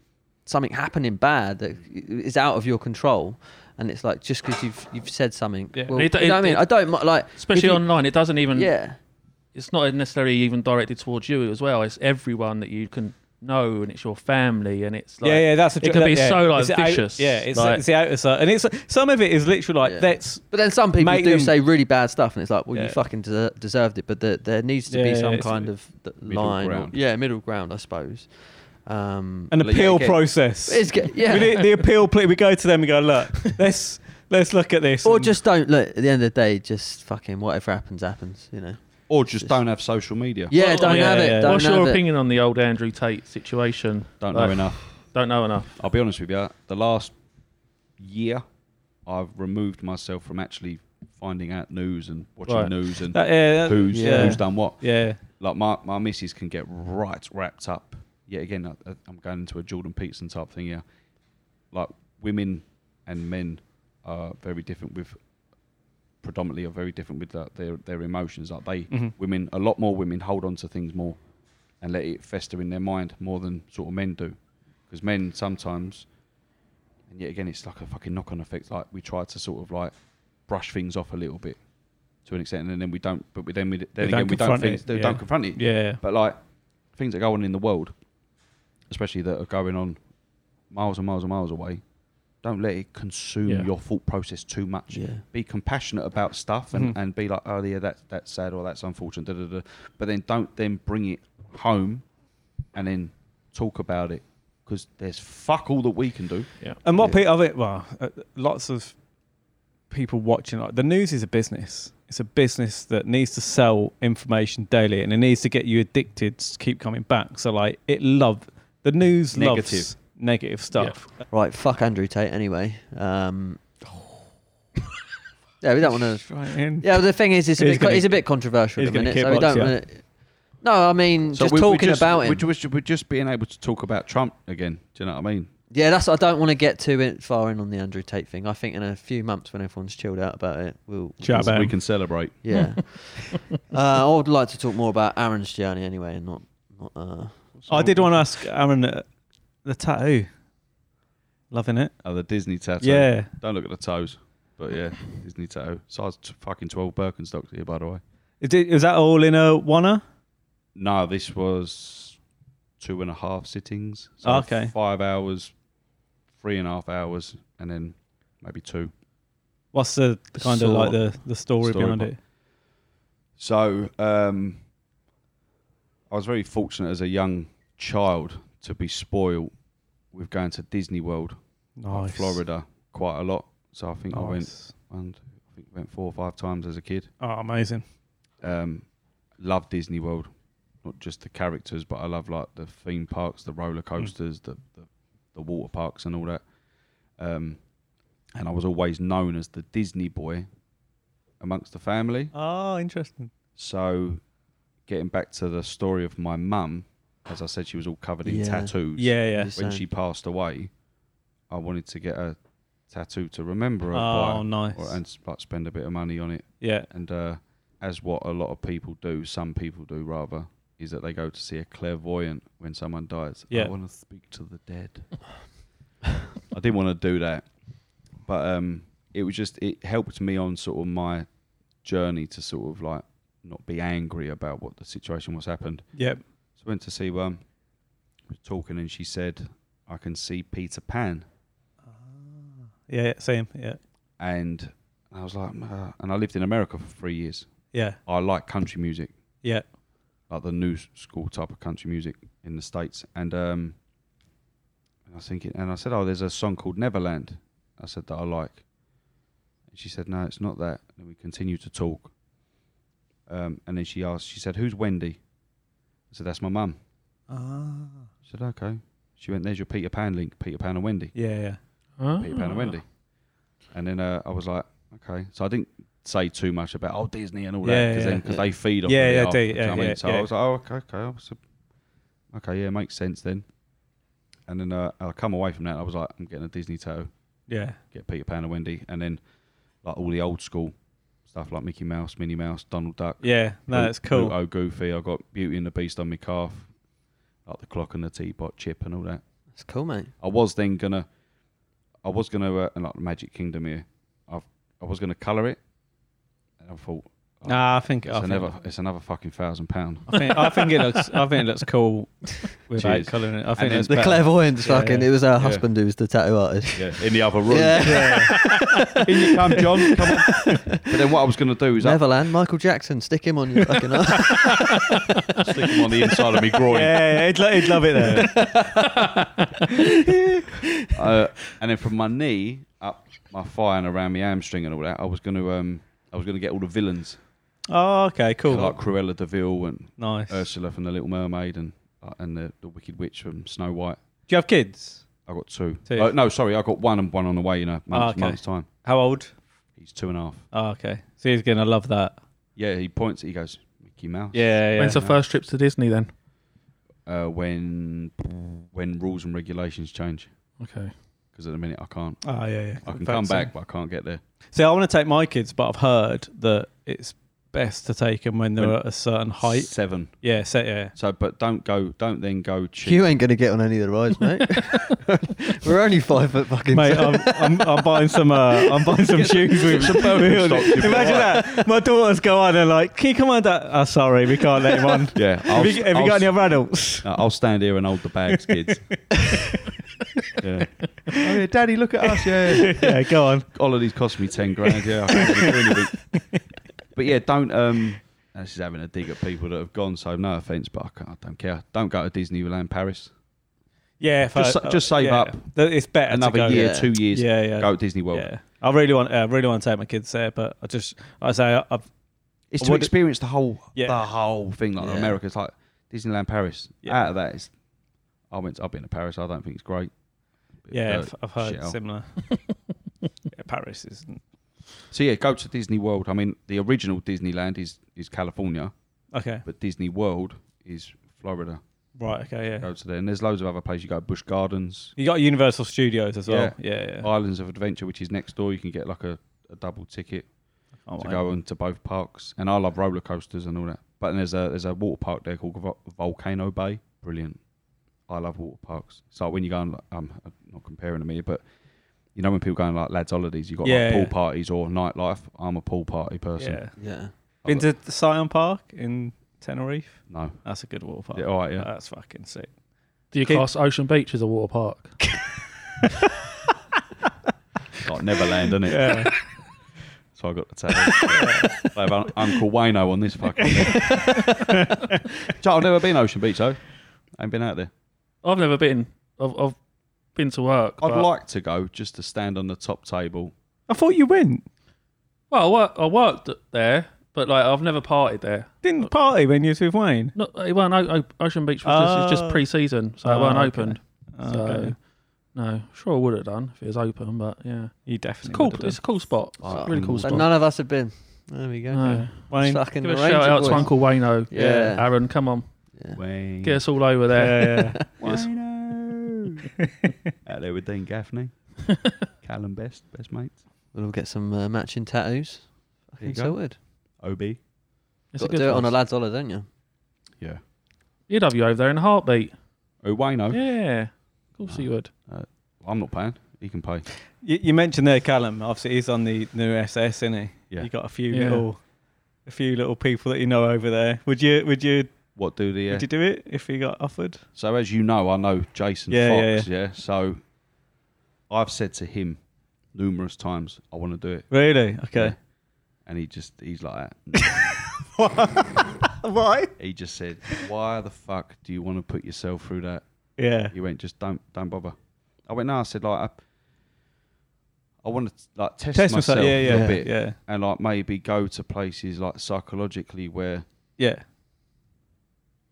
Speaker 3: something happening bad that is out of your control, and it's like just because you've you've said something.
Speaker 1: Yeah.
Speaker 3: Well,
Speaker 1: It-
Speaker 3: you know what I
Speaker 1: it-
Speaker 3: mean? I don't mi- like if
Speaker 1: Especially
Speaker 3: you-
Speaker 1: online, it doesn't even.
Speaker 3: Yeah,
Speaker 1: It's not necessarily even directed towards you as well. It's everyone that you can know, and it's your family, and it's like
Speaker 4: yeah, yeah, that's a
Speaker 1: it can be
Speaker 4: yeah.
Speaker 1: so like
Speaker 4: It's the out-
Speaker 1: vicious.
Speaker 4: yeah, it's,
Speaker 1: like,
Speaker 4: it's the outer side, and it's some of it is literally like
Speaker 3: Yeah.
Speaker 4: that's
Speaker 3: but then some people
Speaker 4: Make
Speaker 3: do
Speaker 4: them-
Speaker 3: say really bad stuff, and it's like, well, you
Speaker 4: Yeah.
Speaker 3: fucking deser- deserved it. But there, there needs to
Speaker 4: Yeah,
Speaker 3: be
Speaker 4: yeah,
Speaker 3: some
Speaker 4: it's-
Speaker 3: kind of th-
Speaker 2: Middle
Speaker 3: line. or-
Speaker 2: ground.
Speaker 3: yeah, middle ground, I suppose. Um,
Speaker 4: an
Speaker 2: Like, yeah,
Speaker 4: appeal
Speaker 2: okay.
Speaker 4: process.
Speaker 3: it's, ge- yeah.
Speaker 4: We need the appeal. Plea. We go to them and go, look, let's let's look at this.
Speaker 3: Or
Speaker 4: and-
Speaker 3: just don't look. At the end of the day, just fucking whatever happens, happens. You know.
Speaker 2: Or just don't have social media.
Speaker 3: Yeah,
Speaker 1: Well,
Speaker 3: don't
Speaker 1: yeah,
Speaker 3: have it.
Speaker 4: yeah.
Speaker 3: Don't
Speaker 1: what's
Speaker 3: have
Speaker 1: your
Speaker 3: it.
Speaker 1: opinion on the old Andrew Tate situation?
Speaker 2: Don't
Speaker 1: Like,
Speaker 2: know enough.
Speaker 1: Don't know enough.
Speaker 2: I'll be honest with you. The last year, I've removed myself from actually finding out news and watching
Speaker 1: Right.
Speaker 2: news and
Speaker 4: That- yeah, that-
Speaker 2: who's
Speaker 4: yeah.
Speaker 2: who's done what.
Speaker 4: Yeah.
Speaker 2: Like my my missus can get right wrapped up. Yet again, I, I- I'm going into a Jordan Peterson type thing here. Like women and men are very different with predominantly are very different with like, their their emotions. Like they
Speaker 4: Mhm.
Speaker 2: women a lot more women hold on to things more and let it fester in their mind more than sort of men do because men sometimes and yet again it's like a fucking knock on effect like we try to sort of like brush things off a little bit to an extent and then we don't but we then we then
Speaker 4: We
Speaker 2: again
Speaker 4: don't
Speaker 2: we don't
Speaker 4: confront
Speaker 2: things,
Speaker 4: it,
Speaker 2: we
Speaker 4: yeah.
Speaker 2: don't confront it
Speaker 4: Yeah.
Speaker 2: but like things that go on in the world especially that are going on miles and miles and miles away don't let it consume
Speaker 1: Yeah.
Speaker 2: your thought process too much
Speaker 3: Yeah.
Speaker 2: be compassionate about stuff and,
Speaker 3: Mm-hmm.
Speaker 4: Mhm.
Speaker 2: and be like, oh yeah, that's that's sad or that's unfortunate, da, da, da. but then don't then bring it home and then talk about it because there's fuck all that we can do.
Speaker 4: And what
Speaker 3: Yeah.
Speaker 4: people, I think, well, uh, lots of people watching, like, the news is a business. It's a business that needs to sell information daily and it needs to get you addicted to keep coming back. So, like, it love the news
Speaker 2: Negative.
Speaker 4: loves negative stuff.
Speaker 3: Right, fuck Andrew Tate anyway. Um, yeah, we don't want to.
Speaker 4: Right in.
Speaker 3: Yeah, but the thing is, it's a
Speaker 4: He's
Speaker 3: bit,
Speaker 4: gonna-
Speaker 3: it's a bit controversial
Speaker 4: he's
Speaker 3: at the
Speaker 4: gonna
Speaker 3: minute,
Speaker 4: kick
Speaker 3: so we
Speaker 4: box,
Speaker 3: don't.
Speaker 4: yeah.
Speaker 3: Wanna, no, I mean, just talking
Speaker 2: it.
Speaker 3: about him.
Speaker 2: We're just, we're just being able to talk about Trump again. Do you know what I mean?
Speaker 3: yeah, that's. I don't want to get too in, far in on the Andrew Tate thing. I think in a few months, when everyone's chilled out about it, we'll.
Speaker 4: Chat about
Speaker 2: we
Speaker 4: him.
Speaker 2: can celebrate.
Speaker 3: Yeah. uh, I would like to talk more about Aaron's journey anyway, and not not. Uh,
Speaker 4: Oh, I did want to ask Aaron uh, the tattoo. Loving it.
Speaker 2: Oh, the Disney tattoo.
Speaker 4: Yeah.
Speaker 2: Don't look at the toes, but yeah, Disney tattoo. Size t- fucking twelve Birkenstocks here, by the way.
Speaker 4: Is it- is that all in a wanna?
Speaker 2: No, this was two and a half sittings.
Speaker 4: Oh, Okay.
Speaker 2: Five hours, three and a half hours, and then maybe two.
Speaker 4: What's the, the kind
Speaker 3: Sort
Speaker 4: of like
Speaker 3: of.
Speaker 4: the, the story,
Speaker 2: Story
Speaker 4: behind
Speaker 2: behind-
Speaker 4: it?
Speaker 2: So um, I was very fortunate as a young child to be spoiled with going to Disney World, like
Speaker 4: Nice.
Speaker 2: Florida, quite a lot. So I think I went
Speaker 4: Nice.
Speaker 2: one, two, I think went four or five times as a kid.
Speaker 4: Oh, amazing.
Speaker 2: Um, love Disney World, not just the characters, but I love like the theme parks, the roller
Speaker 4: Hmm.
Speaker 2: coasters, the, the the water parks, and all that. Um, and I was always known as the Disney boy amongst the family.
Speaker 4: Oh, interesting.
Speaker 2: So, getting back to the story of my mum, as I said, she was all covered in
Speaker 3: Yeah.
Speaker 2: tattoos.
Speaker 4: Yeah, yeah.
Speaker 2: When she passed away, I wanted to get a tattoo to remember her
Speaker 4: Oh,
Speaker 2: by,
Speaker 4: nice.
Speaker 2: or, and s- like spend a bit of money on it.
Speaker 4: yeah.
Speaker 2: And uh, as what a lot of people do, some people do rather, is that they go to see a clairvoyant when someone dies.
Speaker 4: Yeah.
Speaker 2: I want to speak to the dead. I didn't want to do that, but um, it was just it helped me on sort of my journey to sort of like not be angry about what the situation was happened.
Speaker 4: Yep.
Speaker 2: So I went to see one. We were talking, and she said, "I can see Peter Pan."
Speaker 4: Yeah, yeah, same. Yeah.
Speaker 2: And I was like, "Ah." and I lived in America for three years.
Speaker 4: Yeah.
Speaker 2: I like country music.
Speaker 4: Yeah.
Speaker 2: like the new s- school type of country music in the states. And um, and I was thinking, and I said, "Oh, there's a song called Neverland." I said that I like. And she said, "No, it's not that." And we continued to talk. Um, and then she asked, she said, "Who's Wendy?" I said, "That's my mum."
Speaker 4: Ah.
Speaker 2: She said, "Okay." She went, "There's your Peter Pan link, Peter Pan and Wendy,
Speaker 4: Yeah, yeah. Oh.
Speaker 2: Peter Pan and Wendy." And then uh, I was like, "Okay." So I didn't say too much about oh Disney and all that
Speaker 4: Yeah,
Speaker 2: because
Speaker 4: yeah.
Speaker 2: because they feed off.
Speaker 4: Yeah,
Speaker 2: of it
Speaker 4: yeah,
Speaker 2: after,
Speaker 4: they-
Speaker 2: do you know
Speaker 4: yeah,
Speaker 2: what I mean?
Speaker 4: yeah,
Speaker 2: So
Speaker 4: yeah.
Speaker 2: I was like, oh, okay, okay, I was a- okay, yeah, makes sense then. And then uh, I come away from that. I was like, I'm getting a Disney toe,
Speaker 4: Yeah.
Speaker 2: get Peter Pan and Wendy, and then like all the old school stuff like Mickey Mouse, Minnie Mouse, Donald Duck.
Speaker 4: Yeah. No,
Speaker 2: Plu-
Speaker 4: that's cool.
Speaker 2: Pluto, Goofy. I got Beauty and the Beast on my calf, like the clock and the teapot, Chip, and all that.
Speaker 3: It's cool, mate.
Speaker 2: I was then gonna, I was gonna uh, and like Magic Kingdom here. I I was gonna color it, and I thought
Speaker 4: Nah, I think,
Speaker 2: it's
Speaker 4: I, think
Speaker 2: another it's another fucking thousand pound.
Speaker 4: I think I think it looks I think it looks cool without
Speaker 2: Cheers.
Speaker 4: colouring it. I think
Speaker 2: then
Speaker 4: it's
Speaker 3: The
Speaker 4: better.
Speaker 3: clairvoyant's
Speaker 4: Yeah,
Speaker 3: fucking.
Speaker 4: yeah.
Speaker 3: It was her husband who was the tattoo artist.
Speaker 2: Yeah, in the other room.
Speaker 3: Yeah.
Speaker 2: In you come, John. Come on. But then what I was gonna do is I
Speaker 3: Neverland, Michael Jackson, stick him on your fucking arse.
Speaker 2: stick him on the inside of me groin.
Speaker 4: Yeah, he'd, lo- he'd love it there.
Speaker 2: Uh, and then from my knee up my thigh and around my hamstring and all that, I was gonna um I was gonna get all the villains
Speaker 4: oh, okay, cool.
Speaker 2: like Cruella De Vil and
Speaker 4: nice.
Speaker 2: Uh, Ursula from The Little Mermaid and uh, and the, the Wicked Witch from Snow White.
Speaker 4: Do you have kids?
Speaker 2: I got two.
Speaker 4: Two. Ah,
Speaker 2: Uh, no, sorry, I got one and one on the way in a month's,
Speaker 4: okay.
Speaker 2: month's time.
Speaker 4: How old?
Speaker 2: He's two and a half.
Speaker 4: Oh, okay. So he's gonna love that.
Speaker 2: Yeah, he points. He goes, Mickey Mouse.
Speaker 4: Yeah, yeah.
Speaker 1: When's the
Speaker 2: no.
Speaker 1: first trips to Disney then?
Speaker 2: Uh, when when rules and regulations change,
Speaker 1: Okay.
Speaker 2: because at the minute I can't.
Speaker 4: Oh, yeah, yeah.
Speaker 2: I can
Speaker 4: Fair
Speaker 2: come
Speaker 4: to say.
Speaker 2: back, but I can't get there.
Speaker 4: See, I want to take my kids, but I've heard that it's best to take them when they're
Speaker 2: When-
Speaker 4: at a certain height.
Speaker 2: seven.
Speaker 4: Yeah, so, yeah.
Speaker 2: So, but don't go. Don't then go cheap.
Speaker 3: You ain't gonna get on any of the rides, mate. We're only five foot fucking.
Speaker 4: Mate, I'm, I'm, I'm buying some. Uh, I'm buying some shoes with
Speaker 2: some Birkenstocks, you'll be
Speaker 4: Imagine that. My daughters go on and like, "Can you come on, Dad?" Oh, sorry, we can't let him on.
Speaker 2: yeah, I'll,
Speaker 4: Have you, have you
Speaker 2: I'll-
Speaker 4: got any other adults?
Speaker 2: uh, I'll stand here and hold the bags, kids. yeah. Oh, yeah, Daddy, look at us. Yeah.
Speaker 4: yeah, go on.
Speaker 2: All of these cost me ten grand. Yeah. I can't really do anything. but yeah, don't. Um, this is having a dig at people that have gone. So no offense, but I, can't, I don't care. Don't go to Disneyland Paris.
Speaker 4: Yeah, if
Speaker 2: Just
Speaker 4: I- uh,
Speaker 2: sa- just save
Speaker 4: yeah.
Speaker 2: up
Speaker 4: Th- It's better to
Speaker 2: Another
Speaker 4: go.
Speaker 2: year,
Speaker 3: Yeah.
Speaker 2: two years.
Speaker 4: Yeah, yeah.
Speaker 2: Go to Disney World.
Speaker 4: yeah. I really want. I really want to take my kids there, but I just, I say, I- I've,
Speaker 2: It's
Speaker 4: I
Speaker 2: to
Speaker 4: would-
Speaker 2: experience the whole
Speaker 4: Yeah.
Speaker 2: the whole thing like
Speaker 3: Yeah.
Speaker 2: America. It's like Disneyland Paris.
Speaker 4: Yeah.
Speaker 2: Out of that, it's, I went. I've been to Paris. I don't think it's great. Bit
Speaker 4: yeah,
Speaker 2: dirt,
Speaker 4: I've, I've heard
Speaker 2: shit hole.
Speaker 4: similar. yeah, Paris is.
Speaker 2: So yeah, go to Disney World. I mean, the original Disneyland is is California,
Speaker 4: Okay,
Speaker 2: but Disney World is Florida.
Speaker 4: right. Okay, yeah.
Speaker 2: Go to there, and there's loads of other places. You go to Busch Gardens,
Speaker 4: You got Universal Studios as well. Yeah, yeah.
Speaker 2: Islands of Adventure, which is next door. You can get like a, a double ticket
Speaker 4: Can't
Speaker 2: to
Speaker 4: wait.
Speaker 2: go into both parks. And I love roller coasters and all that. But there's a there's a water park there called Vol- Volcano Bay. Brilliant. I love water parks. It's like when you go on, like, um, I'm not comparing them here, but you know when people go on like lads holidays, you got
Speaker 4: Yeah,
Speaker 2: like pool
Speaker 4: yeah.
Speaker 2: parties or nightlife. I'm a pool party person.
Speaker 4: Yeah.
Speaker 3: yeah.
Speaker 2: I
Speaker 4: Been
Speaker 2: love-
Speaker 4: to the Scion Park in Tenerife.
Speaker 2: no.
Speaker 4: That's a good water park.
Speaker 2: Yeah, all right, yeah.
Speaker 4: That's fucking sick.
Speaker 1: Do you
Speaker 4: Kid-
Speaker 1: class Ocean Beach as a water park?
Speaker 2: like Neverland, isn't it?
Speaker 4: Yeah.
Speaker 2: So I got to tell you. I have un- Uncle Wayno on this fucking thing. Joe, I've never been Ocean Beach though. I ain't been out there.
Speaker 1: I've never been. I've, I've been to work.
Speaker 2: I'd
Speaker 1: but-
Speaker 2: like to go just to stand on the top table.
Speaker 4: I thought you went.
Speaker 1: Well, I, work, I worked there, but like I've never partied there.
Speaker 2: Uh,
Speaker 4: Didn't party when you was with Wayne.
Speaker 1: Not it weren't o- o- Ocean Beach was just, it's
Speaker 4: Oh.
Speaker 1: just pre-season, so
Speaker 4: Oh,
Speaker 1: it weren't
Speaker 4: okay. Oh,
Speaker 1: opened. So
Speaker 4: okay.
Speaker 1: no, sure I would have done if it was open, but yeah,
Speaker 4: You
Speaker 1: it's
Speaker 4: definitely.
Speaker 1: cool.
Speaker 4: would've
Speaker 1: It's a cool spot. It's
Speaker 4: Ah,
Speaker 2: Oh,
Speaker 1: a really cool
Speaker 2: so
Speaker 3: So
Speaker 1: spot.
Speaker 3: none of us have been. There we go.
Speaker 1: No.
Speaker 4: done. Wayne.
Speaker 3: Fucking
Speaker 1: Give a
Speaker 3: Ranger
Speaker 1: shout out
Speaker 3: boys.
Speaker 1: to Uncle Wayno.
Speaker 3: Yeah.
Speaker 1: Aaron, come on,
Speaker 3: Yeah.
Speaker 2: Wayne.
Speaker 1: get us all over
Speaker 4: Yeah,
Speaker 1: there.
Speaker 4: yeah.
Speaker 1: Yes.
Speaker 2: Wayno. Out there with Dean Gaffney, Callum Best, best mates.
Speaker 3: We'll all get some uh, matching tattoos.
Speaker 2: There you
Speaker 3: Fucking
Speaker 2: go.
Speaker 3: sorted.
Speaker 2: Ob.
Speaker 1: It's a
Speaker 3: Got to
Speaker 1: good
Speaker 3: do it on a
Speaker 1: place.
Speaker 3: lad's holiday, don't you?
Speaker 2: Yeah.
Speaker 1: You'd have you over there in a heartbeat.
Speaker 2: Oh Wayno.
Speaker 1: Yeah, of course
Speaker 4: Ah.
Speaker 1: you would.
Speaker 2: I'm not paying. He can pay.
Speaker 4: You, you mentioned there, Callum. Obviously, he's on the new SS, isn't he?
Speaker 2: Yeah.
Speaker 4: You got a few
Speaker 1: Yeah.
Speaker 4: little, a few little people that you know over there. Would you? Would you?
Speaker 2: What do the? Uh,
Speaker 4: Would you do it if you got offered?
Speaker 2: so as you know, I know Jason
Speaker 4: Yeah, yeah,
Speaker 2: Fox. yeah. So I've said to him numerous times, I want to do it.
Speaker 4: Really?
Speaker 2: Yeah.
Speaker 4: Okay.
Speaker 2: And he just he's like
Speaker 4: Why?
Speaker 2: he just said, Why the fuck do you want to put yourself through that?
Speaker 4: Yeah.
Speaker 2: He went, just don't don't bother. I went, No, I said like I, I want to like test,
Speaker 4: Test
Speaker 2: myself,
Speaker 4: myself. Yeah,
Speaker 2: a little
Speaker 4: yeah,
Speaker 2: bit
Speaker 4: yeah,
Speaker 2: and like maybe go to places like psychologically where
Speaker 4: yeah,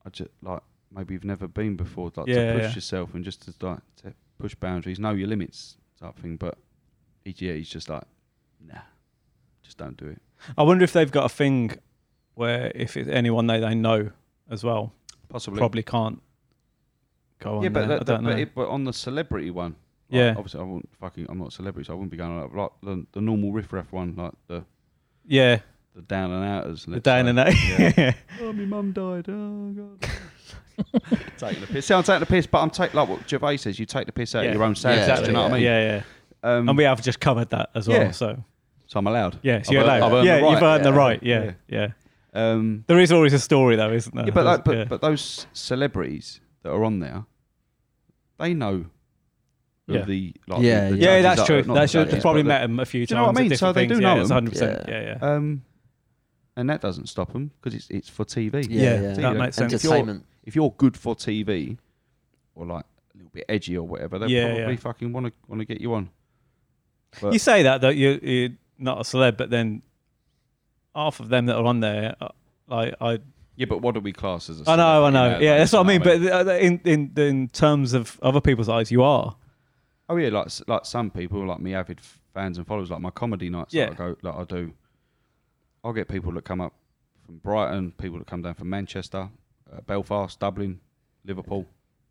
Speaker 2: I just like maybe you've never been before, like
Speaker 4: Yeah,
Speaker 2: to push
Speaker 4: yeah.
Speaker 2: yourself and just to like to push boundaries, know your limits type thing. But he, yeah, he's just like, nah, just don't do it.
Speaker 4: I wonder if they've got a thing where if it's anyone they they know as well
Speaker 2: Possibly,
Speaker 4: probably can't go on.
Speaker 2: yeah, but
Speaker 4: there.
Speaker 2: that,
Speaker 4: I don't
Speaker 2: but,
Speaker 4: know.
Speaker 2: it, but on the celebrity one, like,
Speaker 4: Yeah.
Speaker 2: Obviously, I won't fucking. I'm not a celebrity, so I wouldn't be going like, like the, the normal riffraff one, like the
Speaker 4: yeah,
Speaker 2: the down and outers.
Speaker 4: the down and out. Yeah.
Speaker 2: Oh, my mum died. Oh god. taking the piss. See, I'm taking the piss, but I'm taking like what Gervais says. You take the piss out
Speaker 4: Yeah.
Speaker 2: of your own sadness.
Speaker 3: exactly,
Speaker 2: do you know what I mean?
Speaker 4: Yeah, yeah.
Speaker 2: Um,
Speaker 4: and we have just covered that as well.
Speaker 2: Yeah.
Speaker 4: So
Speaker 2: so I'm allowed.
Speaker 4: yeah, so
Speaker 2: I've
Speaker 4: you're
Speaker 2: earned- I've
Speaker 4: allowed.
Speaker 2: earned
Speaker 4: Yeah,
Speaker 2: the right.
Speaker 4: you've earned the
Speaker 3: Yeah.
Speaker 4: right. Yeah, yeah.
Speaker 2: Yeah. Um,
Speaker 4: There is always a story though, isn't there?
Speaker 2: yeah, but like, but,
Speaker 4: yeah.
Speaker 2: but those celebrities that are on there, they know who
Speaker 1: Yeah.
Speaker 2: the like
Speaker 3: Yeah,
Speaker 2: the, the
Speaker 3: yeah.
Speaker 2: judges
Speaker 4: yeah, that's
Speaker 2: are-
Speaker 4: true.
Speaker 2: not
Speaker 4: That's
Speaker 2: the
Speaker 4: true.
Speaker 2: judges,
Speaker 4: probably
Speaker 2: but
Speaker 4: met him a few times.
Speaker 2: Do you know what I
Speaker 4: at
Speaker 2: mean?
Speaker 4: different
Speaker 2: So they do
Speaker 4: things.
Speaker 2: know
Speaker 4: yeah,
Speaker 2: him.
Speaker 4: 100. percent Yeah, yeah.
Speaker 2: the- Um, and that doesn't stop them because it's it's for TV.
Speaker 3: Yeah, yeah.
Speaker 2: So, you
Speaker 4: that
Speaker 2: know,
Speaker 4: makes sense.
Speaker 2: If you're,
Speaker 3: Entertainment.
Speaker 2: if you're good for TV, or like a little bit edgy or whatever, they
Speaker 4: Yeah,
Speaker 2: probably
Speaker 4: yeah.
Speaker 2: fucking want to want to get you on. But-
Speaker 4: You say that though you you're not a celeb, but then half of them that are on there, uh, like I
Speaker 2: Yeah, but what do we class as? a
Speaker 4: I know, I
Speaker 2: celebrity? You
Speaker 4: know. Yeah,
Speaker 2: like,
Speaker 4: that's what I mean.
Speaker 2: you know
Speaker 4: But uh, in in in terms of other people's eyes, you are.
Speaker 2: Oh yeah, like like some people, like me, avid f- fans and followers, like my comedy nights
Speaker 4: Yeah.
Speaker 2: that I go, like I do. I'll get people that come up from Brighton, people that come down from Manchester, uh, Belfast, Dublin, Liverpool.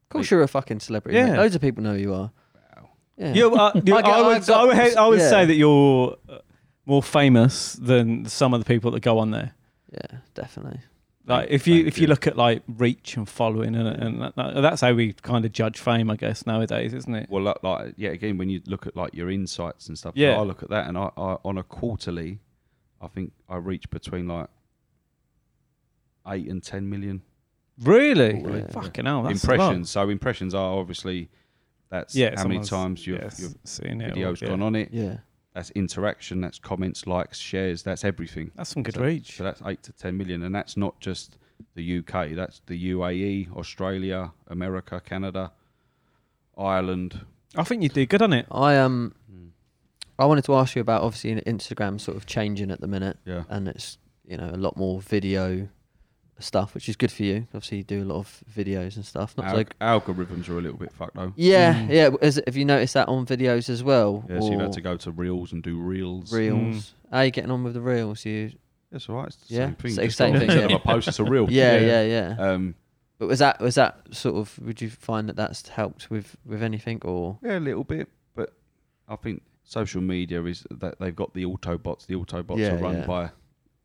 Speaker 3: Of course, you're a fucking celebrity. Yeah.
Speaker 4: Yeah.
Speaker 3: Loads of people know who you are.
Speaker 2: Wow.
Speaker 3: Yeah.
Speaker 4: You, uh, you,
Speaker 3: I
Speaker 4: I,
Speaker 3: get- I
Speaker 4: would,
Speaker 3: got-
Speaker 4: I would, ha- I would
Speaker 3: yeah.
Speaker 4: say that you're uh, more famous than some of the people that go on there.
Speaker 3: yeah, definitely.
Speaker 4: Like if you
Speaker 2: Thank
Speaker 4: if you
Speaker 2: you.
Speaker 4: look at like reach and following and and that, that- that's how we kind of judge fame, I guess nowadays, isn't it?
Speaker 2: Well, like, like yeah, again, when you look at like your insights and stuff,
Speaker 4: Yeah.
Speaker 2: I look at that, and I, I on a quarterly, I think I reach between like eight and ten million
Speaker 4: Really?
Speaker 3: Really? Yeah.
Speaker 4: Fucking hell! Oh, That's a lot.
Speaker 2: impressions. So impressions are obviously that's
Speaker 4: Yeah,
Speaker 2: how many
Speaker 4: someone's-
Speaker 2: times your
Speaker 4: yeah,
Speaker 2: your
Speaker 4: seen it.
Speaker 2: video's
Speaker 4: yeah.
Speaker 2: gone on it.
Speaker 3: Yeah.
Speaker 2: That's interaction. That's comments, likes, shares. That's everything.
Speaker 4: That's some good
Speaker 2: So-
Speaker 4: reach.
Speaker 2: So that's eight to ten million, and that's not just the UK. That's the UAE, Australia, America, Canada, Ireland.
Speaker 4: I think you did good on it.
Speaker 3: I um, I wanted to ask you about obviously in- Instagram sort of changing at the minute,
Speaker 2: Yeah,
Speaker 3: and it's you know a lot more video stuff, which is good for you. Obviously, you do a lot of videos and stuff. Not
Speaker 2: Al-
Speaker 3: like
Speaker 2: algorithms are a little bit fucked though.
Speaker 3: yeah,
Speaker 4: Mm.
Speaker 3: yeah. Is, have you noticed that on videos as well?
Speaker 2: Hmm. Yeah, so you've had
Speaker 3: Or
Speaker 2: to go Hmm. to reels and do reels.
Speaker 3: reels. How you getting on with the reels? You
Speaker 2: That's all right. It's the
Speaker 3: Yeah,
Speaker 2: same thing.
Speaker 3: sa-
Speaker 2: just
Speaker 3: same
Speaker 2: not
Speaker 3: thing,
Speaker 2: Instead
Speaker 3: yeah.
Speaker 2: of a post, it's a reel.
Speaker 3: yeah, yeah, yeah.
Speaker 2: Um,
Speaker 3: But was that was that sort of? Would you find that that's helped with with anything or?
Speaker 2: yeah, a little bit, but I think social media is that they've got the autobots. The autobots
Speaker 3: Yeah,
Speaker 2: are run
Speaker 3: yeah.
Speaker 2: by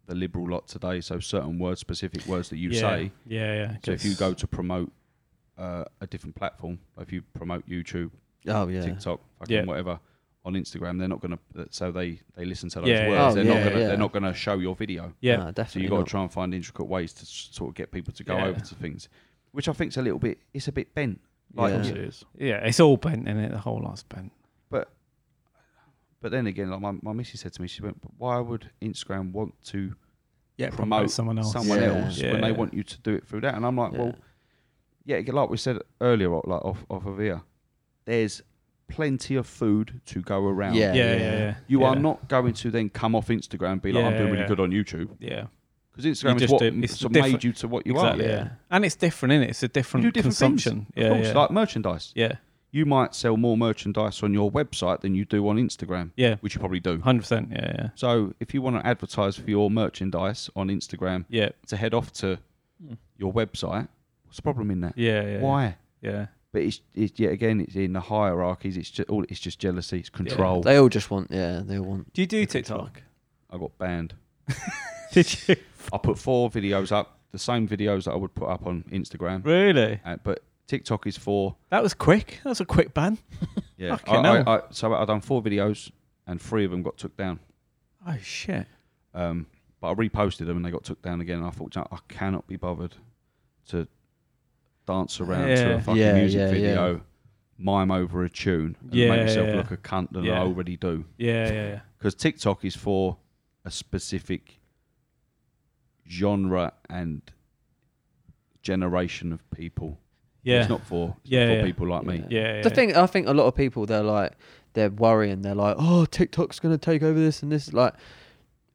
Speaker 2: the liberal lot today. So certain words, specific words that you
Speaker 4: yeah.
Speaker 2: say,
Speaker 4: Yeah, yeah.
Speaker 2: So if you
Speaker 4: 'cause-
Speaker 2: go to promote uh, a different platform, if you promote YouTube,
Speaker 3: Oh yeah.
Speaker 2: TikTok, fucking
Speaker 4: Yeah.
Speaker 2: whatever, on Instagram, they're not gonna. So they they listen to those
Speaker 4: Yeah, yeah.
Speaker 2: words.
Speaker 4: Oh,
Speaker 2: they're
Speaker 4: yeah,
Speaker 2: not gonna.
Speaker 3: yeah.
Speaker 2: They're not gonna show your video.
Speaker 4: yeah,
Speaker 3: No,
Speaker 2: So
Speaker 3: definitely.
Speaker 2: you got to
Speaker 3: not.
Speaker 2: try and find intricate ways to s- sort of get people to go
Speaker 4: Yeah.
Speaker 2: over to things, which I think's a little bit. It's a bit bent. Like,
Speaker 1: Of course
Speaker 3: Yeah.
Speaker 1: it is.
Speaker 4: yeah, it's all bent in it. The whole lot's bent.
Speaker 2: but but then again, like my my missus said to me, she went, but "Why would Instagram want to
Speaker 4: Yeah,
Speaker 2: promote
Speaker 4: someone else.
Speaker 2: someone
Speaker 3: Yeah.
Speaker 2: else when they want you to do it through that?" And I'm like,
Speaker 3: Yeah.
Speaker 2: "Well, yeah, again, like we said earlier, like off off of here, there's plenty of food to go around.
Speaker 3: Yeah.
Speaker 4: Yeah, yeah, yeah. yeah.
Speaker 2: You are not going to then come off Instagram and be like, I'm
Speaker 4: Yeah,
Speaker 2: doing really
Speaker 4: yeah.
Speaker 2: good on YouTube.
Speaker 4: Yeah,
Speaker 2: Because Instagram is
Speaker 4: just
Speaker 2: what
Speaker 4: do- it's
Speaker 2: sort of
Speaker 4: different-
Speaker 2: made you to what you
Speaker 4: exactly.
Speaker 2: are.
Speaker 4: Yeah. and it's different in it. It's a different,
Speaker 2: You do different things,
Speaker 4: consumption.
Speaker 2: Of
Speaker 4: yeah,
Speaker 2: course,
Speaker 4: yeah.
Speaker 2: like merchandise.
Speaker 4: yeah,
Speaker 2: You might sell more merchandise on your website than you do on Instagram,
Speaker 4: yeah,
Speaker 2: which you probably do.
Speaker 4: hundred percent. Yeah, yeah,
Speaker 2: So if you want to advertise for your merchandise on Instagram
Speaker 4: yeah,
Speaker 2: to head off to
Speaker 1: Mm.
Speaker 2: your website, what's the problem in that?
Speaker 4: yeah. Hmm. yeah
Speaker 2: Why?
Speaker 4: Yeah,
Speaker 2: But it's, it's yet again, it's in the hierarchies. It's just all. It's just jealousy. It's control.
Speaker 3: They all just want. Yeah, they all want.
Speaker 4: Do you do
Speaker 2: TikTok? I got banned.
Speaker 4: Did you
Speaker 2: I put four videos up, the same videos that I would put up on Instagram.
Speaker 4: really?
Speaker 2: Uh, but TikTok is for
Speaker 4: That was quick. That was a quick ban.
Speaker 2: yeah. I,
Speaker 4: Fucking hell.
Speaker 2: I, I, so I done four videos, and three of them got took down.
Speaker 4: Oh shit!
Speaker 2: Um, but I reposted them, and they got took down again. And I thought, "Do you know, I cannot be bothered to dance around to
Speaker 4: Yeah.
Speaker 2: a fucking
Speaker 3: Yeah,
Speaker 2: music
Speaker 3: yeah, yeah.
Speaker 2: video, mime over a tune, and
Speaker 4: Yeah,
Speaker 2: make myself
Speaker 4: yeah.
Speaker 2: look a cunt than I
Speaker 4: Yeah.
Speaker 2: already do.
Speaker 4: Yeah, yeah, yeah.
Speaker 2: Because TikTok is for a specific genre and generation of people.
Speaker 4: yeah.
Speaker 2: It's not for, it's
Speaker 4: Yeah,
Speaker 2: not for
Speaker 4: yeah.
Speaker 2: people like me.
Speaker 3: Yeah.
Speaker 4: yeah, yeah.
Speaker 3: The thing I think a lot of people they're like they're worrying. They're like, oh, TikTok's gonna take over this and this. Like,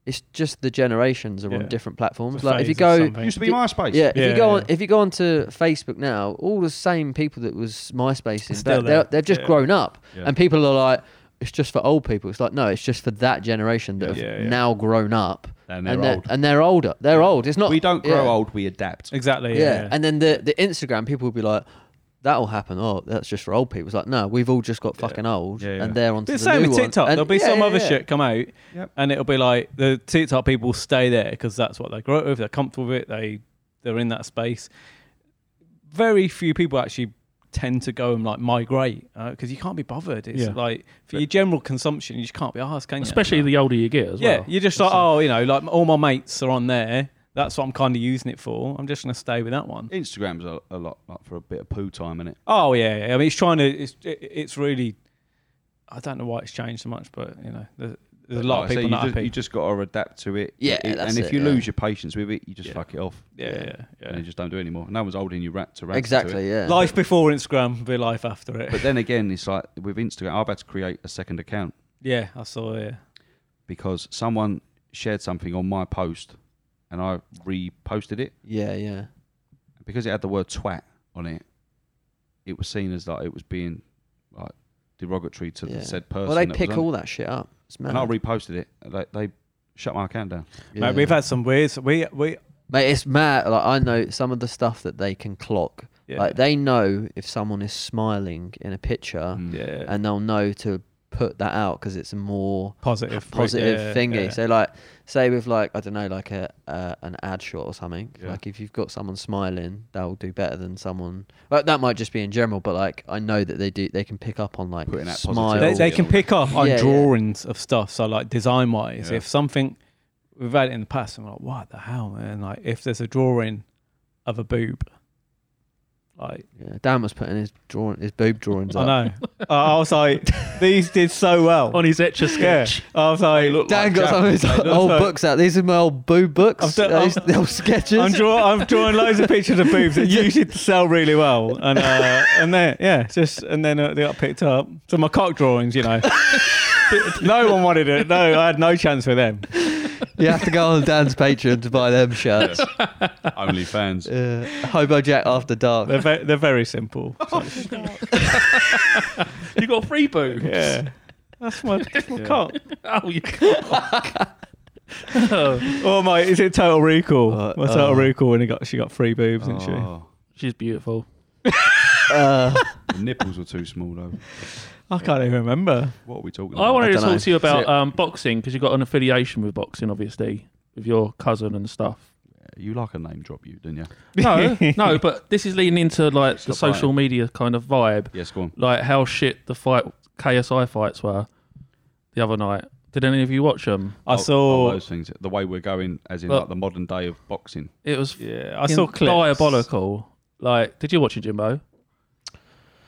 Speaker 3: it's just the generations are on
Speaker 4: Yeah.
Speaker 3: different platforms.
Speaker 4: It's a
Speaker 3: Like if you
Speaker 4: phase of
Speaker 3: go,
Speaker 4: something.
Speaker 2: It used to be
Speaker 3: Did-
Speaker 2: MySpace.
Speaker 3: yeah, if you
Speaker 4: Yeah,
Speaker 3: go on,
Speaker 4: yeah.
Speaker 3: if you go onto Facebook now, all the same people that was MySpace in, they're,
Speaker 4: Still there.
Speaker 3: they're, they've just
Speaker 4: Yeah.
Speaker 3: grown up,
Speaker 2: Yeah.
Speaker 3: and people are like, it's just for old people. It's like no, it's just for that generation that
Speaker 2: Yeah.
Speaker 3: have
Speaker 4: Yeah, yeah.
Speaker 3: now grown up.
Speaker 2: And they're old.
Speaker 3: and they're older. They're old. It's not
Speaker 2: we don't grow
Speaker 3: yeah.
Speaker 2: old, we adapt.
Speaker 4: exactly.
Speaker 3: Yeah.
Speaker 4: Yeah, yeah.
Speaker 3: And then the the Instagram people will be like, that'll happen. Oh, that's just for old people. It's like, no, we've all just got fucking old
Speaker 2: Yeah, yeah.
Speaker 3: and they're on
Speaker 4: But
Speaker 3: the
Speaker 4: it's the same
Speaker 3: new
Speaker 4: with
Speaker 3: one.
Speaker 4: TikTok.
Speaker 3: And-
Speaker 4: There'll be
Speaker 3: yeah,
Speaker 4: some
Speaker 3: yeah,
Speaker 4: other
Speaker 3: yeah.
Speaker 4: shit come out,
Speaker 2: Yep.
Speaker 4: and it'll be like the TikTok people stay there because that's what they grow up with. They're comfortable with it. They they're in that space. Very few people actually tend to go and like migrate because you can't be bothered. It's
Speaker 1: Yeah.
Speaker 4: like for your general consumption, you just can't be asked, can you?
Speaker 1: Especially the older you get as
Speaker 4: yeah,
Speaker 1: well.
Speaker 4: you're just like oh, you know, like all my mates are on there. That's what I'm kind of using it for. I'm just gonna stay with that one.
Speaker 2: Instagram's a, a lot like for a bit of poo time, innit?
Speaker 4: Oh yeah, yeah. I mean, it's trying to. It's it, it's really. I don't know why it's changed so much, but you know, there's, there's a lot
Speaker 2: Like
Speaker 4: of
Speaker 2: I say,
Speaker 4: people
Speaker 2: you
Speaker 4: not
Speaker 2: just,
Speaker 4: happy.
Speaker 2: You just got to adapt to it.
Speaker 3: Yeah,
Speaker 2: It-
Speaker 3: that's
Speaker 2: and if
Speaker 3: it,
Speaker 2: you
Speaker 3: yeah.
Speaker 2: lose your patience with it, you just
Speaker 4: Yeah.
Speaker 2: fuck it off,
Speaker 4: yeah, yeah,
Speaker 2: and
Speaker 4: yeah.
Speaker 2: you just don't do it anymore. No one's holding you rat to rat.
Speaker 3: Exactly, yeah.
Speaker 4: Life before Instagram, be life after it.
Speaker 2: But then again, it's like with Instagram, I've had to create a second account
Speaker 4: yeah, I saw. Yeah,
Speaker 2: because someone shared something on my post and I reposted it
Speaker 3: Yeah, yeah.
Speaker 2: because it had the word twat on it. It was seen as like it was being like derogatory to
Speaker 3: yeah.
Speaker 2: the said person.
Speaker 3: Well, they
Speaker 2: that was
Speaker 3: pick
Speaker 2: on it.
Speaker 3: all that shit up. It's mad.
Speaker 2: and I reposted it. They, they shut my account down.
Speaker 3: Yeah.
Speaker 4: Mate, we've had some weird. We we
Speaker 3: Mate, it's mad. Like I know some of the stuff that they can clock.
Speaker 4: yeah.
Speaker 3: Like they know if someone is smiling in a picture,
Speaker 2: Mm.
Speaker 4: yeah.
Speaker 3: and they'll know to put that out because it's a more
Speaker 4: positive
Speaker 3: positive
Speaker 4: yeah,
Speaker 3: thingy.
Speaker 4: yeah.
Speaker 3: So like, say with like I don't know, like a uh, an ad shot or something.
Speaker 2: Yeah.
Speaker 3: Like if you've got someone smiling, they'll do better than someone. Well, that might just be in general, but like I know that they do. They can pick up on like
Speaker 2: Putting that positive-
Speaker 3: smile.
Speaker 4: they, they can pick up on
Speaker 3: Yeah, yeah.
Speaker 4: drawings of stuff. So like design wise,
Speaker 2: Yeah.
Speaker 4: if something we've had it in the past, and we're like, what the hell, man? Like if there's a drawing of a boob, like
Speaker 3: Yeah, Dan was putting his drawing, his boob drawings up.
Speaker 4: I know, I I was like, these did so well.
Speaker 1: on his etch a
Speaker 4: yeah,
Speaker 1: sketch.
Speaker 4: I was like,
Speaker 3: Dan
Speaker 2: like
Speaker 3: got
Speaker 2: Jack.
Speaker 3: some of his
Speaker 4: Like, that's
Speaker 3: old
Speaker 4: like-
Speaker 3: books out. These are my old boob books.
Speaker 4: I've done-
Speaker 3: those
Speaker 4: I'm-
Speaker 3: little sketches.
Speaker 4: I'm, draw- I'm drawing loads of pictures of boobs that usually sell really well, and uh, and then yeah, just and then uh, they got picked up. So my cock drawings, you know, no one wanted it. No, I had no chance with them.
Speaker 3: you have to go on Dan's Patreon to buy them shirts.
Speaker 2: Only fans.
Speaker 3: Uh, Hobo Jack After Dark.
Speaker 4: They're ve- they're very simple.
Speaker 1: You got free boobs.
Speaker 4: Yeah. That's my, that's my
Speaker 2: Yeah.
Speaker 4: cock.
Speaker 1: Oh, you
Speaker 4: Oh my, is it Total Recall?
Speaker 3: Uh,
Speaker 4: my Total
Speaker 3: uh.
Speaker 4: Recall when he got she got three boobs, didn't she?
Speaker 2: Oh,
Speaker 1: She's beautiful.
Speaker 3: Uh,
Speaker 2: the nipples were too small though.
Speaker 4: I can't even remember.
Speaker 2: What are we talking
Speaker 1: I
Speaker 2: about?
Speaker 1: wanted to
Speaker 3: don't
Speaker 1: talk
Speaker 3: know.
Speaker 1: to you about
Speaker 3: So-
Speaker 1: um, boxing because you've got an affiliation with boxing, obviously, with your cousin and stuff.
Speaker 2: You like a name drop, you didn't you?
Speaker 1: No, no, but this is leading into like the
Speaker 2: Stop
Speaker 1: social
Speaker 2: lying.
Speaker 1: media kind of vibe,
Speaker 2: Yes, go on.
Speaker 1: like how shit the fight KSI fights were the other night. Did any of you watch them?
Speaker 4: I
Speaker 2: Oh, oh,
Speaker 4: saw
Speaker 2: those things. The way we're going, as in
Speaker 1: Well-
Speaker 2: like the modern day of boxing.
Speaker 1: It was
Speaker 4: yeah, I saw clips.
Speaker 1: diabolical. Like, did you watch it, Jimbo?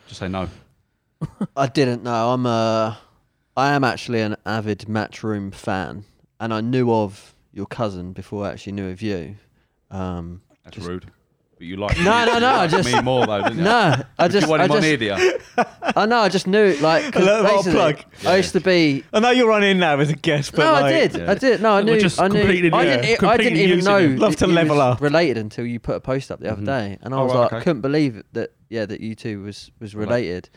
Speaker 2: Just say no.
Speaker 3: I didn't know. I'm a, I am actually an avid Matchroom fan, and I knew of your cousin before I actually knew of you. Um,
Speaker 2: That's
Speaker 3: Just-
Speaker 2: rude. But you like
Speaker 3: No,
Speaker 2: you-
Speaker 3: no,
Speaker 2: you
Speaker 3: no, I
Speaker 2: liked
Speaker 3: just-
Speaker 2: me more though, didn't you?
Speaker 3: no, I
Speaker 2: Would
Speaker 3: just,
Speaker 2: you want
Speaker 3: I
Speaker 2: him on here,
Speaker 3: just,
Speaker 2: do you?
Speaker 3: I know, I just knew. Like, 'cause
Speaker 4: A little
Speaker 3: basically,
Speaker 4: plug.
Speaker 3: I used to be.
Speaker 4: I know you're on in now as a guest, but
Speaker 3: no, I
Speaker 4: like-
Speaker 3: did.
Speaker 2: Yeah.
Speaker 3: I did. No, I
Speaker 1: We're
Speaker 3: knew.
Speaker 1: just
Speaker 3: I knew.
Speaker 1: completely-
Speaker 3: I
Speaker 1: yeah,
Speaker 3: didn't, I didn't
Speaker 1: completely
Speaker 3: even
Speaker 1: using
Speaker 3: know.
Speaker 1: him.
Speaker 4: Love
Speaker 3: that
Speaker 4: to
Speaker 3: you
Speaker 4: level
Speaker 3: was
Speaker 4: up.
Speaker 3: Related until you put a post up the other
Speaker 2: Mhm.
Speaker 3: day, and I
Speaker 2: Oh,
Speaker 3: was
Speaker 2: right,
Speaker 3: like, I
Speaker 2: okay.
Speaker 3: couldn't believe that. Yeah, that you two was was
Speaker 2: Well,
Speaker 3: related.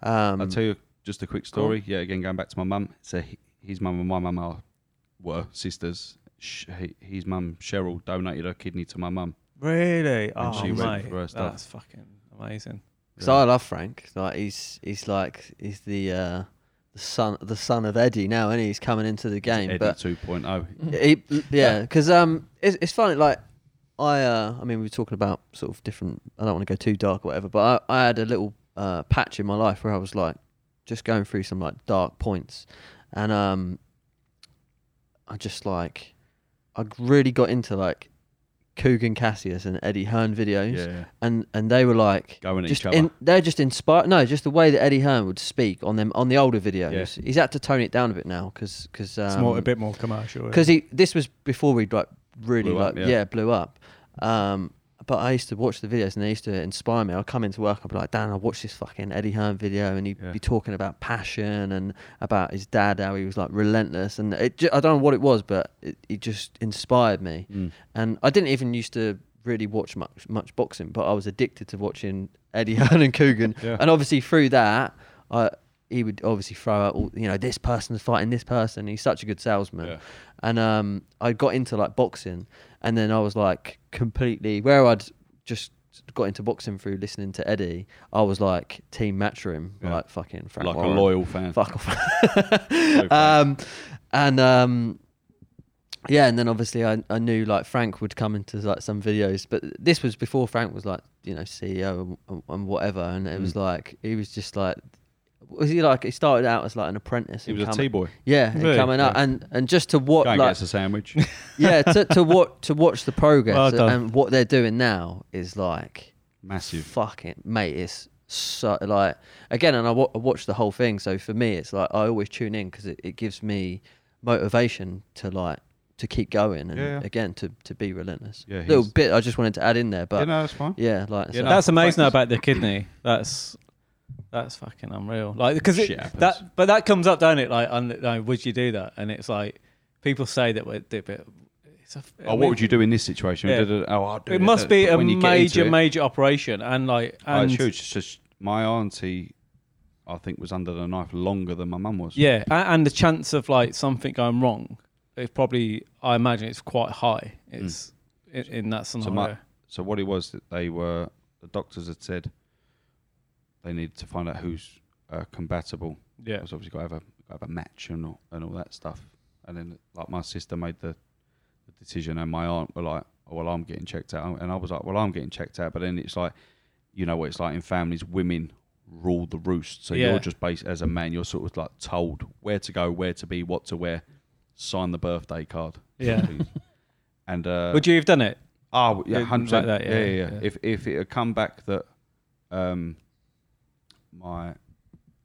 Speaker 3: Um,
Speaker 2: I'll tell you just a quick story. Yeah, again, going back to my mum. So h- his mum and my mum are were sisters. Sh- he- his mum Cheryl donated her kidney to my mum.
Speaker 4: Really? Oh,
Speaker 2: she went
Speaker 4: mate,
Speaker 2: for her stuff.
Speaker 4: that's fucking amazing.
Speaker 3: Because I love Frank. Like he's he's like he's the uh, the son the son of Eddie now, and he's coming into the game.
Speaker 2: Eddie oh.
Speaker 3: but
Speaker 2: 2.0.
Speaker 3: he, yeah, because um, it's, it's funny. Like I uh, I mean, we were talking about sort of different. I don't want to go too dark or whatever, but I, I had a little uh, patch in my life where I was like just going through some like dark points, and um, I just like I really got into like Coogan Cassius and Eddie Hearn videos,
Speaker 2: Yeah,
Speaker 3: and and they were like
Speaker 2: going at
Speaker 3: just
Speaker 2: each other.
Speaker 3: in, they're just inspired. No, just the way that Eddie Hearn would speak on them on the older videos. He's had to tone it down a bit now because because
Speaker 4: It's more a bit more commercial.
Speaker 3: because he this was before we like really
Speaker 2: Blew
Speaker 3: like
Speaker 2: up,
Speaker 3: yeah.
Speaker 2: yeah.
Speaker 3: blew up. Um, but I used to watch the videos and they used to inspire me. I'd come into work, I'd be like, Dan, I watched this fucking Eddie Hearn video and he'd
Speaker 2: Yeah.
Speaker 3: be talking about passion and about his dad, how he was like relentless. And it, ju- I don't know what it was, but it, it just inspired me.
Speaker 2: Mm.
Speaker 3: And I didn't even used to really watch much much boxing, but I was addicted to watching Eddie Hearn and Coogan.
Speaker 2: Yeah.
Speaker 3: And obviously through that, I he would obviously throw out all you know this person's fighting this person. He's such a good salesman.
Speaker 2: Yeah.
Speaker 3: And um, I got into like boxing, and then I was like completely where I'd just got into boxing through listening to Eddie. I was like team matchroom,
Speaker 2: Yeah.
Speaker 3: like fucking Frank
Speaker 2: like
Speaker 3: Warren.
Speaker 2: a loyal fan.
Speaker 3: Fuck off
Speaker 2: Loyal fan.
Speaker 3: um, and um, yeah, and then obviously I, I knew like Frank would come into like some videos, but this was before Frank was like you know CEO and, and whatever, and it was
Speaker 2: Mm.
Speaker 3: like he was just like was he like he started out as like an apprentice?
Speaker 2: he
Speaker 3: and
Speaker 2: was a
Speaker 3: come-
Speaker 2: T boy.
Speaker 3: Yeah, and
Speaker 4: Really?
Speaker 3: coming up,
Speaker 2: Yeah.
Speaker 3: and and just to
Speaker 2: Go
Speaker 3: what
Speaker 2: and get
Speaker 3: like
Speaker 2: us a sandwich.
Speaker 3: yeah to to what to watch the progress
Speaker 4: Well done.
Speaker 3: and what they're doing now is like
Speaker 2: Massive.
Speaker 3: Fucking mate, it's so like again, and I wa- I watch the whole thing. So for me, it's like I always tune in because it, it gives me motivation to like to keep going and
Speaker 2: Yeah, yeah.
Speaker 3: again to to be relentless.
Speaker 2: Yeah,
Speaker 3: little
Speaker 2: he's-
Speaker 3: bit I just wanted to add in there,
Speaker 2: Yeah,
Speaker 3: but
Speaker 2: no, that's fine.
Speaker 3: yeah, like
Speaker 2: Yeah,
Speaker 3: so-
Speaker 2: no,
Speaker 4: that's amazing
Speaker 2: practice.
Speaker 4: about the kidney. That's that's fucking unreal. Like because
Speaker 2: Shit happens.
Speaker 4: that, but that comes up, don't it? Like, un, like, would you do that? And it's like people say that we're, that we're- it's It's a f- I
Speaker 2: Oh,
Speaker 4: mean,
Speaker 2: what would you do in this situation?
Speaker 4: Yeah.
Speaker 2: Da-da-da. Oh, I'd do
Speaker 4: It must be
Speaker 2: But
Speaker 4: a
Speaker 2: when you get into
Speaker 4: major,
Speaker 2: it-
Speaker 4: major operation, and like,
Speaker 2: Oh,
Speaker 4: and
Speaker 2: it's huge. It's just my auntie, I think, was under the knife longer than my mum was.
Speaker 4: yeah, a- and the chance of like something going wrong is probably, I imagine, it's quite high. It's in, in that
Speaker 2: my-
Speaker 4: scenario.
Speaker 2: Hmm. So what it was that they were the doctors had said they needed to find out who's uh, compatible.
Speaker 4: yeah,
Speaker 2: It's obviously got to have a got to have a match and all, and all that stuff. And then like my sister made the, the decision, and my aunt were like, oh, "Well, I'm getting checked out," and I was like, "Well, I'm getting checked out." But then it's like, you know what it's like in families, women rule the roost. So
Speaker 4: Yeah.
Speaker 2: you're just based as a man, you're sort of like told where to go, where to be, what to wear. Sign the birthday card.
Speaker 4: Yeah.
Speaker 2: and uh,
Speaker 4: would you have done it?
Speaker 2: Oh, yeah,
Speaker 4: Yeah,
Speaker 2: hundred
Speaker 4: like
Speaker 2: percent.
Speaker 4: that,
Speaker 2: yeah,
Speaker 4: yeah,
Speaker 2: yeah, yeah.
Speaker 4: yeah.
Speaker 2: If if it had come back that um, my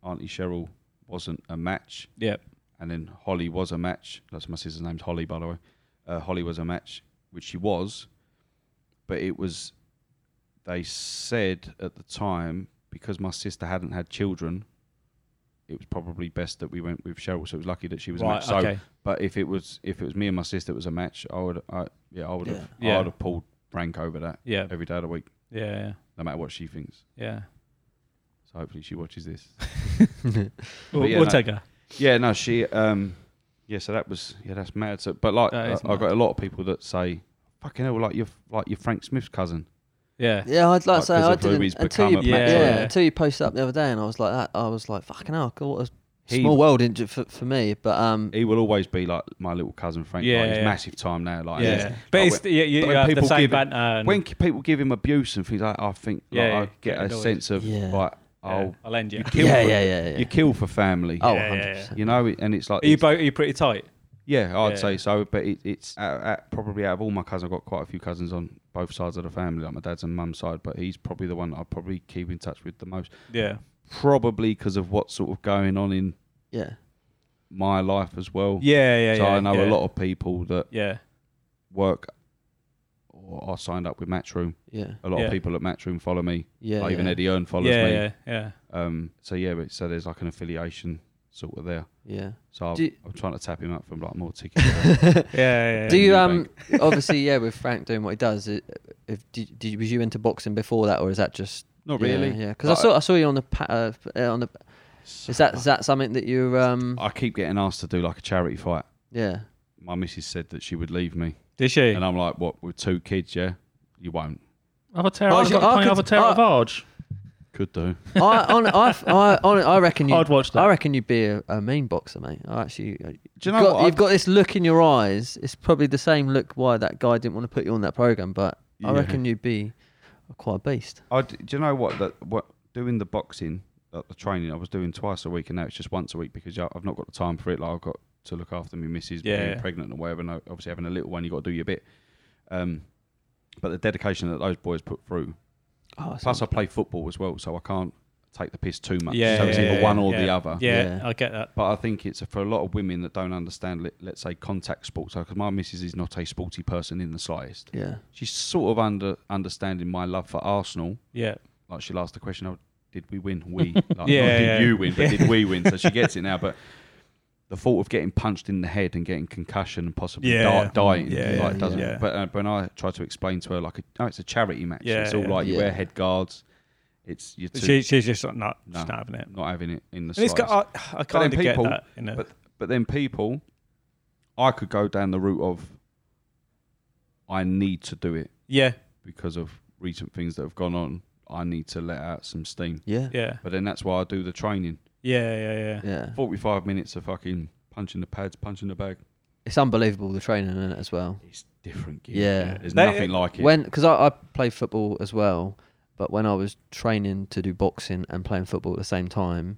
Speaker 2: auntie Cheryl wasn't a match,
Speaker 4: Yeah,
Speaker 2: and then Holly was a match. That's my sister's name's Holly, by the way. Uh, Holly was a match, which she was, but it was. They said at the time because my sister hadn't had children, it was probably best that we went with Cheryl. So it was lucky that she was a
Speaker 4: right.
Speaker 2: match. So,
Speaker 4: okay,
Speaker 2: but if it was if it was me and my sister, it was a match. I would, I, yeah, I would have,
Speaker 4: Yeah.
Speaker 2: I would have pulled rank over that
Speaker 4: yeah,
Speaker 2: every day of the week,
Speaker 4: yeah,
Speaker 2: no matter what she thinks.
Speaker 4: yeah.
Speaker 2: So hopefully she watches this.
Speaker 4: We'll,
Speaker 2: yeah, no.
Speaker 4: we'll take her.
Speaker 2: yeah, no, she. Um, yeah, so that was yeah, that's mad. So, but like,
Speaker 4: That
Speaker 2: I,
Speaker 4: is
Speaker 2: I've got a lot of people that say, "Fucking hell, like you're like you're Frank Smith's cousin."
Speaker 4: Yeah,
Speaker 3: Yeah, I'd like
Speaker 2: Like,
Speaker 3: to say
Speaker 2: 'cause
Speaker 3: I
Speaker 2: of Ruby's
Speaker 3: didn't until
Speaker 2: become
Speaker 3: you
Speaker 2: a
Speaker 3: yeah,
Speaker 4: match, yeah.
Speaker 3: until you posted up the other day, and I was like that. I was like, fucking hell, God, what a
Speaker 2: He-
Speaker 3: small world in, for, for me. But um,
Speaker 2: He will always be like my little cousin Frank.
Speaker 4: Yeah,
Speaker 2: like, he's
Speaker 4: yeah.
Speaker 2: massive time now. Like,
Speaker 4: yeah.
Speaker 2: he's-
Speaker 4: But
Speaker 2: like,
Speaker 4: it's yeah, you,
Speaker 2: Oh, but
Speaker 4: you
Speaker 2: when
Speaker 4: have the
Speaker 2: people
Speaker 4: same
Speaker 2: give-
Speaker 4: banter. And,
Speaker 2: when c- people give him abuse and things like, that, I think like,
Speaker 4: Yeah, yeah,
Speaker 2: I get
Speaker 4: get
Speaker 2: a
Speaker 4: annoyed.
Speaker 2: sense of
Speaker 3: Yeah.
Speaker 2: like, oh,
Speaker 4: yeah, I'll end you.
Speaker 2: you kill
Speaker 3: yeah,
Speaker 2: for,
Speaker 3: yeah, yeah, yeah.
Speaker 2: you kill for family.
Speaker 3: oh,
Speaker 4: Yeah, yeah,
Speaker 3: 100
Speaker 2: You know, and it's like
Speaker 4: Are you
Speaker 2: it's-
Speaker 4: both? Are you pretty tight?
Speaker 2: Yeah, I'd
Speaker 4: Yeah.
Speaker 2: say so. But it, it's out, out, probably out of all my cousins, I've got quite a few cousins on both sides of the family, like my dad's and mum's side. But he's probably the one I probably keep in touch with the most,
Speaker 4: Yeah,
Speaker 2: probably because of what's sort of going on in
Speaker 3: Yeah,
Speaker 2: my life as well.
Speaker 4: yeah, yeah.
Speaker 2: so
Speaker 4: yeah,
Speaker 2: I know
Speaker 4: yeah.
Speaker 2: a lot of people that
Speaker 4: Yeah,
Speaker 2: work or are signed up with Matchroom.
Speaker 3: yeah,
Speaker 2: A lot
Speaker 4: Yeah.
Speaker 2: of people at Matchroom follow me.
Speaker 3: yeah.
Speaker 2: like
Speaker 3: yeah.
Speaker 2: Even Eddie Earn follows
Speaker 4: yeah,
Speaker 2: me.
Speaker 4: yeah, yeah.
Speaker 2: Um, so yeah, but- so there's like an affiliation sort of there.
Speaker 3: Yeah.
Speaker 2: So I'm,
Speaker 3: Do you-
Speaker 2: I'm trying to tap him up for like more tickets.
Speaker 4: Yeah, yeah, yeah.
Speaker 3: Do you um
Speaker 2: Eubank.
Speaker 3: obviously yeah with Frank doing what he does? It, if did, did was you into boxing before that or is that just
Speaker 2: Not
Speaker 3: yeah,
Speaker 2: really.
Speaker 3: Yeah, because I
Speaker 2: Like,
Speaker 3: saw I saw you on the pa- uh, uh, on the is that is that something that you um
Speaker 2: I keep getting asked to do like a charity fight.
Speaker 3: yeah
Speaker 2: my missus said that she would leave me,
Speaker 4: Did she?
Speaker 2: and I'm like, "What? With two kids, yeah, you won't.
Speaker 1: Have a tear.
Speaker 3: Oh,
Speaker 1: I've
Speaker 3: she-
Speaker 1: got
Speaker 3: I
Speaker 1: plenty
Speaker 3: could-
Speaker 1: of a tear
Speaker 3: I-
Speaker 1: of Arge.
Speaker 2: Could do."
Speaker 3: I on I I, on, I reckon you
Speaker 1: I'd watch that.
Speaker 3: I reckon you'd be a, a mean boxer mate. I actually do
Speaker 2: Do you know
Speaker 3: got,
Speaker 2: what?
Speaker 3: you've
Speaker 2: I-
Speaker 3: got this look in your eyes. It's probably the same look why that guy didn't want to put you on that program, but I
Speaker 2: Yeah.
Speaker 3: reckon you'd be quite a beast.
Speaker 2: I d- do you know what? That what doing the boxing, like the training, I was doing twice a week, and now it's just once a week because yeah, I've not got the time for it. Like I've got to look after my missus,
Speaker 4: Yeah,
Speaker 2: being
Speaker 4: yeah.
Speaker 2: pregnant and whatever. And obviously having a little one, you got to do your bit. Um, but the dedication that those boys put through.
Speaker 3: Oh, that
Speaker 2: Plus,
Speaker 3: sounds-
Speaker 2: I play football as well, so I can't take the piss too much.
Speaker 4: Yeah,
Speaker 2: so it's
Speaker 4: yeah,
Speaker 2: either
Speaker 4: yeah,
Speaker 2: one or
Speaker 4: yeah.
Speaker 2: the other.
Speaker 4: Yeah,
Speaker 3: Yeah.
Speaker 4: I get that.
Speaker 2: But I think it's for a lot of women that don't understand, let, let's say, contact sports. Because my missus is not a sporty person in the slightest.
Speaker 3: yeah.
Speaker 2: She's sort of under understanding my love for Arsenal.
Speaker 4: Yeah,
Speaker 2: Like she'll ask the question, "Oh, did we win? We like, not
Speaker 4: Yeah,
Speaker 2: did
Speaker 4: yeah.
Speaker 2: you win? But
Speaker 4: Yeah.
Speaker 2: did we win?" So she gets it now. But the thought of getting punched in the head and getting concussion and possibly
Speaker 4: Yeah.
Speaker 2: di- dying,
Speaker 4: Yeah,
Speaker 2: like,
Speaker 3: yeah,
Speaker 2: doesn't.
Speaker 4: yeah.
Speaker 2: But uh, when I try to explain to her, like, "Oh, it's a charity match.
Speaker 4: Yeah,
Speaker 2: it's all
Speaker 4: yeah.
Speaker 2: like you wear
Speaker 3: Yeah.
Speaker 2: head guards. It's you're too,
Speaker 4: she, she's just like, no,
Speaker 2: No.
Speaker 4: just not having it. And
Speaker 2: not having it in the."
Speaker 4: it's
Speaker 2: slightest.
Speaker 4: got, I, I
Speaker 2: then
Speaker 4: kind of get
Speaker 2: people-
Speaker 4: that. You know,
Speaker 2: But but then people, I could go down the route of I need to do it
Speaker 4: yeah,
Speaker 2: because of recent things that have gone on. I need to let out some steam.
Speaker 3: Yeah. Yeah.
Speaker 4: yeah,
Speaker 2: But then that's why I do the training.
Speaker 4: yeah, yeah, yeah.
Speaker 2: Forty-five minutes of fucking punching the pads, punching the bag.
Speaker 3: It's unbelievable the training in it as well.
Speaker 2: It's different. Gear.
Speaker 3: Yeah.
Speaker 2: there's
Speaker 4: They-
Speaker 2: nothing like it.
Speaker 3: When because I, I played football as well, but when I was training to do boxing and playing football at the same time,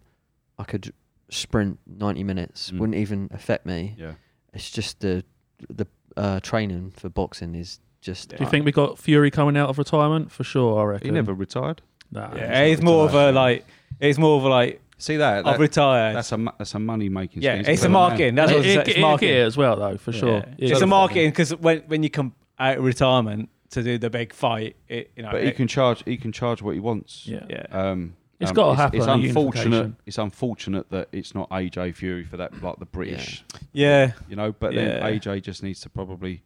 Speaker 3: I could sprint ninety minutes.
Speaker 2: Mm.
Speaker 3: Wouldn't even affect me.
Speaker 2: yeah,
Speaker 3: It's just the the uh, training for boxing is just.
Speaker 1: Do you think we got Fury coming out of retirement? For sure, I reckon.
Speaker 2: he never retired.
Speaker 1: Nah.
Speaker 4: Yeah, it's more of a like, it's more of a like,
Speaker 2: See that?
Speaker 4: I've
Speaker 2: that
Speaker 4: retired.
Speaker 2: that's a ma- that's a money making.
Speaker 4: Oh, yeah, it's a marketing. That's
Speaker 1: It,
Speaker 4: what I'm saying.
Speaker 1: it,
Speaker 4: It's
Speaker 1: it, it
Speaker 4: marketing.
Speaker 1: as well, though, for sure.
Speaker 4: Yeah.
Speaker 1: It
Speaker 4: It's
Speaker 1: is.
Speaker 4: a marketing because when when you come out of retirement to do the big fight, it, you know,
Speaker 2: But he
Speaker 4: it-
Speaker 2: can charge. He can charge what he wants.
Speaker 1: Yeah.
Speaker 4: yeah,
Speaker 2: Um,
Speaker 1: It's
Speaker 2: um,
Speaker 1: gotta happen,
Speaker 2: It's
Speaker 1: a
Speaker 2: unfortunate.
Speaker 1: unification.
Speaker 2: It's unfortunate that it's not AJ Fury for that, like the British,
Speaker 4: yeah,
Speaker 2: you know. But
Speaker 4: Yeah.
Speaker 2: then AJ just needs to probably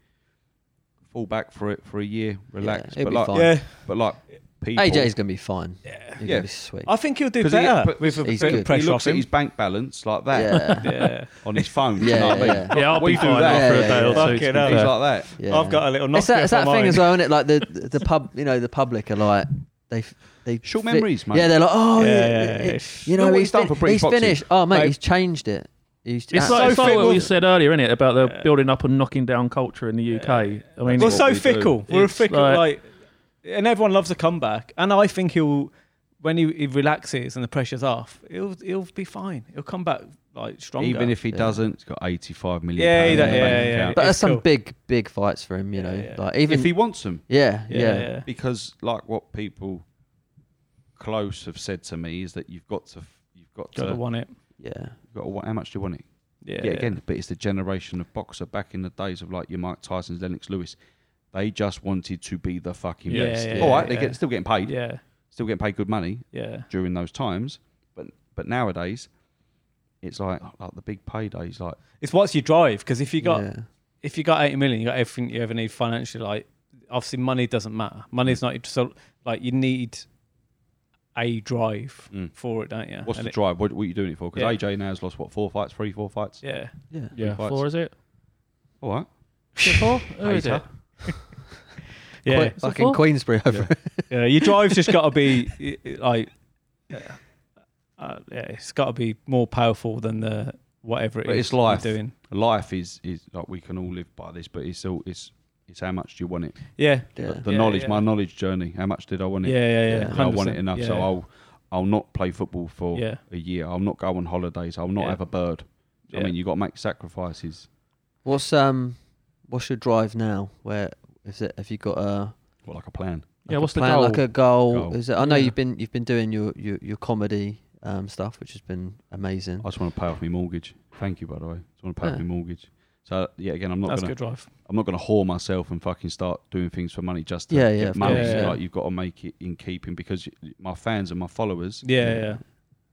Speaker 2: fall back for it for a year, relax.
Speaker 3: it'll
Speaker 2: but
Speaker 3: be
Speaker 2: like,
Speaker 3: fine.
Speaker 4: Yeah,
Speaker 2: but like people,
Speaker 3: AJ's gonna be fine. Yeah,
Speaker 2: Yeah.
Speaker 3: gonna be sweet.
Speaker 4: I think he'll do
Speaker 2: 'Cause he-
Speaker 4: better
Speaker 2: but
Speaker 4: with a
Speaker 3: he's good.
Speaker 4: bit of
Speaker 3: He
Speaker 2: he
Speaker 4: pressure
Speaker 2: looks
Speaker 4: off
Speaker 2: at
Speaker 4: him.
Speaker 2: his bank balance like that
Speaker 3: yeah,
Speaker 4: yeah.
Speaker 2: on his phone.
Speaker 3: Yeah,
Speaker 2: you know what I mean?
Speaker 3: yeah.
Speaker 1: Yeah, I'll
Speaker 2: we
Speaker 1: be
Speaker 2: do
Speaker 1: fine
Speaker 2: that.
Speaker 1: after
Speaker 3: Yeah,
Speaker 1: a day
Speaker 3: yeah,
Speaker 1: or
Speaker 4: yeah.
Speaker 1: two. to
Speaker 4: Fucking
Speaker 1: be
Speaker 4: hell.
Speaker 2: He's
Speaker 1: fair.
Speaker 2: like that.
Speaker 3: yeah.
Speaker 4: I've got a little.
Speaker 3: It's that,
Speaker 4: Nokia
Speaker 3: it's that
Speaker 4: for
Speaker 3: thing
Speaker 4: mine.
Speaker 3: as well, isn't it? Like the the pub, you know, the public are like they f- they
Speaker 2: Short
Speaker 3: fi-
Speaker 2: memories, mate.
Speaker 3: Yeah, they're like, oh,
Speaker 4: Yeah,
Speaker 3: yeah,
Speaker 4: yeah,
Speaker 3: it-
Speaker 4: yeah.
Speaker 3: it- you
Speaker 2: Look
Speaker 3: know,
Speaker 2: what
Speaker 3: he's,
Speaker 2: he's done
Speaker 3: fin-
Speaker 2: for British
Speaker 3: he's
Speaker 2: boxing.
Speaker 3: finished. Oh mate,
Speaker 4: Like-
Speaker 3: he's changed it. He's
Speaker 1: It's like,
Speaker 4: so
Speaker 1: it's like
Speaker 4: fit
Speaker 1: what we
Speaker 4: with-
Speaker 1: said earlier, isn't it, about the
Speaker 4: Yeah.
Speaker 1: building up and knocking down culture in the UK. I mean,
Speaker 4: We're
Speaker 2: That's
Speaker 1: it's-
Speaker 2: what
Speaker 4: so
Speaker 2: we do.
Speaker 4: fickle. We're
Speaker 1: It's
Speaker 4: fickle.
Speaker 1: like-
Speaker 4: Like, and everyone loves a comeback. And I think he'll, when he, he relaxes and the pressure's off, he'll he'll be fine. He'll come back like stronger.
Speaker 2: Even if he
Speaker 3: Yeah.
Speaker 2: doesn't, he's got 85 million.
Speaker 4: Yeah, he
Speaker 2: pounds in
Speaker 4: don't-
Speaker 2: the
Speaker 4: yeah,
Speaker 2: bank
Speaker 4: yeah,
Speaker 2: account.
Speaker 3: but that's
Speaker 4: it's
Speaker 3: some
Speaker 4: cool.
Speaker 3: big big fights for him, you
Speaker 4: Yeah,
Speaker 3: know.
Speaker 4: yeah.
Speaker 3: Like even
Speaker 2: if he wants them,
Speaker 3: yeah,
Speaker 4: yeah,
Speaker 3: yeah,
Speaker 4: yeah.
Speaker 2: because like what people close have said to me is that you've got to, f- you've got
Speaker 4: gotta
Speaker 2: to,
Speaker 4: want it.
Speaker 3: yeah.
Speaker 2: you've got to wa- how much do you want it?
Speaker 4: Yeah,
Speaker 2: Yeah, again, but it's the generation of boxer back in the days of like your Mike Tyson's, Lennox Lewis. They just wanted to be the fucking
Speaker 4: Yeah,
Speaker 2: best.
Speaker 4: yeah,
Speaker 2: All right,
Speaker 4: yeah.
Speaker 2: they get still getting paid,
Speaker 4: Yeah,
Speaker 2: still getting paid good money
Speaker 4: yeah,
Speaker 2: during those times, but but nowadays, it's like like the big paydays, like
Speaker 4: It's what's your drive? Because if you got
Speaker 3: yeah.
Speaker 4: if you got eighty million, you got everything you ever need financially. Like obviously, money doesn't matter. Money's not so like you need a drive
Speaker 2: Mm.
Speaker 4: for it, don't you?
Speaker 2: what's
Speaker 4: And
Speaker 2: the
Speaker 4: it-
Speaker 2: drive? What, what are you doing it for? Because
Speaker 4: Yeah.
Speaker 2: AJ now's lost what four fights, three, four fights.
Speaker 4: Yeah,
Speaker 3: yeah.
Speaker 1: yeah,
Speaker 2: fights.
Speaker 1: four is it?
Speaker 2: All right,
Speaker 1: Is it four?
Speaker 4: Oh,
Speaker 1: Who is
Speaker 2: Hater.
Speaker 1: it?
Speaker 4: yeah.
Speaker 3: Quite-
Speaker 1: So
Speaker 3: fucking
Speaker 1: four?
Speaker 3: Queensbury over it.
Speaker 4: Yeah, your drive's just got to be i- i- like, yeah, uh, yeah it's got to be more powerful than the whatever it
Speaker 2: But
Speaker 4: is
Speaker 2: it's life.
Speaker 4: you're doing.
Speaker 2: life is is like we can all live by this, but it's all it's it's how much do you want it?
Speaker 4: Yeah,
Speaker 3: Yeah.
Speaker 2: The
Speaker 4: Yeah,
Speaker 2: knowledge,
Speaker 4: yeah.
Speaker 2: my knowledge journey. How much did I want
Speaker 4: yeah,
Speaker 2: it?
Speaker 4: yeah, yeah.
Speaker 3: Yeah.
Speaker 2: I want it
Speaker 4: 100%.
Speaker 2: enough,
Speaker 4: Yeah,
Speaker 2: so
Speaker 4: yeah.
Speaker 2: I'll I'll not play football for
Speaker 4: Yeah,
Speaker 2: a year. I'll not go on holidays. I'll not
Speaker 4: Yeah.
Speaker 2: have a bird.
Speaker 4: yeah.
Speaker 2: I mean, you got to make sacrifices.
Speaker 3: What's um, what's your drive now? Where is it? Have you got a
Speaker 2: Well, like a plan.
Speaker 3: like
Speaker 1: Yeah,
Speaker 3: a
Speaker 1: what's the
Speaker 3: plan,
Speaker 1: goal?
Speaker 3: Like a goal?
Speaker 2: Goal.
Speaker 3: Is it? I know
Speaker 1: Yeah.
Speaker 3: you've been you've been doing your your, your comedy um stuff, which has been amazing.
Speaker 2: I just want to pay off my mortgage. Thank you, by the way. just want to pay
Speaker 3: Yeah.
Speaker 2: off my mortgage. So yeah, again, I'm not
Speaker 4: that's
Speaker 2: gonna
Speaker 4: good drive.
Speaker 2: I'm not gonna whore myself and fucking start doing things for money just to
Speaker 3: Yeah, yeah,
Speaker 2: get
Speaker 3: of
Speaker 2: money.
Speaker 4: course, yeah.
Speaker 2: Like you've got to make it in keeping because y- my fans and my followers,
Speaker 4: Yeah, yeah,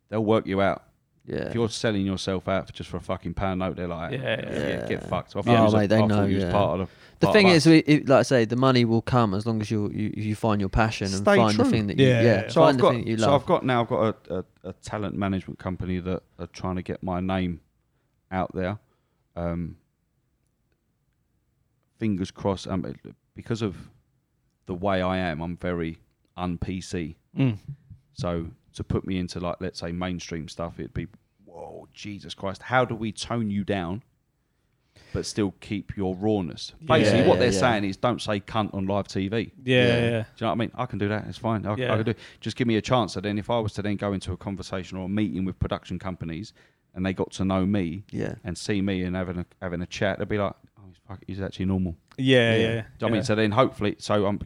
Speaker 2: they'll work you out.
Speaker 3: Yeah.
Speaker 2: If you're selling yourself out for just for a fucking pound note, they're like,
Speaker 4: Yeah, yeah,
Speaker 3: yeah.
Speaker 2: get fucked. I
Speaker 3: Oh,
Speaker 2: you was a-
Speaker 3: mate, they
Speaker 2: I thought
Speaker 3: know,
Speaker 2: you was
Speaker 3: yeah.
Speaker 2: part of the,
Speaker 3: The
Speaker 2: part
Speaker 3: thing
Speaker 2: of
Speaker 3: is, we, it, like I say, the money will come as long as you you, you find your passion and
Speaker 2: Stay
Speaker 3: find
Speaker 2: true.
Speaker 3: the thing that you
Speaker 4: Yeah.
Speaker 3: yeah,
Speaker 2: So
Speaker 3: find
Speaker 2: I've
Speaker 3: the
Speaker 2: got,
Speaker 3: thing that you
Speaker 2: so
Speaker 3: love.
Speaker 2: I've got now. I've got a, a, a talent management company that are trying to get my name out there. Um, fingers crossed. Um, it- because of the way I am, I'm very un PC.
Speaker 4: Mm.
Speaker 2: So to put me into like let's say mainstream stuff, it'd be whoa, Jesus Christ! How do we tone you down, but still keep your rawness? Basically,
Speaker 3: Yeah,
Speaker 2: what
Speaker 3: yeah,
Speaker 2: they're
Speaker 3: yeah.
Speaker 2: saying is don't say cunt on live TV.
Speaker 4: yeah,
Speaker 3: Yeah.
Speaker 4: yeah, yeah.
Speaker 2: Do you know what I mean? I can do that. It's fine. I,
Speaker 4: Yeah.
Speaker 2: I can do. Just give me a chance. So then, if I was to then go into a conversation or a meeting with production companies, and they got to know me
Speaker 3: yeah.
Speaker 2: and see me and having a, having a chat, they'd be like, "Oh, he's, fuck, he's actually normal."
Speaker 4: yeah,
Speaker 3: Yeah.
Speaker 4: yeah.
Speaker 2: Do you know what I mean? So then, hopefully, so I'm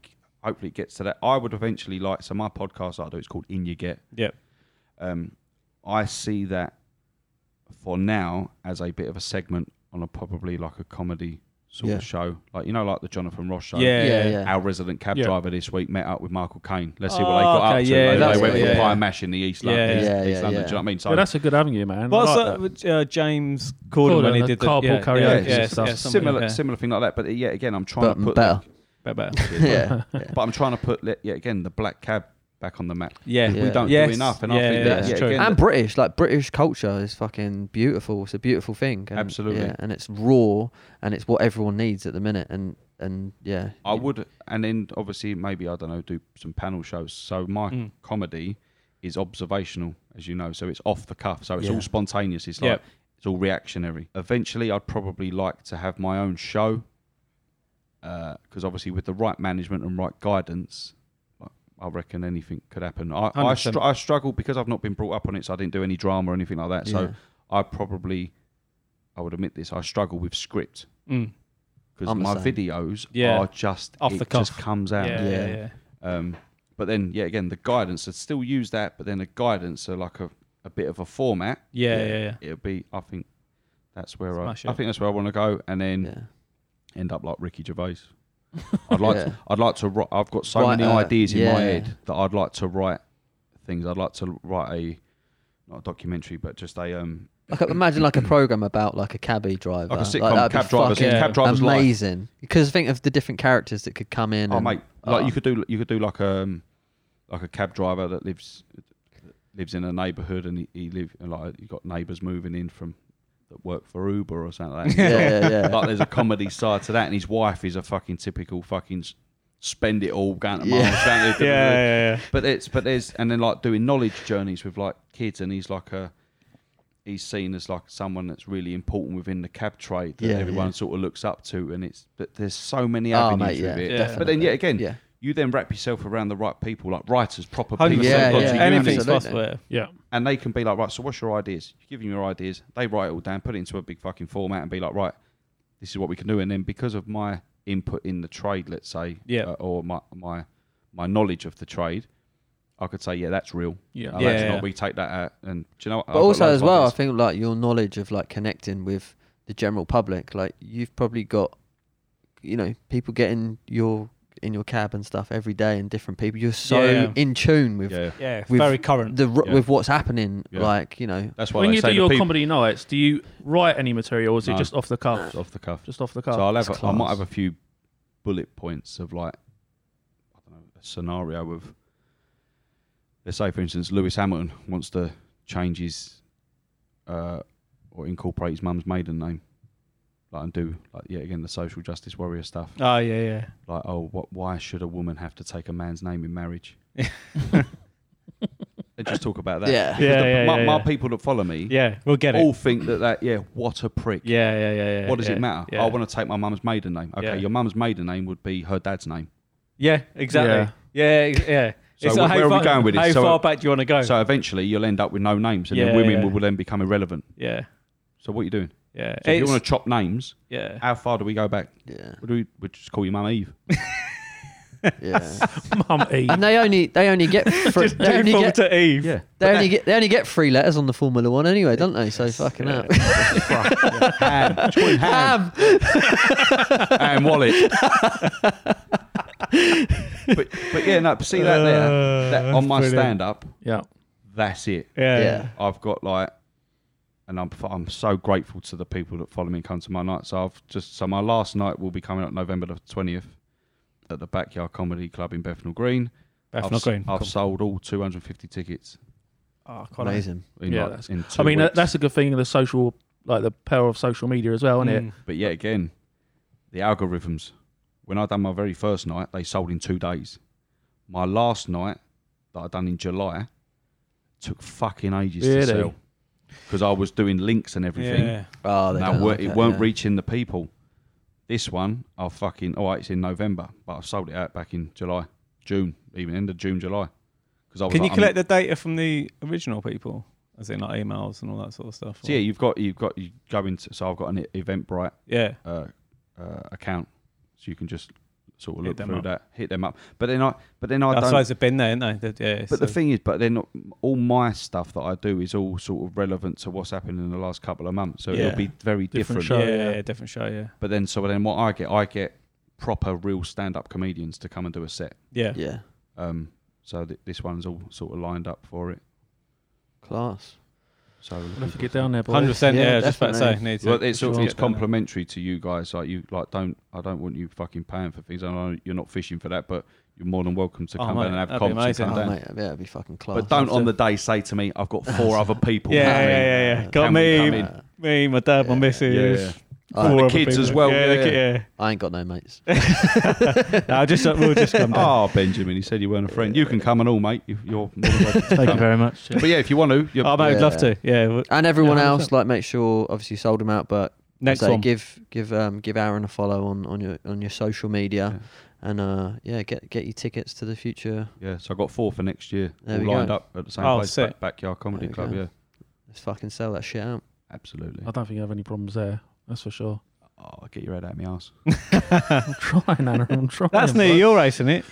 Speaker 2: hopefully it gets to that. I would eventually like. So my podcast that I do it's called In You Get.
Speaker 4: Yeah.
Speaker 2: Um, I see that for now as a bit of a segment on a probably like a comedy sort
Speaker 3: Yeah.
Speaker 2: of show, like you know, like the Jonathan Ross show
Speaker 4: yeah,
Speaker 3: Yeah,
Speaker 4: yeah,
Speaker 3: yeah.
Speaker 2: our resident cab
Speaker 1: Yeah.
Speaker 2: driver this week met up with Michael Caine. Let's see what
Speaker 4: Oh,
Speaker 2: they got
Speaker 4: okay,
Speaker 2: up to.
Speaker 4: yeah,
Speaker 2: they,
Speaker 3: that's
Speaker 2: they went
Speaker 3: it,
Speaker 2: for
Speaker 3: yeah.
Speaker 2: pie mashing the East London.
Speaker 4: Yeah,
Speaker 2: East,
Speaker 3: yeah,
Speaker 2: East
Speaker 3: yeah,
Speaker 2: London.
Speaker 3: yeah.
Speaker 2: Do you know what I mean? So
Speaker 1: Well, that's a good avenue, man. I
Speaker 4: What's
Speaker 1: like
Speaker 4: that?
Speaker 1: that.
Speaker 4: with, uh, James Corden when
Speaker 1: Corden,
Speaker 4: he
Speaker 1: the
Speaker 4: did the
Speaker 1: carpool
Speaker 4: yeah,
Speaker 1: karaoke
Speaker 4: yeah, yeah,
Speaker 1: and stuff.
Speaker 4: yeah, something,
Speaker 2: similar,
Speaker 4: yeah.
Speaker 2: similar thing like that. But yet again, I'm trying
Speaker 3: But
Speaker 2: to put,
Speaker 3: better.
Speaker 4: Bit better.
Speaker 3: yeah.
Speaker 2: but I'm trying to put let- yet again the black cab back on the map.
Speaker 4: Yeah,
Speaker 3: Yeah.
Speaker 2: We don't
Speaker 4: Yes.
Speaker 2: do enough, and
Speaker 4: Yeah,
Speaker 2: I think
Speaker 4: yeah,
Speaker 2: that
Speaker 3: that's
Speaker 2: yet
Speaker 4: true.
Speaker 2: again,
Speaker 3: And British, like British culture is fucking beautiful. It's a beautiful thing. And,
Speaker 2: Absolutely.
Speaker 3: Yeah, and it's raw and it's what everyone needs at the minute. And and yeah.
Speaker 2: I would, and then obviously maybe I don't know, do some panel shows. So my
Speaker 4: Mm.
Speaker 2: comedy is observational, as you know. So it's off the cuff. So it's
Speaker 3: Yeah.
Speaker 2: all spontaneous. It's
Speaker 4: Yep.
Speaker 2: like it's all reactionary. Eventually, I'd probably like to have my own show, because obviously with the right management and right guidance. I- I reckon anything could happen. I I,
Speaker 4: 100%.
Speaker 2: str- I struggle because I've not been brought up on it, so I didn't do any drama or anything like that.
Speaker 3: Yeah.
Speaker 2: So I probably, I would admit this, I struggle with script
Speaker 4: Mm.
Speaker 2: because
Speaker 3: I'm the
Speaker 2: my
Speaker 3: same.
Speaker 2: videos
Speaker 4: Yeah.
Speaker 2: are just
Speaker 4: Off
Speaker 2: it
Speaker 4: the
Speaker 2: just
Speaker 4: cuff.
Speaker 2: comes out.
Speaker 4: Yeah,
Speaker 3: Yeah.
Speaker 4: yeah, yeah.
Speaker 2: Um, but then, yeah, again, the guidance. I'd still use that, but then a guidance, so like a, a bit of a format.
Speaker 4: Yeah, yeah, yeah.
Speaker 2: It'll be. I think that's where
Speaker 4: Smash
Speaker 2: I. I
Speaker 4: it.
Speaker 2: think that's where I want to go, and then
Speaker 3: Yeah.
Speaker 2: end up like Ricky Gervais. I'd like.
Speaker 3: Yeah.
Speaker 2: To, I'd like to. write- I've got so
Speaker 3: Write
Speaker 2: many
Speaker 3: a-
Speaker 2: ideas in
Speaker 3: yeah.
Speaker 2: my head that I'd like to write things. I'd like to write a not a documentary, but just a um
Speaker 3: Like imagine like a program about like a cabbie driver,
Speaker 2: Like a sitcom,
Speaker 3: that'd be
Speaker 2: cab drivers,
Speaker 3: fucking
Speaker 4: yeah.
Speaker 2: cab drivers life.
Speaker 3: amazing. Because think of the different characters that could come in.
Speaker 2: Oh
Speaker 3: and,
Speaker 2: mate, like
Speaker 3: oh.
Speaker 2: you could do you could do like um like a cab driver that lives lives in a neighbourhood and he, he live and like you got neighbours moving in from that work for Uber or something like that.
Speaker 3: Yeah, yeah, yeah.
Speaker 2: Like there's a comedy side to that, and his wife is a fucking typical fucking s- spend it all going to
Speaker 3: Yeah.
Speaker 2: Mars, going to-
Speaker 4: yeah, yeah.
Speaker 2: But it's but there's and then like doing knowledge journeys with like kids, and he's like a he's seen as like someone that's really important within the cab trade that
Speaker 3: Yeah,
Speaker 2: everyone
Speaker 3: yeah.
Speaker 2: sort of looks up to, and it's but there's so many
Speaker 3: Oh,
Speaker 2: avenues
Speaker 3: mate,
Speaker 2: with
Speaker 3: yeah,
Speaker 2: it.
Speaker 4: Yeah.
Speaker 2: But then yet
Speaker 3: definitely.
Speaker 2: again,
Speaker 3: Yeah.
Speaker 2: you then wrap yourself around the right people, like writers, proper
Speaker 4: Hundred
Speaker 2: people,
Speaker 3: Yeah,
Speaker 4: percent.
Speaker 2: lots of
Speaker 3: yeah,
Speaker 2: unions,
Speaker 4: Anything's
Speaker 3: absolutely.
Speaker 4: possible. yeah.
Speaker 1: Yeah.
Speaker 2: and they can be like, right, so what's your ideas? You give them your ideas, they write it all down, put it into a big fucking format, and be like, right, this is what we can do. And then because of my input in the trade, let's say,
Speaker 4: Yeah.
Speaker 2: uh, or my my my knowledge of the trade, I could say, yeah, that's real.
Speaker 1: Yeah.
Speaker 2: Uh,
Speaker 4: Yeah,
Speaker 2: that's
Speaker 4: yeah.
Speaker 2: not. We take that out, and do you know? What? I've
Speaker 3: But
Speaker 2: got
Speaker 3: also
Speaker 2: loads
Speaker 3: as
Speaker 2: of
Speaker 3: well, I
Speaker 2: ideas.
Speaker 3: think like your knowledge of like connecting with the general public, like you've probably got, you know, people getting your in your cab and stuff every day, and different people. You're so
Speaker 4: Yeah.
Speaker 3: in tune with
Speaker 2: yeah,
Speaker 4: Yeah,
Speaker 3: With
Speaker 4: very current.
Speaker 3: the r
Speaker 2: Yeah.
Speaker 3: with what's happening.
Speaker 2: Yeah.
Speaker 3: Like you know,
Speaker 2: that's why
Speaker 1: When
Speaker 2: they
Speaker 1: you
Speaker 2: say
Speaker 1: do
Speaker 2: the
Speaker 1: your
Speaker 2: people-
Speaker 1: comedy nights, do you write any material or is
Speaker 2: No.
Speaker 1: it just off the cuff?
Speaker 2: It's off the cuff.
Speaker 1: Just off the
Speaker 2: So
Speaker 1: cuff.
Speaker 2: I'll
Speaker 3: That's
Speaker 2: have a, I might
Speaker 3: class.
Speaker 2: have a few bullet points of like I don't know, a scenario of let's say for instance Lewis Hamilton wants to change his uh, or incorporate his mum's maiden name. Like and do like yet again the social justice warrior stuff.
Speaker 4: Oh yeah,
Speaker 2: Like, oh what why should a woman have to take a man's name in marriage? and just talk about that.
Speaker 3: Yeah.
Speaker 2: Because
Speaker 4: Yeah,
Speaker 2: the-
Speaker 4: yeah,
Speaker 2: my,
Speaker 4: yeah,
Speaker 2: my
Speaker 4: yeah.
Speaker 2: people that follow me
Speaker 4: yeah. We'll get
Speaker 2: all
Speaker 4: it.
Speaker 2: think that that yeah, what a prick.
Speaker 4: Yeah, yeah, yeah, yeah.
Speaker 2: What does
Speaker 4: yeah,
Speaker 2: it matter?
Speaker 4: Yeah,
Speaker 2: I want to take my mum's maiden name. Okay,
Speaker 4: Yeah.
Speaker 2: your mum's maiden name would be her dad's name.
Speaker 4: yeah exactly. Yeah, yeah. ex- yeah.
Speaker 2: So
Speaker 4: It's
Speaker 2: wh-
Speaker 4: like
Speaker 2: where
Speaker 4: how
Speaker 2: are we
Speaker 4: far-
Speaker 2: going with this?
Speaker 4: How
Speaker 2: So-
Speaker 4: far back do you want to go?
Speaker 2: So eventually you'll end up with no names and
Speaker 4: Oh. Yeah,
Speaker 2: then women
Speaker 4: yeah.
Speaker 2: will then become irrelevant.
Speaker 4: yeah,
Speaker 2: So what are you doing?
Speaker 4: yeah.
Speaker 2: So if you
Speaker 4: It's-
Speaker 2: want to chop names,
Speaker 4: yeah.
Speaker 2: how far do we go back?
Speaker 3: yeah,
Speaker 2: What do we, we just call your mum Eve?
Speaker 3: yeah.
Speaker 1: Mum E.
Speaker 3: and they only they only get free,
Speaker 4: Just
Speaker 3: they only
Speaker 4: default
Speaker 3: get
Speaker 4: to Eve.
Speaker 2: Yeah.
Speaker 3: they only get they only get three letters on the Formula One anyway, don't they? So fucking
Speaker 4: Yeah.
Speaker 3: up.
Speaker 2: ham. Twin ham. ham wallet. but, but yeah, no, but see that there? That,
Speaker 4: Uh, that's
Speaker 2: on my
Speaker 4: brilliant.
Speaker 2: stand up,
Speaker 1: Yeah.
Speaker 2: that's it.
Speaker 4: Yeah.
Speaker 3: Yeah.
Speaker 2: I've got like, and I'm I'm so grateful to the people that follow me and come to my nights. So I've just so my last night will be coming up November the twentieth at the Backyard Comedy Club in Bethnal Green.
Speaker 4: Bethnal
Speaker 2: I've, s-
Speaker 4: Green.
Speaker 2: I've
Speaker 4: Cool.
Speaker 2: sold all 250 tickets.
Speaker 4: Oh, quite nice.
Speaker 3: Amazing.
Speaker 2: In
Speaker 1: Yeah,
Speaker 2: like-
Speaker 1: that's-
Speaker 2: in two
Speaker 1: I mean,
Speaker 2: weeks.
Speaker 1: that, that's a good thing in the social, like the power of social media as well, isn't it?
Speaker 4: Mm.
Speaker 2: But yet again, the algorithms. When I done my very first night, they sold in two days. My last night that I done in July took fucking ages
Speaker 1: Really?
Speaker 2: to sell because I was doing links and everything.
Speaker 4: Yeah.
Speaker 3: Oh, they
Speaker 2: that
Speaker 3: don't
Speaker 2: were,
Speaker 3: like
Speaker 2: it
Speaker 3: that,
Speaker 2: weren't
Speaker 3: yeah.
Speaker 2: reaching the people. This one, I fucking all right. It's in November, but I sold it out back in July, June, even end of June, July. Because I was
Speaker 4: Can
Speaker 2: like,
Speaker 4: you
Speaker 2: I'm-
Speaker 4: collect the data from the original people, as in like emails and all that sort of stuff?
Speaker 2: So yeah, you've got you've got you go into. So I've got an e-, Eventbrite
Speaker 4: yeah,
Speaker 2: uh, uh, account, so you can just sort of
Speaker 4: Hit
Speaker 2: look
Speaker 4: them
Speaker 2: through
Speaker 4: up.
Speaker 2: that, hit them up. But then I, but then I
Speaker 4: I
Speaker 2: don't.
Speaker 4: suppose they've been there, haven't they? They- Yeah,
Speaker 2: But the
Speaker 4: so-
Speaker 2: thing is, but then all my stuff that I do is all sort of relevant to what's happened in the last couple of months. So
Speaker 4: Yeah.
Speaker 2: it'll be very
Speaker 1: Different
Speaker 2: different.
Speaker 1: show.
Speaker 4: yeah,
Speaker 1: yeah.
Speaker 4: yeah, different show, yeah,
Speaker 2: But then, so then what I get, I get proper real stand-up comedians to come and do a set.
Speaker 4: yeah,
Speaker 3: Yeah,
Speaker 2: Um, so th- this one's all sort of lined up for it.
Speaker 3: class.
Speaker 2: So
Speaker 1: We'll have to get down there, boys.
Speaker 4: hundred percent.
Speaker 3: Yeah,
Speaker 4: Yeah, just about to say,
Speaker 3: definitely.
Speaker 4: need to.
Speaker 2: well, it's sort of,
Speaker 4: Yeah.
Speaker 2: it's complimentary to you guys. Like you, like don't I don't want you fucking paying for things. I know you're not fishing for that, but you're more than welcome to
Speaker 4: Oh,
Speaker 2: come
Speaker 4: mate,
Speaker 2: down and have
Speaker 4: that'd be
Speaker 2: comps and come
Speaker 3: Oh,
Speaker 4: amazing.
Speaker 2: down.
Speaker 4: Oh,
Speaker 3: mate, yeah, that'd be fucking class.
Speaker 2: But don't on the day say to me, "I've got four other people."
Speaker 4: Yeah,
Speaker 2: coming."
Speaker 4: yeah, yeah, yeah. Got
Speaker 2: Can we
Speaker 4: me,
Speaker 2: come in?
Speaker 4: me, my dad, my
Speaker 3: Yeah.
Speaker 4: missus,
Speaker 2: Yeah, yeah.
Speaker 3: I-
Speaker 4: four
Speaker 2: the
Speaker 4: other
Speaker 2: kids as
Speaker 4: people.
Speaker 2: well,
Speaker 4: Yeah,
Speaker 2: yeah.
Speaker 4: the ki-
Speaker 3: I ain't got no mates.
Speaker 4: Eh. yeah. No, just uh, we'll just come down.
Speaker 2: Oh, Benjamin, he said you weren't a friend. You can come and all, mate. You- You're more than welcome to
Speaker 1: Thank
Speaker 2: come.
Speaker 1: you very much.
Speaker 2: But yeah, if you want to, you're,
Speaker 4: Oh, mate,
Speaker 3: Yeah.
Speaker 4: would love to. Yeah, w-
Speaker 3: And everyone
Speaker 4: Yeah,
Speaker 3: else, like, make sure obviously you sold them out, but
Speaker 4: next
Speaker 3: say,
Speaker 4: one.
Speaker 3: give give um give Aaron a follow on on your on your social media, and uh yeah, get get your tickets to the future.
Speaker 2: yeah. So I got four for next year,
Speaker 3: There
Speaker 2: all
Speaker 3: we go.
Speaker 2: lined up at the same
Speaker 4: Oh,
Speaker 2: place,
Speaker 4: sick.
Speaker 2: back, backyard comedy
Speaker 3: There we
Speaker 2: club.
Speaker 3: go.
Speaker 2: Yeah,
Speaker 3: Let's fucking sell that shit out.
Speaker 2: absolutely.
Speaker 1: I don't think you have any problems there. That's for sure.
Speaker 2: Oh, get your head out of my ass.
Speaker 1: I'm trying, Anna. I'm trying.
Speaker 4: That's
Speaker 1: bro.
Speaker 4: near your race, isn't it?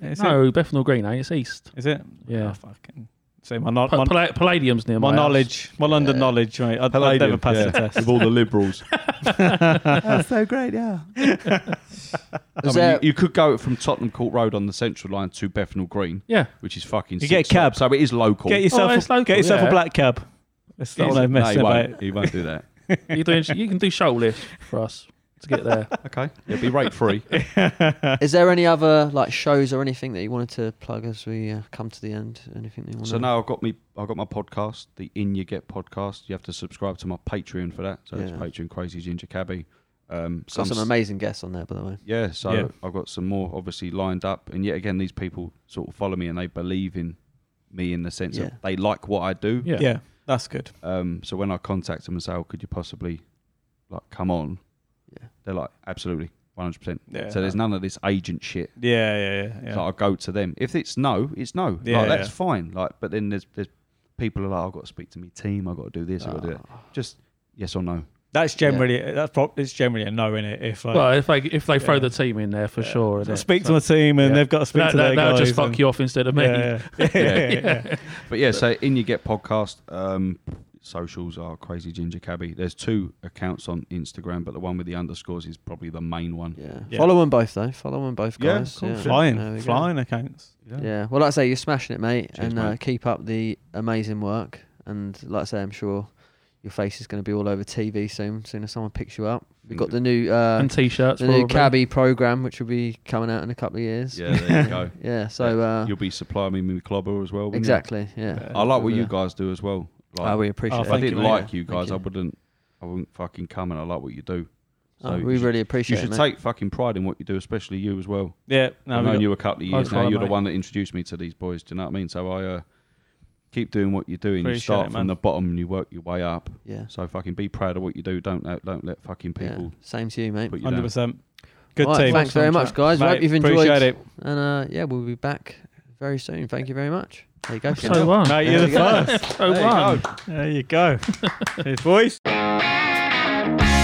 Speaker 4: Is it?
Speaker 1: No, Bethnal Green, eh? It's east.
Speaker 4: Is it?
Speaker 1: Yeah.
Speaker 4: Oh, fucking. See, my, no-
Speaker 1: Pa-
Speaker 4: my,
Speaker 1: Palla- Palladium's near
Speaker 4: my
Speaker 1: my house.
Speaker 4: knowledge, my London
Speaker 3: Yeah.
Speaker 4: knowledge, right? I'd, I'd never pass the test.
Speaker 2: with all the liberals. That's so great, yeah. I
Speaker 3: Is
Speaker 2: mean,
Speaker 3: there-
Speaker 2: you, you could go from Tottenham Court Road on the Central Line to Bethnal Green,
Speaker 1: Yeah.
Speaker 2: which is fucking.
Speaker 4: You get a
Speaker 2: six up.
Speaker 4: cab.
Speaker 2: so it is local.
Speaker 4: Get yourself,
Speaker 1: Oh, it's
Speaker 4: a,
Speaker 1: local,
Speaker 4: get yourself
Speaker 1: yeah.
Speaker 4: a black cab. Let's not no mess
Speaker 2: he
Speaker 4: about.
Speaker 2: won't. He won't do that.
Speaker 1: you doing? You can do shoal lift for us to get there.
Speaker 2: okay. It'll be rate free.
Speaker 3: Is there any other like shows or anything that you wanted to plug as we uh, come to the end? Anything that you want
Speaker 2: so
Speaker 3: to?
Speaker 2: now I've got me I've got my podcast, the In You Get podcast. You have to subscribe to my Patreon for that. So it's
Speaker 3: Yeah.
Speaker 2: Patreon Crazy Ginger Cabby. Um so
Speaker 3: Got
Speaker 2: I'm
Speaker 3: some
Speaker 2: s-
Speaker 3: amazing guests on there, by the way.
Speaker 2: Yeah, so
Speaker 4: Yeah.
Speaker 2: I've got some more obviously lined up, and yet again, these people sort of follow me and they believe in me in the sense
Speaker 3: Yeah.
Speaker 2: that they like what I do.
Speaker 1: Yeah.
Speaker 4: Yeah, that's good.
Speaker 2: Um, so when I contact them and say, "Oh, could you possibly like come on?"
Speaker 3: Yeah.
Speaker 2: they're like, "Absolutely, one hundred percent."
Speaker 4: Yeah.
Speaker 2: So there's none of this agent shit.
Speaker 4: Yeah, yeah, yeah. yeah.
Speaker 2: So I go to them. If it's no, it's no.
Speaker 4: Yeah,
Speaker 2: like, that's
Speaker 4: yeah.
Speaker 2: fine. Like, but then there's there's people are like, "I've got to speak to me team. I've got to do this. I've got to do that."
Speaker 3: Ah.
Speaker 2: Just yes or no.
Speaker 4: That's generally that's pro- it's generally a no in it. If like
Speaker 1: Well, if they if they throw
Speaker 4: Yeah.
Speaker 1: the team in there for
Speaker 4: Yeah.
Speaker 1: sure,
Speaker 4: So
Speaker 1: innit?
Speaker 4: speak
Speaker 1: So
Speaker 4: to my team and
Speaker 1: yeah.
Speaker 4: they've got to speak
Speaker 1: that,
Speaker 4: to their
Speaker 1: that, that'll
Speaker 4: guys.
Speaker 1: just fuck
Speaker 4: and-
Speaker 1: you off instead of me.
Speaker 4: Yeah, yeah, yeah,
Speaker 2: Yeah.
Speaker 4: yeah, yeah.
Speaker 2: But yeah, so in you get podcast. Um, socials are crazy ginger cabby. There's two accounts on Instagram, but the one with the underscores is probably the main one.
Speaker 3: Yeah.
Speaker 4: Yeah.
Speaker 3: Follow them both though. Follow them both
Speaker 2: Yeah,
Speaker 3: guys.
Speaker 2: cool.
Speaker 3: Yeah, There we
Speaker 4: Flying,
Speaker 3: go.
Speaker 4: flying accounts.
Speaker 3: Yeah. Well, like I say, you're smashing it, mate,
Speaker 2: Cheers,
Speaker 3: and uh,
Speaker 2: mate.
Speaker 3: keep up the amazing work. And like I say, I'm sure your face is going to be all over TV soon. Soon as someone picks you up,
Speaker 2: Mm.
Speaker 3: we've got the new uh,
Speaker 1: And t-shirts.
Speaker 3: the new
Speaker 1: probably.
Speaker 3: cabbie program, which will be coming out in a couple of years.
Speaker 2: Yeah, there you go.
Speaker 3: Yeah. So uh,
Speaker 2: You'll be supplying me with clobber as well. wouldn't you?
Speaker 3: exactly. Yeah.
Speaker 4: Yeah.
Speaker 2: I like what
Speaker 3: Yeah.
Speaker 2: you guys do as well. Like,
Speaker 3: Oh, we appreciate
Speaker 4: Oh,
Speaker 2: if
Speaker 3: it.
Speaker 2: I
Speaker 4: thank you,
Speaker 2: didn't
Speaker 4: mate.
Speaker 2: like you
Speaker 3: Thank
Speaker 2: guys, I wouldn't. I wouldn't fucking come, and I like what you do.
Speaker 3: Oh,
Speaker 2: so
Speaker 3: we
Speaker 2: you should-
Speaker 3: really
Speaker 2: you
Speaker 3: appreciate
Speaker 2: should
Speaker 3: it. mate.
Speaker 2: take fucking pride in what you do, especially you as well.
Speaker 4: Yeah,
Speaker 2: I've
Speaker 4: we
Speaker 2: known
Speaker 4: got-
Speaker 2: you a couple of
Speaker 4: I'll
Speaker 2: years
Speaker 4: try,
Speaker 2: now. You're
Speaker 4: mate.
Speaker 2: the one that introduced me to these boys. Do you know what I mean? So I uh, keep doing what you're doing. you
Speaker 4: Appreciate
Speaker 2: start
Speaker 4: it,
Speaker 2: from
Speaker 4: man.
Speaker 2: the bottom and you work your way up.
Speaker 3: Yeah.
Speaker 2: So fucking be proud of what you do. Don't let, don't let fucking
Speaker 3: Yeah.
Speaker 2: people
Speaker 3: Same to you, mate.
Speaker 2: put you
Speaker 4: hundred
Speaker 2: down.
Speaker 4: percent. Good
Speaker 3: Alright,
Speaker 4: team.
Speaker 3: thanks very much, guys.
Speaker 4: Mate,
Speaker 3: Hope you've enjoyed.
Speaker 4: Appreciate it.
Speaker 3: And uh, yeah, we'll be back very soon. Thank you very much. There you go. Ken.
Speaker 1: So one.
Speaker 4: Mate, you're
Speaker 3: There
Speaker 4: the
Speaker 3: you go.
Speaker 4: first.
Speaker 1: So
Speaker 2: There you
Speaker 1: one.
Speaker 2: go.
Speaker 4: There you go. Cheers, boys.